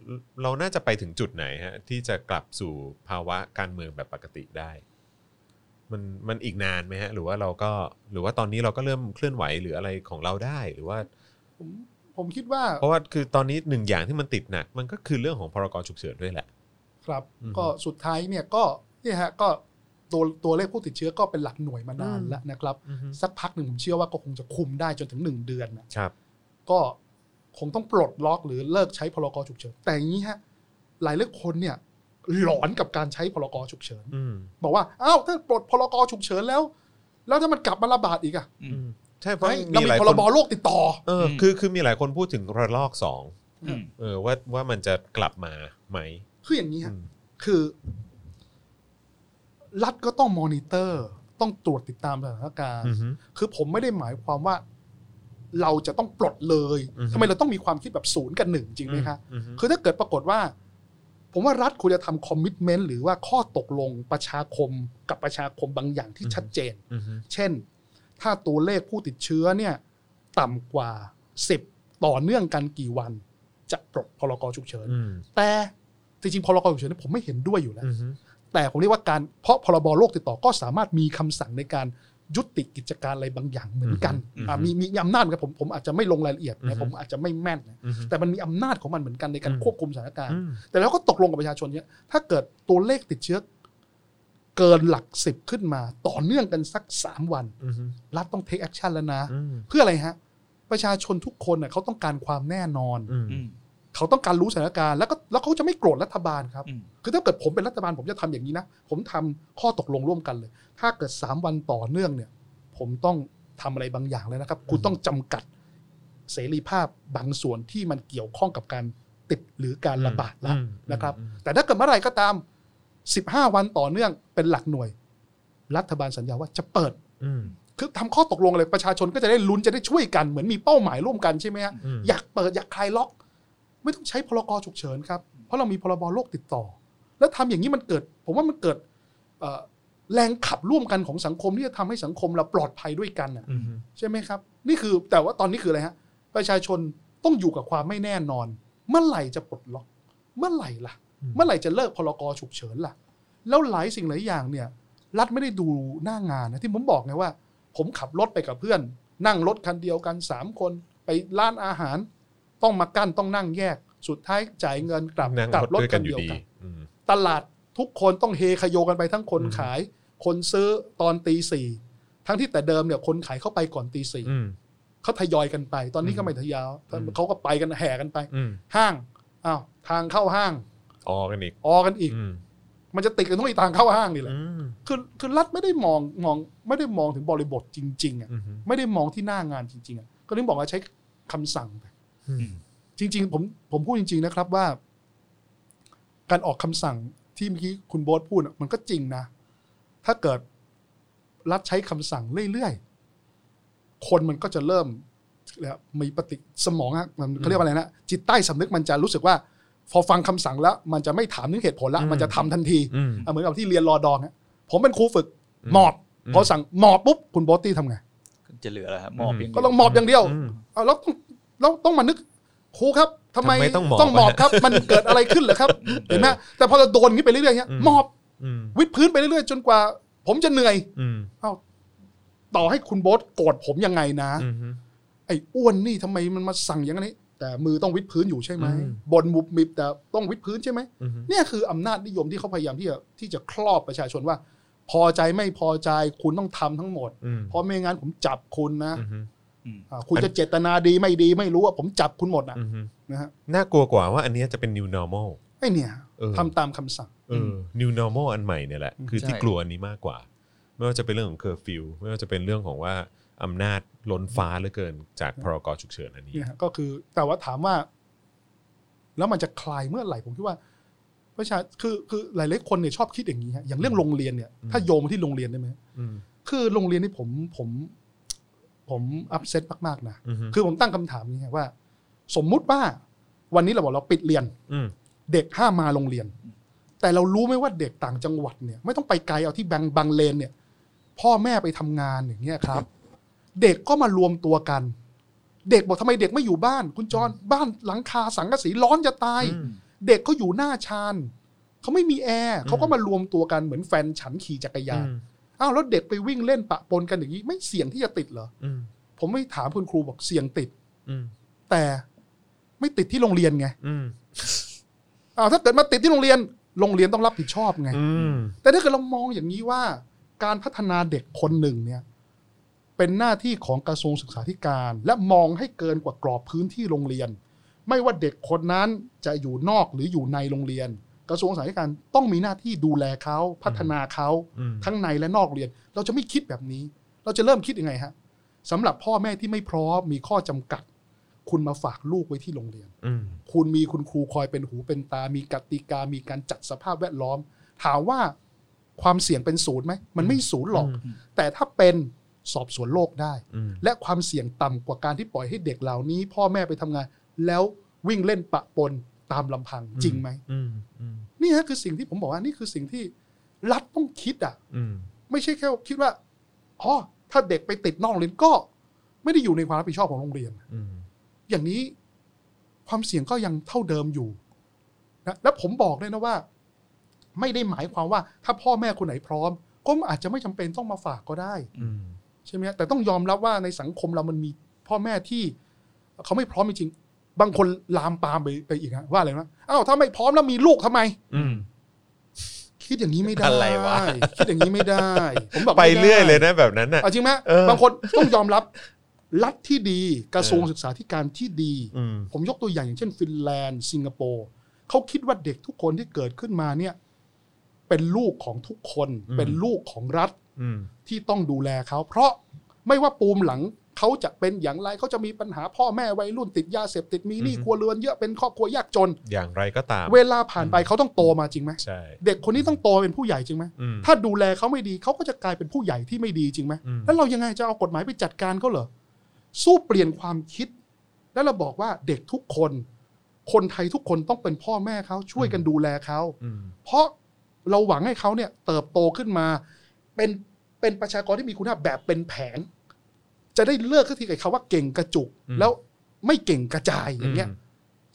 [SPEAKER 1] เราน่าจะไปถึงจุดไหนฮะ ที่จะกลับสู่ภาวะการเมืองแบบปกติได้ มันมันอีกนานไหมฮะ หรือว่าเราก็ หรือว่าตอนนี้เราก็เริ่มเคลื่อนไหวหรืออะไรของเราได้หรือว่า
[SPEAKER 2] ผมผมคิดว่า
[SPEAKER 1] เพราะว่าคือตอนนี้หนึ่งอย่างที่มันติดหนัก มันก็คือเรื่องของพรกฉุกเฉินด้วยแหละ
[SPEAKER 2] ครับ
[SPEAKER 1] อืม
[SPEAKER 2] ก็สุดท้ายเนี่ยก็เนี่ยฮะก็ตัวตัวเลขผู้ติดเชื้อก็เป็นหลักหน่วยมานานแล้วนะครับ สักพักหนึ่งผมเชื่อว่าก็คงจะคุมได้จนถึงหนึ่งเดือนนะครับ ก็คงต้องปลดล็อกหรือเลิกใช้พรกฉุกเฉินแต่อย่างนี้ฮะหลายเลือกคนเนี่ยหลอนกับการใช้พรกฉุกเฉิน
[SPEAKER 1] อืม
[SPEAKER 2] บอกว่าอ้าวถ้าปลดพรกฉุกเฉินแล้ว แล้วถ้ามันกลับมาระบาดอีกอะ
[SPEAKER 3] อื
[SPEAKER 1] อื
[SPEAKER 3] ม
[SPEAKER 1] มใช่เพราะ
[SPEAKER 2] เฮ้ยเรา
[SPEAKER 1] มี
[SPEAKER 2] มี
[SPEAKER 1] หลาย
[SPEAKER 2] พ
[SPEAKER 1] ค
[SPEAKER 2] ร
[SPEAKER 1] น
[SPEAKER 2] บโรคติดต่อ
[SPEAKER 1] เออคือคือมีหลายคนพูดถึงระลอกสอง
[SPEAKER 3] อืม
[SPEAKER 1] เออว่าว่ามันจะกลับมาไหม
[SPEAKER 2] คืออย่างนี้ฮะ
[SPEAKER 1] อืม
[SPEAKER 2] คือ รัฐก็ต้องมอนิเตอร์ ต้องตรวจติดตามสถานการณ์
[SPEAKER 1] อือฮึ
[SPEAKER 2] คือผมไม่ได้หมายความว่า เราจะต้องปลดเลย
[SPEAKER 1] อือฮึ
[SPEAKER 2] ทำไมเราต้องมีความคิดแบบศูนย์กับหนึ่งจริงไหมคะ
[SPEAKER 1] อือฮึ
[SPEAKER 2] คือถ้าเกิดปรากฏว่า ผมว่ารัฐควรจะทำคอมมิชเมนต์หรือว่าข้อตกลงประชาคมกับประชาคมบางอย่างที่ชัดเจน
[SPEAKER 1] อือฮึ
[SPEAKER 2] เช่น ถ้าตัวเลขผู้ติดเชื้อเนี่ย ต่ำกว่า 10 ต่อเนื่องกันกี่วัน จะปลดพรกฉุกเฉิน
[SPEAKER 1] อืม
[SPEAKER 2] แต่จริงๆพรกฉุกเฉินเนยผมไม่เห็นด้วยอยู่แล้ว
[SPEAKER 1] อือฮึ
[SPEAKER 2] แต่ผมเรียกว่าการเพราะพรบโรคติดต่อก็สามารถมีคำสั่งในการยุติกิจการอะไรบางอย่างเหมือนกันอ่ะมีมีมีอำนาจเหมือนกันผมผมอาจจะไม่ลงรายละเอียดนะผมอาจจะไม่แม่นนะ
[SPEAKER 1] อือฮึ
[SPEAKER 2] แต่มันมีอำนาจของมันเหมือนกันในการ
[SPEAKER 1] อืม
[SPEAKER 2] ควบคุมสถานการณ์
[SPEAKER 1] อืม
[SPEAKER 2] แต่แล้วก็ตกลงกับประชาชนเนี่ยถ้าเกิดตัวเลขติดเชื้อ เกินหลักสิบขึ้นมา ต่อเนื่องกันสักสามวัน
[SPEAKER 1] อือฮึ
[SPEAKER 2] รัฐต้องเทคแอคชั่นแล้วนะ
[SPEAKER 1] อืม
[SPEAKER 2] เพื่ออะไรฮะ ประชาชนทุกคนเน่ยเขาต้องการความแน่นอน
[SPEAKER 1] อืม
[SPEAKER 3] อืม
[SPEAKER 2] เขาต้องการรู้สถานการณ์แล้วก็แล้วเขาจะไม่โกรธรัฐบาลครับ
[SPEAKER 3] อืม
[SPEAKER 2] คือถ้าเกิดผมเป็นรัฐบาลผมจะทำอย่างนี้นะ ผมทำข้อตกลงร่วมกันเลย ถ้าเกิด 3 วันต่อเนื่องเนี่ย ผมต้องทำอะไรบางอย่างแล้วนะครับ คุณต้องจำกัดเสรีภาพบางส่วนที่มันเกี่ยวข้องกับการติดหรือการระบาดแล้ว
[SPEAKER 1] อืม
[SPEAKER 2] นะครับ
[SPEAKER 1] อืม
[SPEAKER 2] แต่ถ้าเกิดเมื่อไหร่ก็ตาม 15 วันต่อเนื่องเป็นหลักหน่วย รัฐบาลสัญญาว่าจะเปิด
[SPEAKER 1] อืม
[SPEAKER 2] คือทำข้อตกลงอะไรประชาชนก็จะได้ลุ้นจะได้ช่วยกันเหมือนมีเป้าหมายร่วมกันใช่ไหมฮะ
[SPEAKER 1] อืม
[SPEAKER 2] อยากเปิดอยากคลายล็อก ไม่ต้องใช้พรกฉุกเฉินครับ เพราะเรามีพรบโรคติดต่อ แล้วทำอย่างนี้มันเกิด ผมว่ามันเกิดเอ่อแรงขับร่วมกันของสังคมที่จะทำให้สังคมเราปลอดภัยด้วยกันน่ะ
[SPEAKER 1] อืม
[SPEAKER 2] ใช่ไหมครับ นี่คือแต่ว่าตอนนี้คืออะไรฮะประชาชนต้องอยู่กับความไม่แน่นอน เมื่อไหร่จะปลดล็อก เมื่อไหร่ล่ะ เมื่อไหร่จะเลิกพรกฉุกเฉินล่ะ แล้วหลายสิ่งหลายอย่างเนี่ย รัฐไม่ได้ดูหน้างานนะที่ผมบอกไงว่า ผมขับรถไปกับเพื่อน นั่งรถคันเดียวกันสามคน ไปร้านอาหาร ต้องมากั้นต้องนั่งแยก สุดท้ายจ่ายเงินกลับ
[SPEAKER 1] นั่ง
[SPEAKER 2] กลั
[SPEAKER 1] รถ
[SPEAKER 2] รถ
[SPEAKER 1] ด้วย
[SPEAKER 2] คั
[SPEAKER 1] กัน
[SPEAKER 2] น
[SPEAKER 1] อยู่
[SPEAKER 2] เดียว
[SPEAKER 1] ดี
[SPEAKER 2] กัน
[SPEAKER 1] อืม
[SPEAKER 2] ตลาดทุกคนต้องเฮขยโยกันไปทั้งคน
[SPEAKER 1] อืม
[SPEAKER 2] ขาย คนซื้อตอนตีสี่ทั้งที่แต่เดิมเนี่ยคนขายเข้าไปก่อนตีสี่
[SPEAKER 1] อืม
[SPEAKER 2] เขาทยอยกันไป ตอนนี้ก็ไม่ทยอย
[SPEAKER 1] อืม
[SPEAKER 2] เขาก็ไปกันแห่กันไป
[SPEAKER 1] อืม
[SPEAKER 2] ห้างอ้าวทางเข้าห้าง
[SPEAKER 1] ออกันอีก
[SPEAKER 2] ออกันอีก
[SPEAKER 1] อืม
[SPEAKER 2] มันจะติดกันทุกอีทางเข้าห้างนี่แหละ
[SPEAKER 1] อืม
[SPEAKER 2] คือคือรัฐไม่ได้มองมองไม่ได้มองถึงบริบทจริง ๆอ่ะ
[SPEAKER 1] อืม
[SPEAKER 2] ไม่ได้มองที่หน้างานจริง ๆอ่ะ ก็ถึงบอกว่าใช้คำสั่งไป
[SPEAKER 1] อืม
[SPEAKER 2] จริง ๆ ผมผมพูดจริง ๆนะครับว่า การออกคำสั่งที่เมื่อกี้คุณโบ๊ทพูดอะมันก็จริงนะ ถ้าเกิดรัฐใช้คำสั่งเรื่อยๆ คนมันก็จะเริ่มแล้วมีปฏิสมองอะมันเขาเรียกว่าอะไรนะจิตใต้สำนึกมันจะรู้สึกว่า พอฟังคำสั่งแล้ว มันจะไม่ถามถึงเหตุผลละมันจะทำทันที
[SPEAKER 1] อืม
[SPEAKER 2] อ่ะเหมือนกับที่เรียนรอดองฮะผมเป็นครูฝึก
[SPEAKER 1] อืม
[SPEAKER 2] หมอบ
[SPEAKER 1] อืม
[SPEAKER 2] พอสั่งหมอบปุ๊บคุณโบทตี้ทำไง
[SPEAKER 3] จะเหลือแล้วฮะหมอบย่าเดียว
[SPEAKER 2] ก็ต้องหมอบอย่างเดียว
[SPEAKER 1] อืม
[SPEAKER 2] เอาแล้วต้องแล้วต้องมานึกครูครับทำไม
[SPEAKER 1] ทำไมต้องหมอบ
[SPEAKER 2] อบครับ มันเกิดอะไรขึ้นเหรอครับเห็นไหมแต่พอเราโดนอย่างนี้ไปเรื่อยๆเงี้ย
[SPEAKER 1] อืม
[SPEAKER 2] หมอบ
[SPEAKER 1] อืม
[SPEAKER 2] วิดพื้นไปเรื่อยๆ จนกว่า ผมจะเหนื่อย
[SPEAKER 1] อืม
[SPEAKER 2] เอ้าต่อให้คุณโบทโกรธผมยังไงนะ
[SPEAKER 1] อืม
[SPEAKER 2] ไอ้อ้วนนี่ทำไมมันมาสั่งอย่างนี้ แต่มือต้องวิดพื้นอยู่ใช่ไหม
[SPEAKER 1] อืม
[SPEAKER 2] บนมุบมิบแต่ต้องวิดพื้นใช่ไหม
[SPEAKER 1] อืม
[SPEAKER 2] เนี่ยคืออำนาจนิยมที่เขาพยายามที่จะที่จะครอบประชาชนว่า พ พอใจไม่พอใจคุณต้องทำทั้งหมด
[SPEAKER 1] อืม
[SPEAKER 2] เพราะไม่งั้นผมจับคุณนะ
[SPEAKER 1] อือฮึ
[SPEAKER 3] อืม
[SPEAKER 2] อ่าคุณจะเจตนาดีไม่ดีไม่รู้ว่าผมจับคุณหมดอ่ะ
[SPEAKER 1] อือฮึ
[SPEAKER 2] นะฮะ
[SPEAKER 1] น่ากลัวกว่าว่าอันเนี้ยจะเป็น new normal
[SPEAKER 2] ไอ้เนี่ย
[SPEAKER 1] เออ
[SPEAKER 2] ทำตามคำสั่ง
[SPEAKER 1] เออ new normal อันใหม่เนี่ยแหละ คือที่กลัวอันนี้มากกว่า ไม่ว่าจะเป็นเรื่องของเคอร์ฟิวไม่ว่าจะเป็นเรื่องของว่าอำนาจล้นฟ้าเหลือเกินจากพรกฉุกเฉินอันนี้
[SPEAKER 2] เนี่ยฮะก็คือแต่ว่าถามว่า แล้วมันจะคลายเมื่อไหร่ผมคิดว่าประชาคือคือหลายๆคนเนี่ยชอบคิดอย่างนี้ฮะอย่างเรื่องโรงเรียนเนี่ย
[SPEAKER 1] อืม
[SPEAKER 2] ถ้าโยงมาที่โรงเรียนได้ไหม
[SPEAKER 1] อืม
[SPEAKER 2] คือโรงเรียนนี่ผมผมผมอัพเซตมากๆนะ
[SPEAKER 1] อือฮึ
[SPEAKER 2] คือผมตั้งคำถามนี้ฮะว่า สมมุติว่า วันนี้เราบอกเราปิดเรียน
[SPEAKER 1] อืม
[SPEAKER 2] เด็กห้ามมาโรงเรียน แต่เรารู้ไหมว่าเด็กต่างจังหวัดเนี่ย ไม่ต้องไปไกลเอาที่บางบางเลนเนี่ย พ่อแม่ไปทำงานอย่างเงี้ยครับ เด็กก็มารวมตัวกัน เด็กบอกทำไมเด็กไม่อยู่บ้าน คุณจรบ้านหลังคาสังกะสีร้อนจะตาย
[SPEAKER 1] อืม
[SPEAKER 2] เด็กเขาอยู่หน้าชานเขาไม่มีแอร์เขาก็มารวมตัวกันเหมือนแฟนฉันขี่จักรยานอ้าวแล้วเด็กไปวิ่งเล่นปะปนกันอย่างนี้ ไม่เสี่ยงที่จะติดเหรอ
[SPEAKER 1] อืม
[SPEAKER 2] ผมไม่ถามคุณครูบอกเสี่ยงติด
[SPEAKER 1] อืม
[SPEAKER 2] แต่ไม่ติดที่โรงเรียนไง
[SPEAKER 1] อืม
[SPEAKER 2] อ้าวถ้าเกิดมาติดที่โรงเรียน โรงเรียนต้องรับผิดชอบไง
[SPEAKER 1] อืม
[SPEAKER 2] แต่ถ้าเกิดเรามองอย่างนี้ว่า การพัฒนาเด็กคนหนึ่งเนี่ย เป็นหน้าที่ของกระทรวงศึกษาธิการ และมองให้เกินกว่ากรอบพื้นที่โรงเรียน ไม่ว่าเด็กคนนั้นจะอยู่นอกหรืออยู่ในโรงเรียน กระทรวงศึกษาธิการต้องมีหน้าที่ดูแลเขาพัฒนาเขา
[SPEAKER 1] อืม
[SPEAKER 2] ทั้งในและนอกเรียน เราจะไม่คิดแบบนี้ เราจะเริ่มคิดยังไงฮะสำหรับพ่อแม่ที่ไม่พร้อมมีข้อจำกัด คุณมาฝากลูกไว้ที่โรงเรียน
[SPEAKER 1] อืม
[SPEAKER 2] คุณมีคุณครูคอยเป็นหูเป็นตา มีกติกา มีการจัดสภาพแวดล้อม ถามว่าความเสี่ยงเป็นศูนย์ไหม มันไม่ศูนย์หรอก แต่ถ้าเป็นสอบสวนโลกได้
[SPEAKER 1] อืม
[SPEAKER 2] และความเสี่ยงต่ำกว่าการที่ปล่อยให้เด็กเหล่านี้ พ่อแม่ไปทำงาน แล้ววิ่งเล่นปะปนตามลำพังจริงไหม
[SPEAKER 1] อืมอืม
[SPEAKER 2] นี่ฮะคือสิ่งที่ผมบอกว่านี่คือสิ่งที่รัฐต้องคิดอ่ะ
[SPEAKER 1] อืม
[SPEAKER 2] ไม่ใช่แค่คิดว่าอ๋อถ้าเด็กไปติดนอกโรงเรียนก็ ไม่ได้อยู่ในความรับผิดชอบของโรงเรียน
[SPEAKER 1] อืม
[SPEAKER 2] อย่างนี้ความเสี่ยงก็ยังเท่าเดิมอยู่นะแล้วผมบอกเลยนะว่า ไม่ได้หมายความว่า ถ้าพ่อแม่คนไหนพร้อม ก็อาจจะไม่จำเป็นต้องมาฝากก็ได้
[SPEAKER 1] อืม
[SPEAKER 2] ใช่ไหมฮะแต่ต้องยอมรับว่าในสังคมเรามันมีพ่อแม่ที่เขาไม่พร้อมจริงๆบางคนลามปามไปไปอีกฮะว่าอะไรนะอ้าวถ้าไม่พร้อมแล้วมีลูกทำไม
[SPEAKER 1] อืม
[SPEAKER 2] คิดอย่างนี้ไม่ได้
[SPEAKER 1] อะไรวะ
[SPEAKER 2] คิดอย่างนี้ไม่ได้ ผมบอก
[SPEAKER 1] ไป
[SPEAKER 2] ม่ด้
[SPEAKER 1] เรื่อยเลยนะแบบนั้นน่ะ
[SPEAKER 2] เอาจริงไหม
[SPEAKER 1] เออ
[SPEAKER 2] บางคนต้องยอมรับรัฐที่ดีกระทรวงศึกษาธิการที่ดี
[SPEAKER 1] อืม
[SPEAKER 2] ผมยกตัวอย่างอย่างเช่น ฟินแลนด์ สิงคโปร์เขาคิดว่าเด็กทุกคนที่เกิดขึ้นมาเนี่ย เป็นลูกของทุกคน เป็นลูกของรัฐ
[SPEAKER 1] อืม
[SPEAKER 2] ที่ต้องดูแลเขา เพราะไม่ว่าปูมหลังเขาจะเป็นอย่างไรเขาจะมีปัญหาพ่อแม่วัยรุ่นติดยาเสพติดมีหนี้ครัวเรือนเยอะเป็นครอบครัวยากจน
[SPEAKER 1] อย่างไรก็ตาม
[SPEAKER 2] เวลาผ่านไปเขาต้องโตมาจริงไหม
[SPEAKER 1] ใช่
[SPEAKER 2] เด็กคนนี้ต้องโตเป็นผู้ใหญ่จริงไหม
[SPEAKER 1] อืม
[SPEAKER 2] ถ้าดูแลเขาไม่ดีเขาก็จะกลายเป็นผู้ใหญ่ที่ไม่ดีจริงไหม
[SPEAKER 1] อืม
[SPEAKER 2] แล้วเรายังไงจะเอากฎหมายไปจัดการเขาเหรอสู้เปลี่ยนความคิด แล้วเราบอกว่าเด็กทุกคน คนไทยทุกคนต้องเป็นพ่อแม่เขาช่วยกันดูแลเขา
[SPEAKER 1] อืม
[SPEAKER 2] เพราะเราหวังให้เขาเนี่ย เติบโตขึ้นมา เป็นเป็นประชากรที่มีคุณภาพแบบเป็นแผน จะได้เลิกสักทีกับเขาว่าเก่งกระจุก แล้วไม่เก่งกระจายอย่างเงี้ย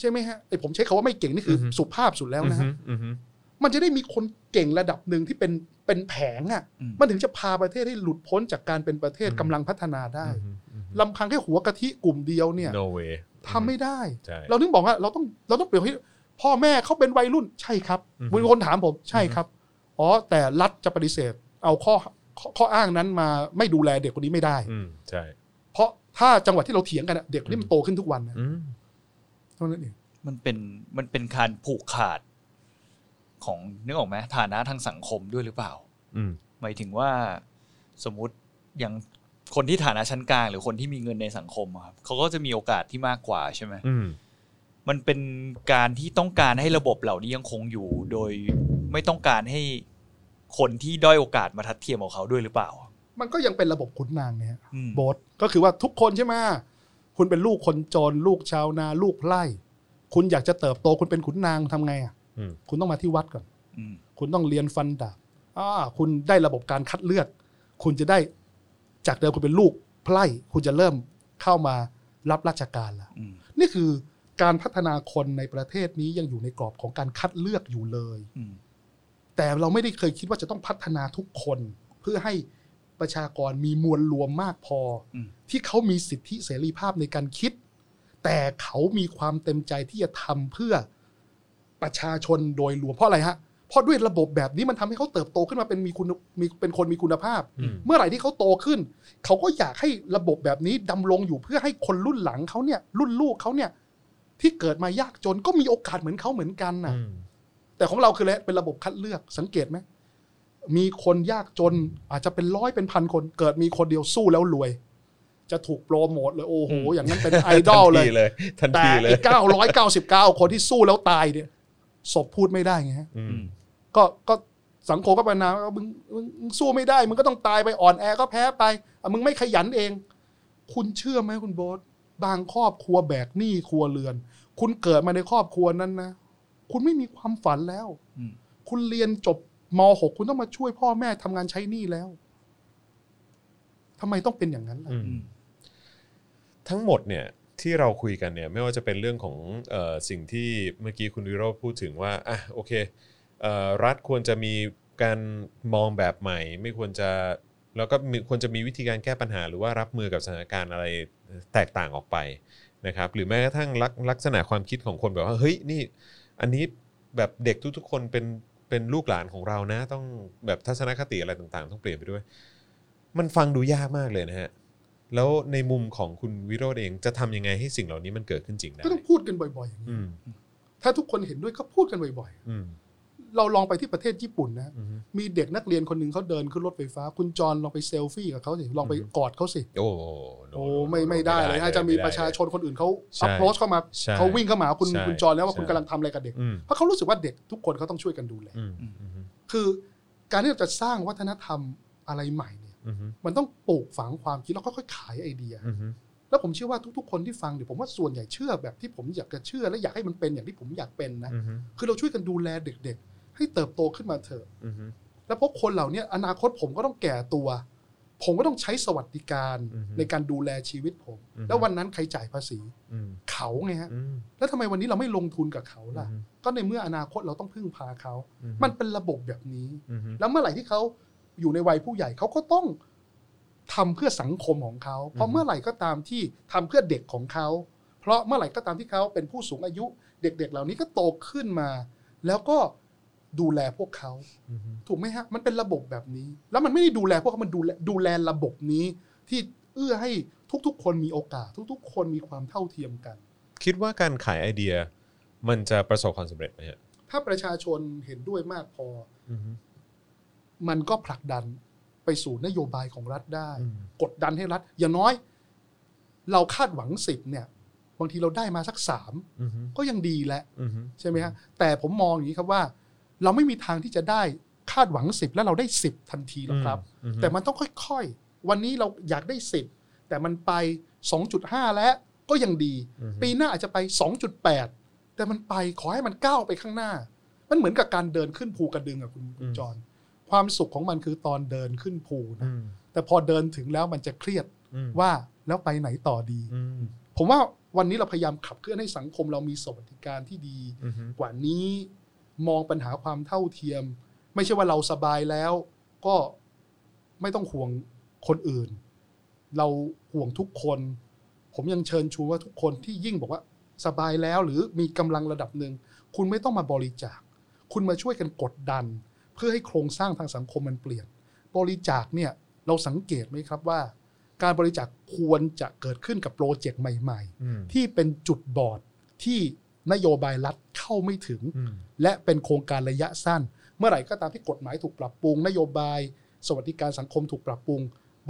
[SPEAKER 2] ใช่ไหมฮะไอผมใช้คาว่าไม่เก่งนี่คืออสุภาพสุดแล้วนะฮะ
[SPEAKER 1] อืมอืม
[SPEAKER 2] มันจะได้มีคนเก่งระดับหนึ่งที่เป็นเป็นแผงอะ่ะ
[SPEAKER 3] อืม
[SPEAKER 2] มันถึงจะพาประเทศให้หลุดพ้นจากการเป็นประเทศกำลังพัฒนาได้
[SPEAKER 1] อืมอืม
[SPEAKER 2] ลำพังแค่หัวกะทิกลุ่มเดียวเนี่ย
[SPEAKER 1] no way
[SPEAKER 2] ทำไม่ได้
[SPEAKER 1] ใช่
[SPEAKER 2] เราถึงบอกว่าเราต้องเราต้องเปลี่ยนให้พ่อแม่เขาเป็นวัยรุ่นใช่ครับ
[SPEAKER 1] อือฮึ
[SPEAKER 2] มีคนถามผมใช่ครับ อ๋อ แต่รัฐจะปฏิเสธ เอาข้อข้อข้ออ้างนั้นมาไม่ดูแลเด็กคนนี้ไม่ได้
[SPEAKER 1] อืมใช่
[SPEAKER 2] เพราะถ้าจังหวัดที่เราเถียงกันอะเด็กคนนี้มันโตขึ้นทุกวันนะ
[SPEAKER 1] อืม
[SPEAKER 2] เท่านั้นเอง
[SPEAKER 3] มันเป็นมันเป็นการผูกขาดของนึกออกไหมฐานะทางสังคมด้วยหรือเปล่า
[SPEAKER 1] อืม
[SPEAKER 3] หมายถึงว่าสมมุติอย่างคนที่ฐานะชั้นกลางหรือคนที่มีเงินในสังคมอะครับเขาก็จะมีโอกาสที่มากกว่าใช่ไหม
[SPEAKER 1] อืม
[SPEAKER 3] มันเป็นการที่ต้องการให้ระบบเหล่านี้ยังคงอยู่ โดยไม่ต้องการให้คนที่ด้อยโอกาสมาทัดเทียมของเขาด้วยหรือเปล่า
[SPEAKER 2] มันก็ยังเป็นระบบขุนนางเนี่ย
[SPEAKER 3] อืม
[SPEAKER 2] โบสก็คือว่าทุกคนใช่ไหมคุณเป็นลูกคนจน ลูกชาวนา ลูกไร่คุณอยากจะเติบโตคุณเป็นขุนนางทำไงอ่ะ
[SPEAKER 1] อืม
[SPEAKER 2] คุณต้องมาที่วัดก่อน
[SPEAKER 3] อืม
[SPEAKER 2] คุณต้องเรียนฟันดาบอ่าคุณได้ระบบการคัดเลือก คุณจะได้จากเดิมคุณเป็นลูกไพร่คุณจะเริ่มเข้ามารับราชการละ
[SPEAKER 3] อืม
[SPEAKER 2] นี่คือการพัฒนาคนในประเทศนี้ยังอยู่ในกรอบของการคัดเลือกอยู่เลย
[SPEAKER 3] อืม
[SPEAKER 2] แต่เราไม่ได้เคยคิดว่าจะต้องพัฒนาทุกคนเพื่อให้ประชากรมีมวลรวมมากพอ
[SPEAKER 3] อืม
[SPEAKER 2] ที่เขามีสิทธิเสรีภาพในการคิด แต่เขามีความเต็มใจที่จะทำเพื่อประชาชนโดยรวมเพราะอะไรฮะ เพราะด้วยระบบแบบนี้มันทำให้เขาเติบโตขึ้นมาเป็นมีคุณมีเป็นคนมีคุณภาพ
[SPEAKER 1] อืม
[SPEAKER 2] เมื่อไหร่ที่เขาโตขึ้น เขาก็อยากให้ระบบแบบนี้ดำรงอยู่เพื่อให้คนรุ่นหลังเขาเนี่ย รุ่นลูกเขาเนี่ย ที่เกิดมายากจนก็มีโอกาสเหมือนเขาเหมือนกันนะ
[SPEAKER 1] อืม
[SPEAKER 2] แต่ของเราคืออะไรเป็นระบบคัดเลือกสังเกตไหมมีคนยากจนอาจจะเป็นร้อยเป็นพันคน เกิดมีคนเดียวสู้แล้วรวย จะถูกโปรโมทเลยโอ้โห
[SPEAKER 1] อืม
[SPEAKER 2] อย่างนั้นเป็นไอดอลเลย
[SPEAKER 1] ทัน
[SPEAKER 2] แต่
[SPEAKER 1] ทีเลย
[SPEAKER 2] อีกเก้าร้อยเก้าสิบเก้าคนที่สู้แล้วตายเนี่ยศพพูดไม่ได้ไงฮะ
[SPEAKER 1] อื
[SPEAKER 3] อื
[SPEAKER 1] ม
[SPEAKER 3] ม
[SPEAKER 2] ก็ก็สังคมก็ประนามว่ามึงมึงมึงสู้ไม่ได้มึงก็ต้องตายไปอ่อนแอก็แพ้ไปอ่ะมึงไม่ขยันเอง คุณเชื่อไหมคุณโบ๊ทบางครอบครัวแบกหนี้ครัวเรือน คุณเกิดมาในครอบครัวนั้นนะคุณไม่มีความฝันแล้ว
[SPEAKER 3] อืม
[SPEAKER 2] คุณเรียนจบม .6 คุณต้องมาช่วยพ่อแม่ทำงานใช้หนี้แล้วทำไมต้องเป็นอย่างนั้นล่ะ
[SPEAKER 1] อืม
[SPEAKER 3] อืม
[SPEAKER 1] ทั้งหมดเนี่ยที่เราคุยกันเนี่ยไม่ว่าจะเป็นเรื่องของเออสิ่งที่เมื่อกี้คุณวิโรจน์พูดถึงว่าอ่ะโอเคเอ่อรัฐควรจะมีการมองแบบใหม่ ไม่ควรจะแล้วก็มีควรจะมีวิธีการแก้ปัญหา หรือว่ารับมือกับสถานการณ์อะไรแตกต่างออกไปนะครับหรือแม้กระทั่งลักลักษณะความคิดของคนแบบว่าเฮ้ยนี่ อันนี้แบบเด็กทุกๆ คนเป็นเป็นลูกหลานของเรานะ ต้องแบบทัศนคติอะไรต่างๆ ต้องเปลี่ยนไปด้วย มันฟังดูยากมากเลยนะฮะ แล้วในมุมของคุณวิโรธเองจะทำยังไงให้สิ่งเหล่านี้มันเกิดขึ้นจริงได้
[SPEAKER 2] ก็ต้องพูดกันบ่อยๆอย่างนี้
[SPEAKER 1] อืม
[SPEAKER 2] ถ้าทุกคนเห็นด้วยก็พูดกันบ่อย
[SPEAKER 1] อืม
[SPEAKER 2] ๆ เราลองไปที่ประเทศญี่ปุ่นนะ
[SPEAKER 1] อืม
[SPEAKER 2] มีเด็กนักเรียนคนหนึ่งเขาเดินขึ้นรถไฟฟ้า คุณจรลองไปเซลฟี่กับเขาสิ ลองไป
[SPEAKER 1] อือฮึ
[SPEAKER 2] กอดเขาสิ
[SPEAKER 1] โอ้โห
[SPEAKER 2] โอ้ไม่ไม่ได้เลยอาจจะมีประชาชนคนอื่นเขา
[SPEAKER 1] ใช่
[SPEAKER 2] อัพโรสเข้ามา
[SPEAKER 1] ใช่
[SPEAKER 2] เขาวิ่งเข้ามาหาคุณ
[SPEAKER 1] ใช่
[SPEAKER 2] คุณจรแล้วว่า
[SPEAKER 1] ใช่
[SPEAKER 2] คุณกำลังทำอะไรกับเด็ก
[SPEAKER 1] อืม
[SPEAKER 2] เพราะเขารู้สึกว่าเด็กทุกคนเขาต้องช่วยกันดูแล
[SPEAKER 1] อืมอืมอืม
[SPEAKER 2] คือการที่เราจะสร้างวัฒนธรรมอะไรใหม่เนี่ย
[SPEAKER 1] อืม
[SPEAKER 2] มันต้องปลูกฝังความคิดแล้วค่อยๆขายไอเดีย
[SPEAKER 1] อืม
[SPEAKER 2] แล้วผมเชื่อว่าทุกๆคนที่ฟังเนี่ยผมว่าส่วนใหญ่เชื่อแบบที่ผมอยากจะเชื่อและอยากให้มันเป็นอย่างที่ผมอยากเป็นนะ
[SPEAKER 1] อืม
[SPEAKER 2] คือเราช่วยกันดูแลเด็กๆ ให้เติบโตขึ้นมาเถอะ
[SPEAKER 1] อืม
[SPEAKER 2] แล้วพวกคนเหล่าเนี้ยอนาคตผมก็ต้องแก่ตัว ผมก็ต้องใช้สวัสดิการในการดูแลชีวิตผม แล้ววันนั้นใครจ่ายภาษี
[SPEAKER 1] อืม
[SPEAKER 2] เขาไงฮะ
[SPEAKER 1] อืม
[SPEAKER 2] แล้วทำไมวันนี้เราไม่ลงทุนกับเขาล่ะ ก็ในเมื่ออนาคตเราต้องพึ่งพาเขา มันเป็นระบบแบบนี้
[SPEAKER 1] อืม
[SPEAKER 2] แล้วเมื่อไหร่ที่เขาอยู่ในวัยผู้ใหญ่เขาก็ต้องทำเพื่อสังคมของเขา เพราะเมื่อไหร่ก็ตามที่ทำเพื่อเด็กของเขา เพราะเมื่อไหร่ก็ตามที่เขาเป็นผู้สูงอายุ เด็กๆ เหล่านี้ก็โตขึ้นมา แล้วก็ดูแลพวกเขา
[SPEAKER 1] อืม
[SPEAKER 2] ถูกไหมฮะ มันเป็นระบบแบบนี้ แล้วมันไม่ได้ดูแลพวกเขามันดูแลดูแลระบบนี้ ที่เอื้อให้ทุกๆ คนมีโอกาส ทุกๆ คนมีความเท่าเทียมกัน
[SPEAKER 1] คิดว่าการขายไอเดีย มันจะประสบความสำเร็จไหมฮะ
[SPEAKER 2] ถ้าประชาชนเห็นด้วยมากพอ
[SPEAKER 1] อืม
[SPEAKER 2] มันก็ผลักดันไปสู่นโยบายของรัฐได้
[SPEAKER 1] อืม
[SPEAKER 2] กดดันให้รัฐอย่างน้อย เราคาดหวังสิบเนี่ย บางทีเราได้มาสักสาม
[SPEAKER 1] อืม
[SPEAKER 2] ก็ยังดีแล้ว
[SPEAKER 1] อืม
[SPEAKER 2] ใช่ไหมฮะแต่ผมมองอย่างนี้ครับว่า เราไม่มีทางที่จะได้คาดหวังสิบแล้วเราได้สิบทันทีหรอกครับ
[SPEAKER 1] อื
[SPEAKER 2] แต่มันต้องค่อยๆ วันนี้เราอยากได้สิบแต่มันไป 2.5 แล้วก็ยังดี
[SPEAKER 1] อืม
[SPEAKER 2] ปีหน้าอาจจะไป 2.8 แต่มันไปขอให้มันก้าวไปข้างหน้า มันเหมือนกับการเดินขึ้นภูกระดึงอะคุณคุณจร ความสุขของมันคือตอนเดินขึ้นภู
[SPEAKER 1] อื
[SPEAKER 2] นะ
[SPEAKER 1] ม
[SPEAKER 2] แต่พอเดินถึงแล้วมันจะเครียด
[SPEAKER 1] อืม
[SPEAKER 2] ว่าแล้วไปไหนต่อดี
[SPEAKER 1] อืม
[SPEAKER 2] ผมว่าวันนี้เราพยายามขับเคลื่อนให้สังคมเรามีสวัสดิการที่ดี
[SPEAKER 1] อืม
[SPEAKER 2] กว่านี้มองปัญหาความเท่าเทียม ไม่ใช่ว่าเราสบายแล้ว ก็ไม่ต้องห่วงคนอื่น เราห่วงทุกคน ผมยังเชิญชวนว่าทุกคนที่ยิ่งบอกว่าสบายแล้วหรือมีกำลังระดับหนึ่งคุณไม่ต้องมาบริจาค คุณมาช่วยกันกดดัน เพื่อให้โครงสร้างทางสังคมมันเปลี่ยน บริจาคเนี่ยเราสังเกตไหมครับว่า การบริจาคควรจะเกิดขึ้นกับโปรเจกต์ใหม่ ๆ
[SPEAKER 1] อืม
[SPEAKER 2] ที่เป็นจุดบอดที่นโยบายรัฐเข้าไม่ถึง
[SPEAKER 1] อืม
[SPEAKER 2] และเป็นโครงการระยะสั้น เมื่อไหร่ก็ตามที่กฎหมายถูกปรับปรุง นโยบาย สวัสดิการสังคมถูกปรับปรุง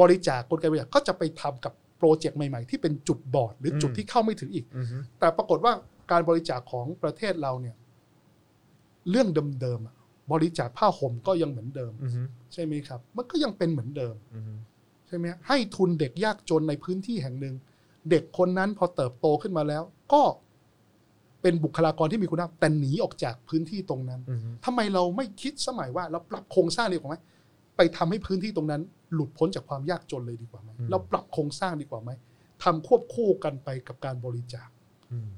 [SPEAKER 2] บริจาคกลไกบริจาคก็จะไปทำกับโปรเจกต์ใหม่ๆ ที่เป็นจุดบอดหรือจุดที่เข้าไม่ถึงอีก
[SPEAKER 1] อืม
[SPEAKER 2] แต่ปรากฏว่าการบริจาคของประเทศเราเนี่ยเรื่องเดิมๆอะบริจาคผ้าห่มก็ยังเหมือนเดิม
[SPEAKER 1] อืม
[SPEAKER 2] ใช่ไหมครับ มันก็ยังเป็นเหมือนเดิม
[SPEAKER 1] อืม
[SPEAKER 2] ใช่ไหมฮะให้ทุนเด็กยากจนในพื้นที่แห่งหนึ่ง เด็กคนนั้นพอเติบโตขึ้นมาแล้ว ก็เป็นบุคลากรที่มีคุณภาพแต่หนีออกจากพื้นที่ตรงนั้นทำไมเราไม่คิดสมัยว่าเราปรับโครงสร้างดีกว่าไหมไปทำให้พื้นที่ตรงนั้น หลุดพ้นจากความยากจนเลยดีกว่าไหม
[SPEAKER 1] อืม
[SPEAKER 2] เราปรับโครงสร้างดีกว่าไหมทำควบคู่กันไปกับการบริจาค
[SPEAKER 1] อืม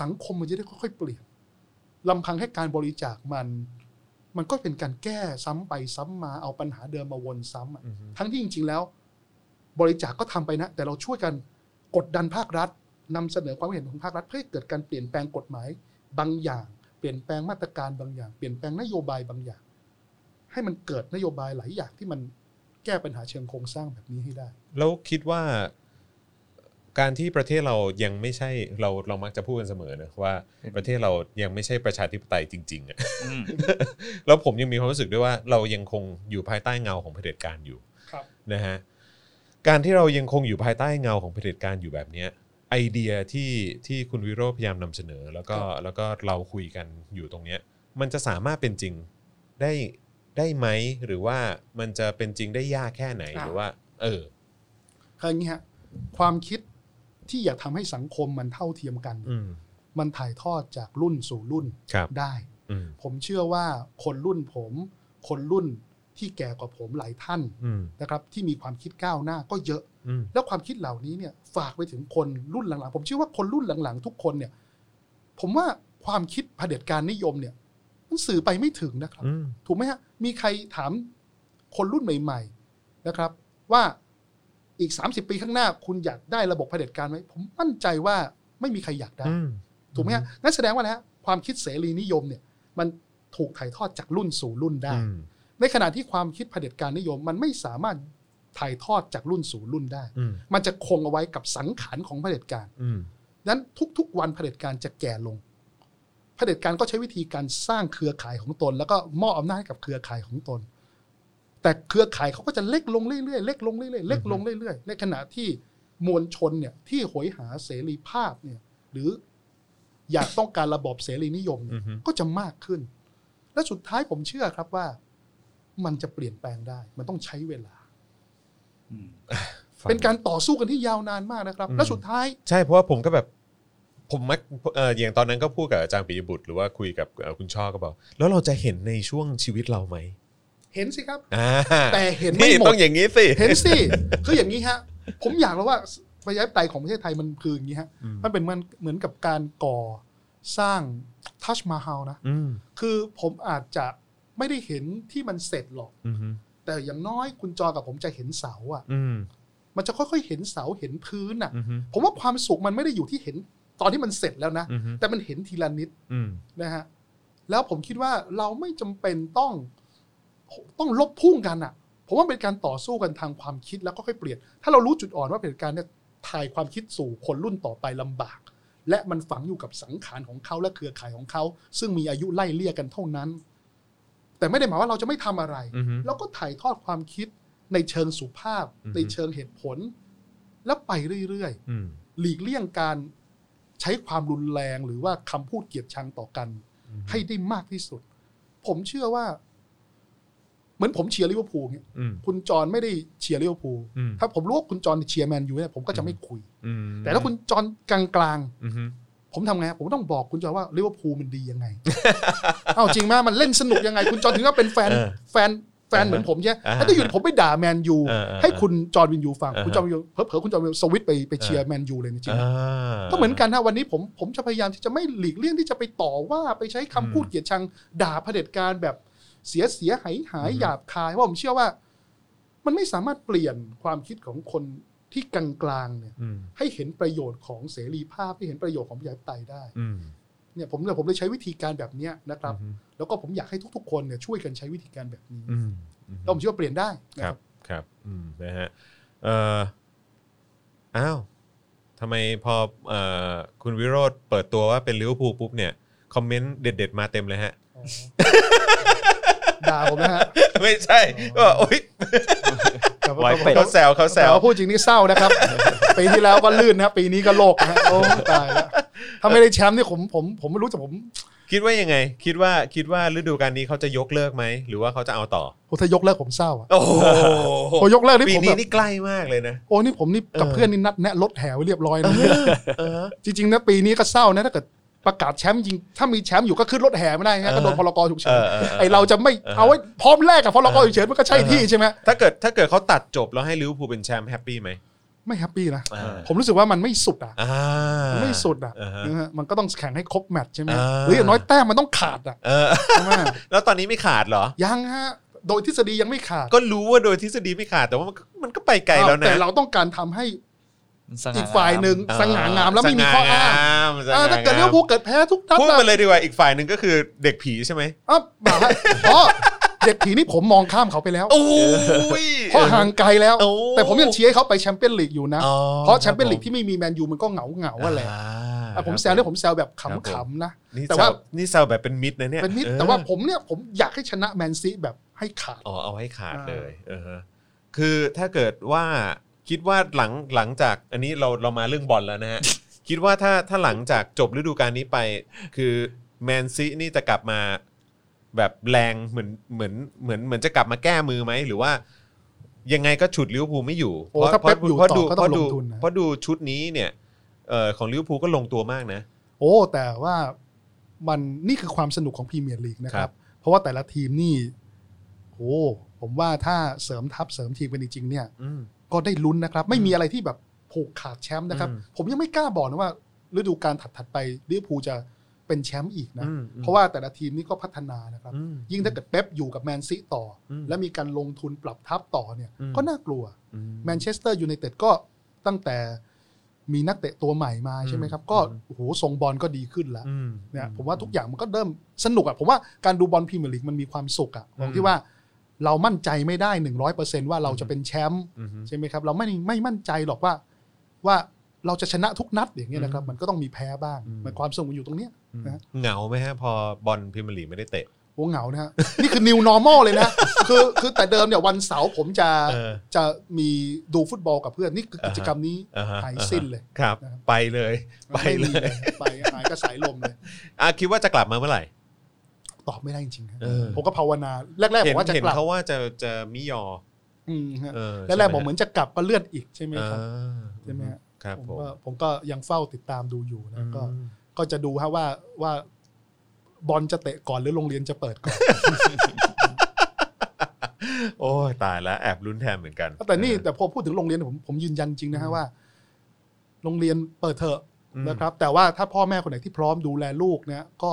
[SPEAKER 2] สังคมมันจะได้ค่อยๆเปลี่ยนลำพังแค่การบริจาคมัน มันก็เป็นการแก้ซ้ำไปซ้ำมาเอาปัญหาเดิมมาวนซ้ำอะ ทั้งที่จริง ๆ แล้ว บริจาคก็ทำไปนะ แต่เราช่วยกันกดดันภาครัฐนำเสนอความเห็นของภาครัฐเพื่อให้เกิดการเปลี่ยนแปลงกฎหมายบางอย่าง เปลี่ยนแปลงมาตรการบางอย่าง เปลี่ยนแปลงนโยบายบางอย่าง ให้มันเกิดนโยบายหลายอย่างที่มันแก้ปัญหาเชิงโครงสร้างแบบนี้ให้ได้
[SPEAKER 1] แล้วคิดว่า การที่ประเทศเรายังไม่ใช่เราเรามักจะพูดกันเสมอนะว่าประเทศเรายังไม่ใช่ประชาธิปไตยจริงๆอะ
[SPEAKER 3] อืม
[SPEAKER 1] แล้วผมยังมีความรู้สึกด้วยว่าเรายังคงอยู่ภายใต้เงาของเผด็จการอยู่
[SPEAKER 2] ครับ
[SPEAKER 1] นะฮะการที่เรายังคงอยู่ภายใต้เงาของเผด็จการอยู่แบบเนี้ยไอเดียที่ที่คุณวิโรจน์พยายามนำเสนอ แล้วก็แล้วก็เราคุยกันอยู่ตรงเนี้ยมันจะสามารถเป็นจริงได้ได้ไหมหรือว่ามันจะเป็นจริงได้ยากแค่ไหน
[SPEAKER 2] อ่ะ
[SPEAKER 1] หรือว่า เออ
[SPEAKER 2] คืออย่างนี้ฮะความคิดที่อยากทำให้สังคมมันเท่าเทียมกัน
[SPEAKER 1] อืม
[SPEAKER 2] มันถ่ายทอดจากรุ่นสู่รุ่น
[SPEAKER 1] ครับ
[SPEAKER 2] ได้
[SPEAKER 1] อืม
[SPEAKER 2] ผมเชื่อว่าคนรุ่นผม คนรุ่นที่แก่กว่าผมหลายท่าน
[SPEAKER 1] อืม
[SPEAKER 2] นะครับ ที่มีความคิดก้าวหน้าก็เยอะ
[SPEAKER 1] อืม
[SPEAKER 2] แล้วความคิดเหล่านี้เนี่ยฝากไปถึงคนรุ่นหลังๆ ผมเชื่อว่าคนรุ่นหลังๆ ทุกคนเนี่ย ผมว่าความคิดเผด็จการนิยมเนี่ยมันสื่อไปไม่ถึงนะครับ
[SPEAKER 1] อืม
[SPEAKER 2] ถูกไหมฮะ มีใครถามคนรุ่นใหม่ ๆนะครับ ว่าอีก 30 ปีข้างหน้า คุณอยากได้ระบบเผด็จการไหมผมมั่นใจว่าไม่มีใครอยากได้
[SPEAKER 1] อืม
[SPEAKER 2] ถูกไหมฮะนั่นแสดงว่าอะไรฮะความคิดเสรีนิยมเนี่ยมันถูกถ่ายทอดจากรุ่นสู่รุ่นได้
[SPEAKER 1] อืม
[SPEAKER 2] ในขณะที่ความคิดเผด็จการนิยม มันไม่สามารถถ่ายทอดจากรุ่นสู่รุ่นได้
[SPEAKER 1] อืม
[SPEAKER 2] มันจะคงเอาไว้กับสังขารของเผด็จการ
[SPEAKER 1] อืม
[SPEAKER 2] นั้นทุกๆ วันเผด็จการจะแก่ลง เผด็จการก็ใช้วิธีการสร้างเครือข่ายของตน แล้วก็มอบอำนาจให้กับเครือข่ายของตน แต่เครือข่ายเขาก็จะเล็กลงเรื่อยๆ เล็กลงเรื่อยๆ เล็กลงเรื่อยๆ ในขณะที่มวลชนเนี่ยที่โหยหาเสรีภาพเนี่ยหรืออยากต้องการระบอบเสรีนิยม
[SPEAKER 1] อื
[SPEAKER 2] เนี่ย
[SPEAKER 1] มอืม
[SPEAKER 2] ก็จะมากขึ้น และสุดท้ายผมเชื่อครับว่า มันจะเปลี่ยนแปลงได้ มันต้องใช้เวลา
[SPEAKER 3] อืม
[SPEAKER 1] ฟัง
[SPEAKER 2] เป็นการต่อสู้กันที่ยาวนานมากนะครับ และสุดท้าย
[SPEAKER 1] ใช่เพราะว่าผมก็แบบผมมักเอ่ออย่างตอนนั้นก็พูดกับอาจารย์ปิยบุตรหรือว่าคุยกับเอ่อคุณช่อก็บอก แล้วเราจะเห็นในช่วงชีวิตเราไหม
[SPEAKER 2] เห็นสิครับ
[SPEAKER 1] อ่า
[SPEAKER 2] แต่เห็นไม่
[SPEAKER 1] นี่
[SPEAKER 2] หม
[SPEAKER 1] ต้
[SPEAKER 2] ด
[SPEAKER 1] องอย่างนี้สิ
[SPEAKER 2] เห็นสิ คืออย่างนี้ฮะ ผมอยากแล้วว่าประชาธิปไตยของประเทศไทยมันคืออย่างนี้ฮะ
[SPEAKER 1] อืม
[SPEAKER 2] มันเป็นมันเหมือนกับการก่อสร้างทัชมาฮาลนะ
[SPEAKER 1] อืม
[SPEAKER 2] คือผมอาจจะไม่ได้เห็นที่มันเสร็จหรอก
[SPEAKER 1] อืม
[SPEAKER 2] แต่อย่างน้อยคุณจอกับผมจะเห็นเสาอ่ะ
[SPEAKER 1] อืม
[SPEAKER 2] มันจะค่อยๆเห็นเสาเห็นพื้นอ่ะ
[SPEAKER 1] อืมอืม
[SPEAKER 2] ผมว่าความสุขมันไม่ได้อยู่ที่เห็นตอนที่มันเสร็จแล้วนะ
[SPEAKER 1] อืม
[SPEAKER 2] แต่มันเห็นทีละนิด
[SPEAKER 1] อืม
[SPEAKER 2] นะฮะแล้วผมคิดว่าเราไม่จำเป็นต้องต้องลบพุ่งกันอะ่ะผมว่าเป็นการต่อสู้กันทางความคิดแล้วก็ค่อยเปลี่ยน ถ้าเรารู้จุดอ่อนว่าเผด็จการเนี่ยถ่ายความคิดสู่คนรุ่นต่อไปลำบาก และมันฝังอยู่กับสังขารของเขาและเครือข่ายของเขา ซึ่งมีอายุไล่เลี่ยกันเท่านั้น แต่ไม่ได้หมายว่าเราจะไม่ทำอะไร
[SPEAKER 1] อืม
[SPEAKER 2] เราก็ถ่ายทอดความคิดในเชิงสุภาพ
[SPEAKER 1] อือฮึ
[SPEAKER 2] ในเชิงเหตุผล แล้วไปเรื่อยๆ
[SPEAKER 1] อืม
[SPEAKER 2] หลีกเลี่ยงการใช้ความรุนแรงหรือว่าคำพูดเกลียดชังต่อกัน ให้ได้มากที่สุด ผมเชื่อว่า เหมือนผมเชียร์ลิเวอร์พูลเนี่ย
[SPEAKER 1] อืม
[SPEAKER 2] คุณจรไม่ได้เชียร์ลิเวอร์พูล
[SPEAKER 1] อืม
[SPEAKER 2] ถ้าผมรู้ว่าคุณจรเชียร์แมนยูเนี่ยผมก็จะไม่คุย
[SPEAKER 1] อืม
[SPEAKER 2] แต่ถ้าคุณจรกลาง
[SPEAKER 1] อืม
[SPEAKER 2] ๆผมทำไงผมต้องบอกคุณจรว่าลิเวอร์พูลมันดียั งไง เอาจริงมากมันเล่นสนุกยังไง คุณจรถึงว่าเป็นแฟน
[SPEAKER 1] เออ
[SPEAKER 2] แฟนแฟนเหมือนผมใช่ไหม
[SPEAKER 1] อ่าฮะ
[SPEAKER 2] แล้วถ้าอยู่ดีผมไปด่าแมนยู
[SPEAKER 1] เออเออ
[SPEAKER 2] ให้คุณจอร์นวินยูฟัง
[SPEAKER 1] อ่าฮะ
[SPEAKER 2] คุณจอร์นวินยูเผลอๆคุณจอร์นวินยูสวิตช์ไปไปเชียร์แมนยูเลยจริงๆ
[SPEAKER 1] อ่า
[SPEAKER 2] ก็เหมือนกันนะวันนี้ผมผมจะพยายามที่จะไม่หลีกเลี่ยงที่จะไปต่อว่าไปใช้คำพูด
[SPEAKER 1] อืม
[SPEAKER 2] เกลียดชังด่าเผด็จการแบบเสียเสียหายหาย
[SPEAKER 1] อืม
[SPEAKER 2] หยาบคายเพราะผมเชื่อว่า มันไม่สามารถเปลี่ยนความคิดของคนที่กลางๆเนี่ย
[SPEAKER 1] อืม
[SPEAKER 2] ให้เห็นประโยชน์ของเสรีภาพให้เห็นประโยชน์ของประชาธิปไตยได้
[SPEAKER 1] อืม
[SPEAKER 2] เนี่ยผมเลยผมเลยใช้วิธีการแบบเนี้ยนะครับ
[SPEAKER 1] อืม
[SPEAKER 2] แล้วก็ผมอยากให้ทุก ๆ คนเนี่ยช่วยกันใช้วิธีการแบบนี้
[SPEAKER 1] อืมอืม
[SPEAKER 2] แล้วผมเชื่อว่าเปลี่ยนได้นะครับ
[SPEAKER 1] ครับอืมนะฮะเอ่ออ้าวทำไมพอเอ่อคุณวิโรธเปิดตัวว่าเป็นลิเวอร์พูลปุ๊บเนี่ย คอมเมนต์เด็ด ๆ มาเต็มเลยฮะ
[SPEAKER 2] อ๋อด่าผมนะฮะ
[SPEAKER 1] ไม่ใช่ก็โอ๊ย
[SPEAKER 2] แต่ว่า
[SPEAKER 3] ไว้
[SPEAKER 2] ผม
[SPEAKER 3] เป็ด
[SPEAKER 2] ก็
[SPEAKER 1] เขาแซวเขาแซว
[SPEAKER 2] ต่าพูดจริงนี่เศร้านะครับ ปีที่แล้วก็ลื่นนะครับปีนี้ก็โลกนะฮะโอ้ตายแล้วถ้าไม่ได้แชมป์นี่ผมผมผมไม่รู้จะผม
[SPEAKER 1] คิดว่ายังไง คิดว่าคิดว่าฤดูกาลนี้เขาจะยกเลิกไหม หรือว่าเขาจะเอาต่อ
[SPEAKER 2] โอ้ถ้ายกเลิกผมเศร้าอ่ะ
[SPEAKER 1] โอ้โห
[SPEAKER 2] โอ้ยกเลิกนี่
[SPEAKER 1] ปี
[SPEAKER 2] ผม
[SPEAKER 1] นี้
[SPEAKER 2] แบบ
[SPEAKER 1] นี่ใกล้มากเลยนะ
[SPEAKER 2] โอ้นี่ผมนี่กับ
[SPEAKER 1] เออ
[SPEAKER 2] เพื่อนนี่นัดแนะรถแห่ไว้เรียบร้อยนะ
[SPEAKER 1] เออ
[SPEAKER 2] จริงๆนะปีนี้ก็เศร้านะถ้าเกิดประกาศแชมป์จริงถ้ามีแชมป์อยู่ก็ขึ้นรถแห่ไม่ได้นะก็โดน
[SPEAKER 1] เออ
[SPEAKER 2] พลกรฉุก
[SPEAKER 1] เอ
[SPEAKER 2] เฉิน
[SPEAKER 1] อเออ
[SPEAKER 2] ไอเราจะไม่เอาไว้พร้อมแลกกับพลกรฉุกเฉินมันก็ใช่ที่ใช่ไหม
[SPEAKER 1] ถ้าเกิดถ้าเกิดเขาตัดจบแล้วให้ลิเวอร์พูลเป็นแชมป์แฮปปี้ไหม
[SPEAKER 2] ไม่แฮปปี้นะ
[SPEAKER 1] อ่า
[SPEAKER 2] ผมรู้สึกว่ามันไม่สุดอ่ะ
[SPEAKER 1] อ่า
[SPEAKER 2] มันไม่สุดอ่ะ
[SPEAKER 1] อ่าฮะ
[SPEAKER 2] นะฮะมันก็ต้องแข่งให้ครบแมตช์ใช่ไหม
[SPEAKER 1] อ่า
[SPEAKER 2] หรืออย่างน้อยแต้มมันต้องขาดอ่ะ
[SPEAKER 1] เออ
[SPEAKER 2] ใช่ไหม
[SPEAKER 1] แล้วตอนนี้ไม่ขาดเหรอ
[SPEAKER 2] ยังฮะ โดยทฤษฎียังไม่ขาด
[SPEAKER 1] ก็รู้ว่าโดยทฤษฎีไม่ขาดแต่ว่ามันก็มันก็ไปไกลแล้ว
[SPEAKER 2] แต่
[SPEAKER 1] นะ
[SPEAKER 2] เราต้องการทำให้
[SPEAKER 3] สง่
[SPEAKER 2] อีกฝ่ายหนึ่งสง่างามแล้วไม่มีข้ออ้าง
[SPEAKER 1] สง่
[SPEAKER 2] เออถ้าเกิดเลี้ยวภูลเกิดแพ้ทุกนัด
[SPEAKER 1] พูด
[SPEAKER 2] อะ
[SPEAKER 1] มาเลยดีกว่าอีกฝ่ายหนึ่งก็คือเด็กผีใช่ไหม
[SPEAKER 2] อ้าวบ่าฮะอ๋อเด็กผีนี่ผมมองข้ามเขาไปแล้ว
[SPEAKER 1] โอ้ย
[SPEAKER 2] เพราะห่างไกลแล้ว
[SPEAKER 1] โอ้
[SPEAKER 2] แต่ผมยังเชียร์ให้เขาไปแชมเปี้ยนลีกอยู่นะ
[SPEAKER 1] อ๋อ
[SPEAKER 2] เพราะแชมเปี้ยนลีกที่ไม่มีแมนยูมันก็เหงาเหงาๆอะแหละ
[SPEAKER 1] อ่า
[SPEAKER 2] อ่ะผมแซ
[SPEAKER 1] ครับ
[SPEAKER 2] วเนี่ยผมแซวแบบ
[SPEAKER 1] ค
[SPEAKER 2] ข
[SPEAKER 1] รับผม
[SPEAKER 2] ำๆนะ
[SPEAKER 1] นี่
[SPEAKER 2] แต่
[SPEAKER 1] แต่
[SPEAKER 2] ว่า
[SPEAKER 1] ว่านี่แซวแบบเป็นมิตรนะเนี่ย
[SPEAKER 2] เป็นมิตร
[SPEAKER 1] ออ
[SPEAKER 2] แต่ว่าผมเนี่ยผมอยากให้ชนะแมนซีแบบให้ขาด
[SPEAKER 1] อ๋อเอาให้ขาดเลยเออฮะคือถ้าเกิดว่าคิดว่าหลังหลังจากอันนี้เราเรามาเรื่องบอลแล้วนะฮะ คิดว่าถ้าถ้าหลังจากจบฤดูกาลนี้ไป คือแมนซีนี่จะกลับมาแบบแรงเหมือนเหมือนเหมือนเหมือนจะกลับมาแก้มือไหมหรือว่า ยังไงก็ฉุดลิเวอร์พูลไม่อยู่
[SPEAKER 2] โอ้ถ้าเป๊ปอยู่
[SPEAKER 1] เพราะ
[SPEAKER 2] ต่อ
[SPEAKER 1] ดู
[SPEAKER 2] ก็
[SPEAKER 1] เพ
[SPEAKER 2] ต้อง
[SPEAKER 1] ราะดู
[SPEAKER 2] ลงทุนนะ
[SPEAKER 1] เพราะดูชุดนี้เนี่ยเอ่อของลิเวอร์พูลก็ลงตัวมากนะ
[SPEAKER 2] โอ้ แต่ว่ามันนี่คือความสนุกของพรีเมียร์ลีกนะค
[SPEAKER 1] ครั
[SPEAKER 2] รับ
[SPEAKER 1] บ
[SPEAKER 2] เพราะว่าแต่ละทีมนี่โอ้ผมว่าถ้าเสริมทัพเสริมทีมกันจริงๆเนี่ย
[SPEAKER 1] อืม
[SPEAKER 2] ก็ได้ลุ้นนะครับ ไม่มีอะไรที่แบบผูกขาดแชมป์นะครับ
[SPEAKER 1] อืม
[SPEAKER 2] ผมยังไม่กล้าบอกนะว่าฤดูกาลถัดๆไปลิเวอร์พูลจะเป็นแชมป์อีกนะ
[SPEAKER 1] อืม
[SPEAKER 2] เพราะว่าแต่ละทีมนี่ก็พัฒนานะครับ
[SPEAKER 1] อืม
[SPEAKER 2] ยิ่งถ้าเกิดเป๊ปอยู่กับแมนซีต่ออ
[SPEAKER 1] ม
[SPEAKER 2] และมีการลงทุนปรับทัพต่อเนี่ย
[SPEAKER 1] อืม
[SPEAKER 2] ก็น่ากลัว
[SPEAKER 1] อื
[SPEAKER 2] แมนเชสเตอร์ยูไนเต็ดก็ตั้งแต่มีนักเตะตัวใหม่มาใช่ไหมครับ ก็
[SPEAKER 1] อืม
[SPEAKER 2] โอ้โหทรงบอลก็ดีขึ้นแล้ว
[SPEAKER 1] อืม
[SPEAKER 2] เนี่ยผมว่าทุกอย่างมันก็เริ่มสนุกอ่ะผมว่าการดูบอลพรีเมียร์ลีกมันมีความสุขอ่ะตรงที่ว่าเรามั่นใจไม่ได้หนึ่งร้อยเปอร์เซนต์ว่าเราจะเป็นแชมป์
[SPEAKER 1] อือฮึ
[SPEAKER 2] ใช่ไหมครับเราไม่ไม่มั่นใจหรอกว่า ว่าเราจะชนะทุกนัดอย่างเงี้ยนะครับ
[SPEAKER 1] อืม
[SPEAKER 2] มันก็ต้องมีแพ้บ้าง
[SPEAKER 1] อืม
[SPEAKER 2] มันความสนุกมันอยู่ตรงเนี้ย นะ
[SPEAKER 1] เหงาไหมฮะพอบอลพิมยร์ลีกไม่ได้เตะ
[SPEAKER 2] โอ้เหงานะฮะ นี่คือ new normal เลยนะ คือคือแต่เดิมเนี่ยวันเสาร์ผมจะ
[SPEAKER 1] เออ
[SPEAKER 2] จะมีดูฟุตบอลกับเพื่อน นี่คือ
[SPEAKER 1] อ่า
[SPEAKER 2] กิ
[SPEAKER 1] ฮะ
[SPEAKER 2] จกรรมนี้
[SPEAKER 1] อ่ฮะ
[SPEAKER 2] หายสิ้นเลย
[SPEAKER 1] ครับ
[SPEAKER 2] นะครับ
[SPEAKER 1] ไปเลย ไปเล
[SPEAKER 2] ม่
[SPEAKER 1] ย
[SPEAKER 2] มีไปหายกระสายลมเลย
[SPEAKER 1] อ่ะคิดว่าจะกลับมาเมื่อไหร่
[SPEAKER 2] ตอบไม่ได้จริงๆฮะ
[SPEAKER 1] เออ
[SPEAKER 2] ผมก็ภาวนา แรกๆ
[SPEAKER 1] เห็
[SPEAKER 2] ผ
[SPEAKER 1] น
[SPEAKER 2] มว่าจะ
[SPEAKER 1] เห็น
[SPEAKER 2] กลับ
[SPEAKER 1] เขาว่าจะจะมิยอ
[SPEAKER 2] อืมฮะ
[SPEAKER 1] เออ
[SPEAKER 2] แรกๆผมเหมือนจะกลับก็เลื่อนอีกใช่ไหมครับ ใช่
[SPEAKER 1] ใช่
[SPEAKER 2] ไห
[SPEAKER 1] ไห
[SPEAKER 2] ม
[SPEAKER 1] ม
[SPEAKER 2] ฮะ
[SPEAKER 1] ฮะครับ
[SPEAKER 2] ผ
[SPEAKER 1] ผม
[SPEAKER 2] มก็ผมก็ยังเฝ้าติดตามดูอยู่
[SPEAKER 1] อื
[SPEAKER 2] นะ
[SPEAKER 1] ม
[SPEAKER 2] ก็ ก็จะดูฮะว่าว่าบอลจะเตะก่อนหรือโรงเรียนจะเปิดก่อน
[SPEAKER 1] โอ้ยตายแล้วแอบลุ้นแทนเหมือนกัน
[SPEAKER 2] แต่นี่
[SPEAKER 1] เออ
[SPEAKER 2] แต่พอพูดถึงโรงเรียนผมผมยืนยันจริงนะ
[SPEAKER 1] อื
[SPEAKER 2] ฮะ
[SPEAKER 1] ม
[SPEAKER 2] ว่า โรงเรียนเปิดเถอะ
[SPEAKER 1] อืม
[SPEAKER 2] นะครับแต่ว่าถ้าพ่อแม่คนไหนที่พร้อมดูแลลูกเนี่ยก็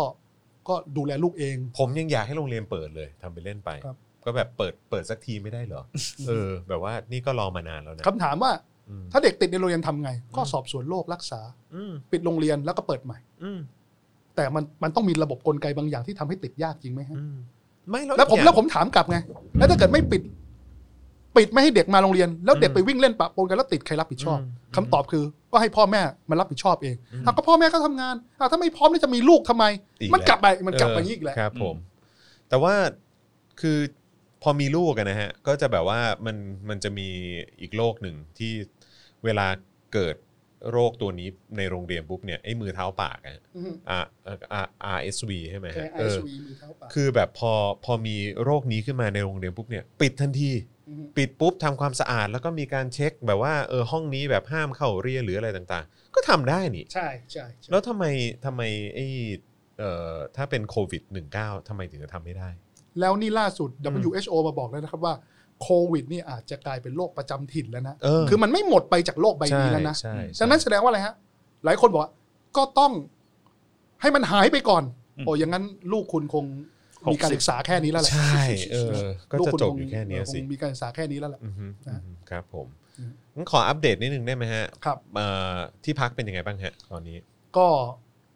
[SPEAKER 2] ก็ดูแลลูกเอง
[SPEAKER 1] ผมยังอยากให้โรงเรียนเปิดเลยทำไปเล่นไป
[SPEAKER 2] ครับ
[SPEAKER 1] ก็แบบเปิดเปิดสักทีไม่ได้เหรอ เออ แบบว่านี่ก็รอมานานแล้วนะ
[SPEAKER 2] คำถามว่า
[SPEAKER 1] อืม
[SPEAKER 2] ถ้าเด็กติดในโรงเรียนทำไง ก็สอบสวนโรครักษา
[SPEAKER 1] อืม
[SPEAKER 2] ปิดโรงเรียนแล้วก็เปิดใหม่
[SPEAKER 1] อืม
[SPEAKER 2] แต่มันมันต้องมีระบบกลไกบางอย่างที่ทำให้ติดยากจริงไหมฮะ
[SPEAKER 1] อืมไม่
[SPEAKER 2] แล้วผม
[SPEAKER 1] อีกอย่าง
[SPEAKER 2] แล้วผมถามกลับไง แล้วถ้าเกิดไม่ปิด ปิดไม่ให้เด็กมาโรงเรียน แล้วเด็ก
[SPEAKER 1] อืม
[SPEAKER 2] ไปวิ่งเล่นปะปนกันแล้วติดใครรับผิดชอบ
[SPEAKER 1] อืม
[SPEAKER 2] คำตอบคือก็ให้พ่อแม่มารับผิดชอบเอง
[SPEAKER 1] อืม
[SPEAKER 2] อ้าวก็พ่อแม่ก็ทำงานอ้าวถ้าไม่พร้อมแล้วจะมีลูกทำไม
[SPEAKER 1] อีก
[SPEAKER 2] มัน
[SPEAKER 1] แล้ว
[SPEAKER 2] กลับไปมันกลับไปอย่างนี้อีกแหละ
[SPEAKER 1] ครับผม แต่ว่าคือพอมีลูกอะนะฮะ ก็จะแบบว่ามันมันจะมีอีกโรคหนึ่งที่เวลาเกิดโรคตัวนี้ในโรงเรียนปุ๊บเนี่ยไอ้มือเท้าปากอะอ่ะอ่ะอ่ะ RSV ใช่ไหม
[SPEAKER 2] ใช่
[SPEAKER 1] ฮะ
[SPEAKER 2] ไอ
[SPEAKER 1] เออ
[SPEAKER 2] สวีมือเท้าปาก
[SPEAKER 1] คือแบบพอพอมีโรคนี้ขึ้นมาในโรงเรียนปุ๊บเนี่ยปิดทันที
[SPEAKER 2] ม
[SPEAKER 1] ปิดปุ๊บทำความสะอาดแล้วก็มีการเช็คแบบว่าเออห้องนี้แบบห้ามเข้าเรียนหรืออะไรต่างๆ ก็ทำได้นี่
[SPEAKER 2] ใช่ใช่ใช่
[SPEAKER 1] แล้วทำไมทำไมไอ้เอ่อถ้าเป็นโควิด -19 ทำไมถึงจะทำไม่ได้
[SPEAKER 2] แล้วนี่ล่าสุด
[SPEAKER 1] อืม
[SPEAKER 2] WHO มาบอกแล้วนะครับว่าโควิดนี่อาจจะกลายเป็นโรคประจำถิ่นแล้วนะ
[SPEAKER 1] เออ
[SPEAKER 2] คือมันไม่หมดไปจากโลกใบนี้แล้วนะ
[SPEAKER 1] ใช่ใช่
[SPEAKER 2] ดังนั้นแสดงว่าอะไรฮะ หลายคนบอกว่าก็ต้องให้มันหายไปก่อน
[SPEAKER 3] อืม
[SPEAKER 2] โอ้อย่างนั้นลูกคุณคงมีการศึกษาแค่นี้แล้วแหละ
[SPEAKER 1] ใช่เออ ก็
[SPEAKER 2] ลู
[SPEAKER 1] จะ
[SPEAKER 2] ณ
[SPEAKER 1] จบอยู่แค่เนี้ยสิ
[SPEAKER 2] งมีการศึกษาแค่นี้แล้วแหละ
[SPEAKER 1] อือฮึอือฮึครับผม
[SPEAKER 2] อืม
[SPEAKER 1] งั้นขออัปเดตนิดนึงได้ไหมฮะ
[SPEAKER 2] ครับ
[SPEAKER 1] เอ่อที่พักเป็นยังไงบ้างฮะตอนนี้
[SPEAKER 2] ก็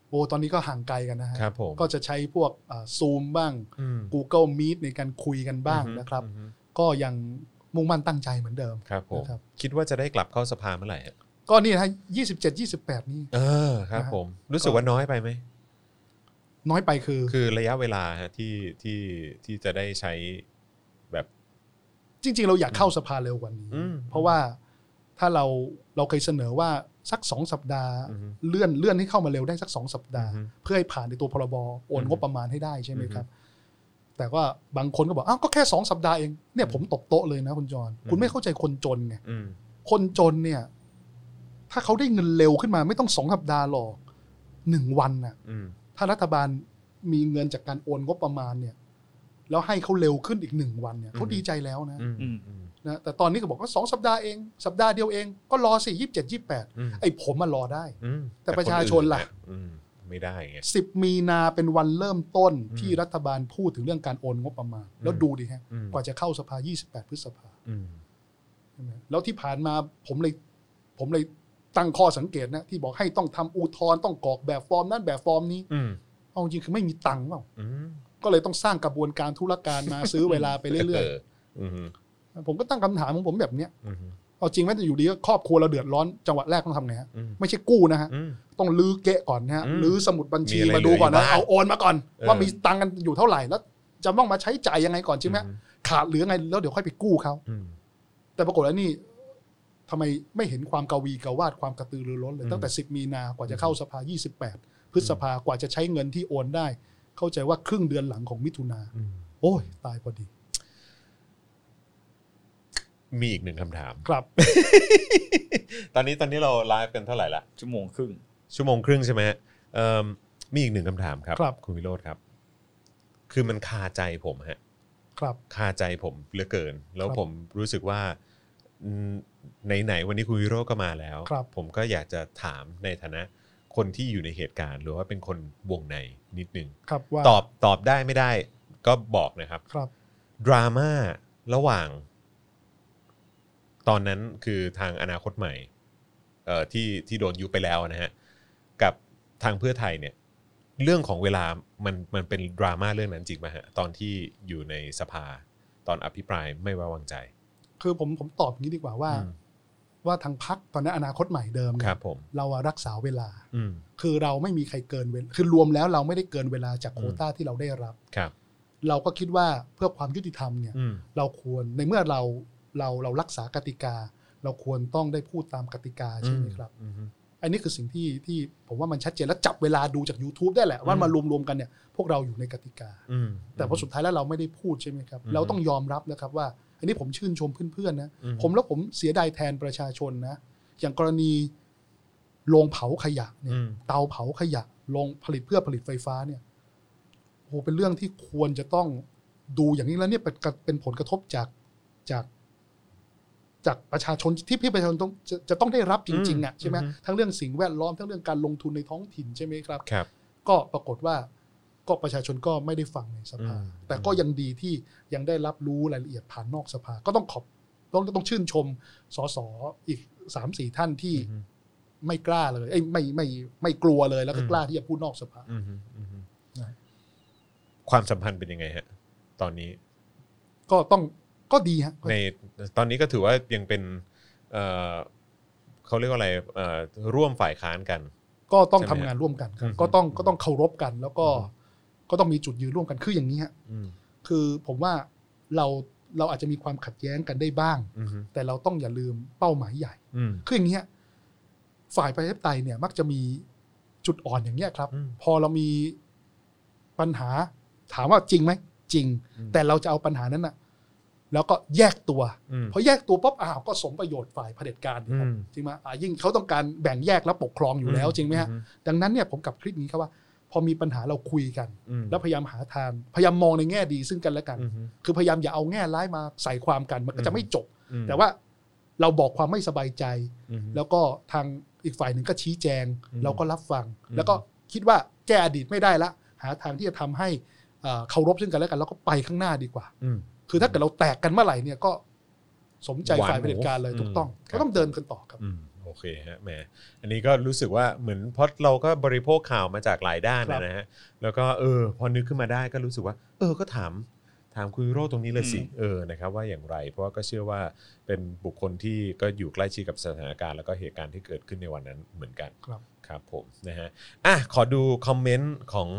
[SPEAKER 2] โอ้ตอนนี้ก็ห่างไกลกันนะฮะ
[SPEAKER 1] ครับผม
[SPEAKER 2] ก็จะใช้พวกซูมบ้าง
[SPEAKER 1] อืม
[SPEAKER 2] Google Meet ในการคุยกันบ้าง
[SPEAKER 1] อือฮึ
[SPEAKER 2] นะครับ
[SPEAKER 1] อือฮึ
[SPEAKER 2] ก็ยังมุ่งมั่นตั้งใจเหมือนเดิม
[SPEAKER 1] ครับผม
[SPEAKER 2] นะครับ
[SPEAKER 1] คิดว่าจะได้กลับเข้าสภาเมื่อไหร่ฮะ
[SPEAKER 2] ก็นี่นะฮะยี่สิบเจ็ดยี่สิบแปดนี่
[SPEAKER 1] เออครับ
[SPEAKER 2] นะฮะ
[SPEAKER 1] ผมรู้สึกว่าน้อยไปไหม
[SPEAKER 2] น้อยไปคือ
[SPEAKER 1] คือระยะเวลาฮะที่ที่ที่จะได้ใช้แบบ
[SPEAKER 2] จริง ๆ เราอยากเข้าสภาเร็วกว่านี้
[SPEAKER 1] อืม
[SPEAKER 2] เพราะว่าถ้าเราเราเคยเสนอว่าสักสองสัปดาห์
[SPEAKER 1] อือฮึ
[SPEAKER 2] เลื่อนเลื่อนให้เข้ามาเร็วได้สักสองสัปดาห์
[SPEAKER 1] อือฮึ
[SPEAKER 2] เพื่อให้ผ่านในตัวพรบโอน
[SPEAKER 1] อือฮึ
[SPEAKER 2] งบประมาณให้ได้ใช่ไหม
[SPEAKER 1] อือฮึ
[SPEAKER 2] ครับ แต่ว่าบางคนก็บอกอ้าวก็แค่สองสัปดาห์เองเนี่ยผมตบโต๊ะเลยนะคุณจร
[SPEAKER 1] อือฮึ
[SPEAKER 2] คุณไม่เข้าใจคนจนไง
[SPEAKER 1] อืม
[SPEAKER 2] คนจนเนี่ย ถ้าเขาได้เงินเร็วขึ้นมา ไม่ต้องสองสัปดาห์หรอกหนึ่งวันน่ะ
[SPEAKER 1] อืม
[SPEAKER 2] ถ้ารัฐบาลมีเงินจากการโอนงบประมาณเนี่ย แล้วให้เขาเร็วขึ้นอีกหนึ่งวันเนี่ยเขาดีใจแล้วนะ
[SPEAKER 1] อืมอืม
[SPEAKER 2] นะแต่ตอนนี้ก็บอกว่าสองสัปดาห์เอง สัปดาห์เดียวเองก็รอสิยี่สิบเจ็ดยี่แปด
[SPEAKER 1] อืม
[SPEAKER 2] ไอ้ผมมารอได้
[SPEAKER 1] อืม
[SPEAKER 2] แต่ประชาชนล่ะ
[SPEAKER 1] คอื่อืมไม่ได้ไง
[SPEAKER 2] สิบมีนาเป็นวันเริ่มต้น
[SPEAKER 1] อืม
[SPEAKER 2] ที่รัฐบาลพูดถึงเรื่องการโอนงบประมาณ
[SPEAKER 1] อืม
[SPEAKER 2] แล้วดูดิฮะ
[SPEAKER 1] อืม
[SPEAKER 2] กว่าจะเข้าสภา 28 พฤษภา
[SPEAKER 1] อืม
[SPEAKER 2] ใช่ไหมแล้วที่ผ่านมาผมเลยผมเลย ตั้งข้อสังเกตนะที่บอกให้ต้องทำอุทธรณ์ต้องกรอกแบบฟอร์มนั้นแบบฟอร์มนี้
[SPEAKER 1] อืม
[SPEAKER 2] เอาจริงคือไม่มีตังค์เปล่า
[SPEAKER 1] อืม
[SPEAKER 2] ก็เลยต้องสร้างกระบวนการธุรการมา ซื้อเวลาไปเรื่อย
[SPEAKER 1] ๆอืม
[SPEAKER 2] ๆผมก็ตั้งคำถามของผมแบบเนี้ย
[SPEAKER 1] อืม
[SPEAKER 2] เอาจริงไหมแต่อยู่ดีก็ครอบครัวเราเดือดร้อนจังหวัดแรกต้องทำไงฮะ
[SPEAKER 1] อืม
[SPEAKER 2] ไม่ใช่กู้นะฮะ ต้องลื้อเกะก่อนนะฮะ
[SPEAKER 1] อืม
[SPEAKER 2] ลื้อสมุดบัญชี
[SPEAKER 1] มีอะไร
[SPEAKER 2] มาดูก่อน
[SPEAKER 1] เหลืออยู่บ้าง
[SPEAKER 2] นะเอาโอนมาก่อน
[SPEAKER 1] เออ
[SPEAKER 2] ว่ามีตังค์กันอยู่เท่าไหร่แล้วจะต้องมาใช้จ่ายยังไงก่อนใช่ไหมขาดเหลือไงแล้วเดี๋ยวค่อยไปกู้เขา
[SPEAKER 1] อืม
[SPEAKER 2] แต่ปรากฏว่านี่ทำไมไม่เห็นความกวีกวาดความกระตือรือร้นเลย
[SPEAKER 1] อืม
[SPEAKER 2] ตั้งแต่ 10 มีนากว่าจะเข้าสภา 28 พฤษภากว่าจะใช้เงินที่โอนได้ เข้าใจว่าครึ่งเดือนหลังของมิถุนา
[SPEAKER 1] อืม
[SPEAKER 2] โอ้ยตายพอดี
[SPEAKER 1] มีอีกหนึ่งคำถาม
[SPEAKER 2] ครับ
[SPEAKER 1] ตอนนี้ตอนนี้เราไลฟ์กันเท่าไหร่ละ
[SPEAKER 3] ชั่วโมงครึ่ง
[SPEAKER 1] ชั่วโมงครึ่งใช่ไหมฮะเอิ่มมีอีกหนึ่งคำถามครับ
[SPEAKER 2] ครับ
[SPEAKER 1] คุณวิโรธครับ คือมันคาใจผมฮะ
[SPEAKER 2] ครับ
[SPEAKER 1] คาใจผมเหลือเกิน แล้ว
[SPEAKER 2] ครับ
[SPEAKER 1] ผมรู้สึกว่าอืมไหนๆวันนี้คุณวิโรจน์ก็มาแล้ว
[SPEAKER 2] ครับ
[SPEAKER 1] ผมก็อยากจะถามในฐานะคนที่อยู่ในเหตุการณ์ หรือว่าเป็นคนวงในนิดนึง
[SPEAKER 2] ครับว่า
[SPEAKER 1] ตอบตอบได้ไม่ได้ ก็บอกนะครับ
[SPEAKER 2] ครับ
[SPEAKER 1] ดราม่าระหว่าง ตอนนั้นคือทางอนาคตใหม่เอ่อที่ที่โดนยุบไปแล้วนะฮะกับทางเพื่อไทยเนี่ย เรื่องของเวลามันมันเป็นดราม่าเรื่องนั้นจริงไหมฮะตอนที่อยู่ในสภาตอนอภิปรายไม่ไว้วางใจ
[SPEAKER 2] คือผมผมตอบอย่างนี้ดีกว่าว่า
[SPEAKER 1] อืม
[SPEAKER 2] ว่าทางพักตอนนั้นอนาคตใหม่เดิมเนี่ย
[SPEAKER 1] ครับผม
[SPEAKER 2] เราอะรักษาเวลา
[SPEAKER 1] อืม
[SPEAKER 2] คือเราไม่มีใครเกินเวลาคือรวมแล้วเราไม่ได้เกินเวลาจากโควต้าที่เราได้รับ
[SPEAKER 1] ครับ
[SPEAKER 2] เราก็คิดว่าเพื่อความยุติธรรมเนี่ย
[SPEAKER 1] อืม
[SPEAKER 2] เราควรในเมื่อเราเราเรารักษากติกา เราควรต้องได้พูดตามกติกาใช่ไหมครับ
[SPEAKER 1] อืม
[SPEAKER 2] อันนี้คือสิ่งที่ที่ผมว่ามันชัดเจนและจับเวลาดูจาก YouTube ได้แหละว่า
[SPEAKER 1] อืม
[SPEAKER 2] มารวมๆกันเนี่ยพวกเราอยู่ในกติกา
[SPEAKER 1] อืม
[SPEAKER 2] แต่พอสุดท้ายแล้วเราไม่ได้พูดใช่ไหมครับ
[SPEAKER 1] อืม
[SPEAKER 2] เราต้องยอมรับนะครับว่า อันนี้ผมชื่นชมเพื่อนๆนะ
[SPEAKER 1] อื
[SPEAKER 2] ผมแล้วผมเสียดายแทนประชาชนนะ อย่างกรณีโรงเผาขยะเนี่ย
[SPEAKER 1] อืม
[SPEAKER 2] เตาเผาขยะลงผลิตเพื่อผลิตไฟฟ้าเนี่ยโอ้โหเป็นเรื่องที่ควรจะต้องดูอย่างนี้แล้วเนี่ยเป็นเป็นผลกระทบจากจาก จากประชาชนที่พี่ประชาชนต้องจะจะต้องได้รับจริงๆอ่ะ
[SPEAKER 1] อืม
[SPEAKER 2] ใช่ไหม
[SPEAKER 1] อืม
[SPEAKER 2] ทั้งเรื่องสิ่งแวดล้อมทั้งเรื่องการลงทุนในท้องถิ่นใช่ไหมครับ
[SPEAKER 1] ครับ
[SPEAKER 2] ก็ปรากฏว่าก็ประชาชนก็ไม่ได้ฟังในสภา
[SPEAKER 1] อืม
[SPEAKER 2] แต่ก็ยังดีที่ยังได้รับรู้รายละเอียดผ่านนอกสภา ก็ต้องขอบต้องต้องชื่นชมสสอีกสามสี่ท่านที่
[SPEAKER 1] อืม
[SPEAKER 2] ไม่กล้าเลยเอ้ยไม่ไม่ไม่กลัวเลยแล้วก็
[SPEAKER 1] อืม
[SPEAKER 2] กล้าที่จะพูดนอกสภา
[SPEAKER 1] อืมอืม
[SPEAKER 2] นะ
[SPEAKER 1] ความสัมพันธ์เป็นยังไงฮะ ตอนนี้
[SPEAKER 2] ก็ต้องก็ดีฮะก็
[SPEAKER 1] ในตอนนี้ก็ถือว่ายังเป็นเอ่อเขาเรียกว่าอะไรเอ่อร่วมฝ่ายค้านกัน
[SPEAKER 2] ก็ต้อง
[SPEAKER 1] ใช่
[SPEAKER 2] ทำ
[SPEAKER 1] ไหมฮะ
[SPEAKER 2] งานร่วมกันครับ
[SPEAKER 1] อืม
[SPEAKER 2] ก็ต้อง
[SPEAKER 1] อืม
[SPEAKER 2] ก็ต้องเคารพกัน แล้วก็
[SPEAKER 1] อืม
[SPEAKER 2] ก็ต้องมีจุดยืนร่วมกันคืออย่างนี้ฮะ
[SPEAKER 1] อืม
[SPEAKER 2] คือผมว่าเราเราอาจจะมีความขัดแย้งกันได้บ้าง
[SPEAKER 1] อืม
[SPEAKER 2] แต่เราต้องอย่าลืมเป้าหมายใหญ่
[SPEAKER 1] อืม
[SPEAKER 2] คืออย่างนี้ฮะฝ่ายประชาธิปไตยเนี่ยมักจะมีจุดอ่อนอย่างเงี้ยครับ
[SPEAKER 1] อืม
[SPEAKER 2] พอเรามีปัญหาถามว่าจริงไหมจริง
[SPEAKER 1] อืม
[SPEAKER 2] แต่เราจะเอาปัญหานั้นน่ะ แล้วก็แยกตัว
[SPEAKER 1] อืม
[SPEAKER 2] พอแยกตัวปุ๊บอ้าวก็สมประโยชน์ฝ่ายเผด็จการนี่ครับ
[SPEAKER 1] อืม
[SPEAKER 2] จริงไหมอ่ายิ่งเขาต้องการแบ่งแยกและปกครองอยู่แล้วจริงไหมฮะ
[SPEAKER 1] อื
[SPEAKER 2] ดังนั้นเนี่ยผมกลับคลิปนี้ครับว่า พอมีปัญหาเราคุยกัน
[SPEAKER 1] อืม
[SPEAKER 2] แล้วพยายามหาทางพยายามมองในแง่ดีซึ่งกันและกัน
[SPEAKER 1] อืม
[SPEAKER 2] คือพยายามอย่าเอาแง่ร้ายมาใส่ความกันมันก็
[SPEAKER 1] อื
[SPEAKER 2] จะ
[SPEAKER 1] ม
[SPEAKER 2] ไม่จบ
[SPEAKER 1] อืม
[SPEAKER 2] แต่ว่าเราบอกความไม่สบายใจ
[SPEAKER 1] อืม
[SPEAKER 2] แล้วก็ทางอีกฝ่ายหนึ่งก็ชี้แจง
[SPEAKER 1] อืม
[SPEAKER 2] เราก็รับฟัง
[SPEAKER 1] อืม
[SPEAKER 2] แล้วก็คิดว่าแก้อดีตไม่ได้ละ หาทางที่จะทำให้เอ่อเคารพซึ่งกันและกันแล้วก็ไปข้างหน้าดีกว่า
[SPEAKER 1] อืม
[SPEAKER 2] คือถ้าเกิดเราแตกกันเมื่อไหร่เนี่ยก็สมใจ
[SPEAKER 1] หวาน
[SPEAKER 2] ฝ่ายเผด็จการเล
[SPEAKER 1] ห
[SPEAKER 2] ย
[SPEAKER 1] มู
[SPEAKER 2] ถูกต้อง
[SPEAKER 1] ครับ
[SPEAKER 2] ก็ต้องเดินกันต่อครับ
[SPEAKER 1] อืมโอเคฮะแหมอันนี้ก็รู้สึกว่าเหมือนเพราะเราก็บริโภคข่าวมาจากหลายด้าน
[SPEAKER 2] ครับ
[SPEAKER 1] นะฮะแล้วก็เออพอนึกขึ้นมาได้ก็รู้สึกว่า เออก็ถามถามคุณวิโรจน์ตรงนี้เลยสิ
[SPEAKER 3] อืม
[SPEAKER 1] เออนะครับว่าอย่างไร เพราะว่าก็เชื่อว่าเป็นบุคคลที่ก็อยู่ใกล้ชิดกับสถานการณ์แล้วก็เหตุการณ์ที่เกิดขึ้นในวันนั้นเหมือนกัน
[SPEAKER 2] ครับ
[SPEAKER 1] ครับผมนะฮะอ่ะขอดูคอมเมนต์ของ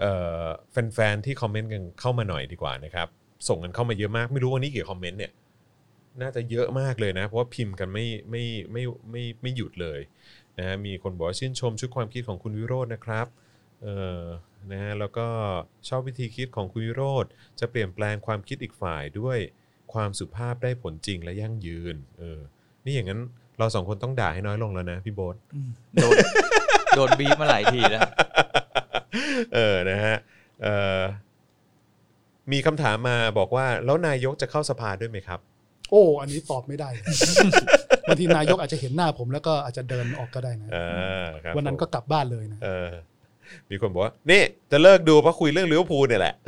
[SPEAKER 1] เอ่อแฟนๆที่คอมเมนต์กันเข้ามาหน่อยดีกว่านะครับส่งกันเข้ามาเยอะมากไม่รู้วันนี้กี่คอมเมนต์เนี่ย น่าจะเยอะมากเลยนะ เพราะว่าพิมพ์กันไม่ไม่ไม่ไม่ไม่หยุดเลยนะฮะมีคนบอกว่าชื่นชมชุดความคิดของคุณวิโรจน์นะครับเออนะฮะแล้วก็ชอบวิธีคิดของคุณวิโรจน์จะเปลี่ยนแปลงความคิดอีกฝ่ายด้วยความสุภาพได้ผลจริงและยั่งยืนเออนี่อย่างนั้นเราสองคนต้องด่าให้น้อยลงแล้วนะพี่โบ๊ท
[SPEAKER 3] โดน โดนบีบมาหลายทีแล้ว
[SPEAKER 1] เออ นะฮะเออมีคำถามมาบอกว่าแล้วนายกจะเข้าสภาด้วยไหมครับ
[SPEAKER 2] โอ้ อันนี้ตอบไม่ได้ บางทีนายกอาจจะเห็นหน้าผมแล้วก็อาจจะเดินออกก็ได้นะ
[SPEAKER 1] อ่าครับ
[SPEAKER 2] วันนั้น
[SPEAKER 1] ผ
[SPEAKER 2] ก็
[SPEAKER 1] ม
[SPEAKER 2] กลับบ้านเลยนะ
[SPEAKER 1] เออมีคนบอกว่า นี่ จะเลิกดูเพราะคุยเรื่องลิเวอร์พูลเนี่ยแหละ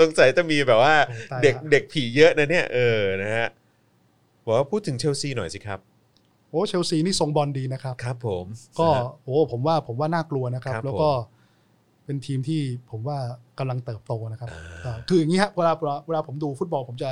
[SPEAKER 1] สงสัยจะมีแบบว่า
[SPEAKER 2] ตายละ
[SPEAKER 1] เด็กเด็กผีเยอะนะเนี่ย เออ นะฮะ บอกว่าพูดถึงเชลซีหน่อยสิครับ
[SPEAKER 2] โ อ้เชลซีนี่ทรงบอลดีนะครับ
[SPEAKER 1] ครับผม
[SPEAKER 2] ก็
[SPEAKER 1] นะฮะ
[SPEAKER 2] โอ้ผมว่าผมว่าน่ากลัวนะครับ
[SPEAKER 1] ครับ
[SPEAKER 2] แล้วก็เป็นทีมที่ผมว่ากำลังเติบโตนะครับ
[SPEAKER 1] อ่า
[SPEAKER 2] เอ่อคืออย่างนี้ฮะเวลาเวลาเวลาผมดูฟุตบอลผมจะ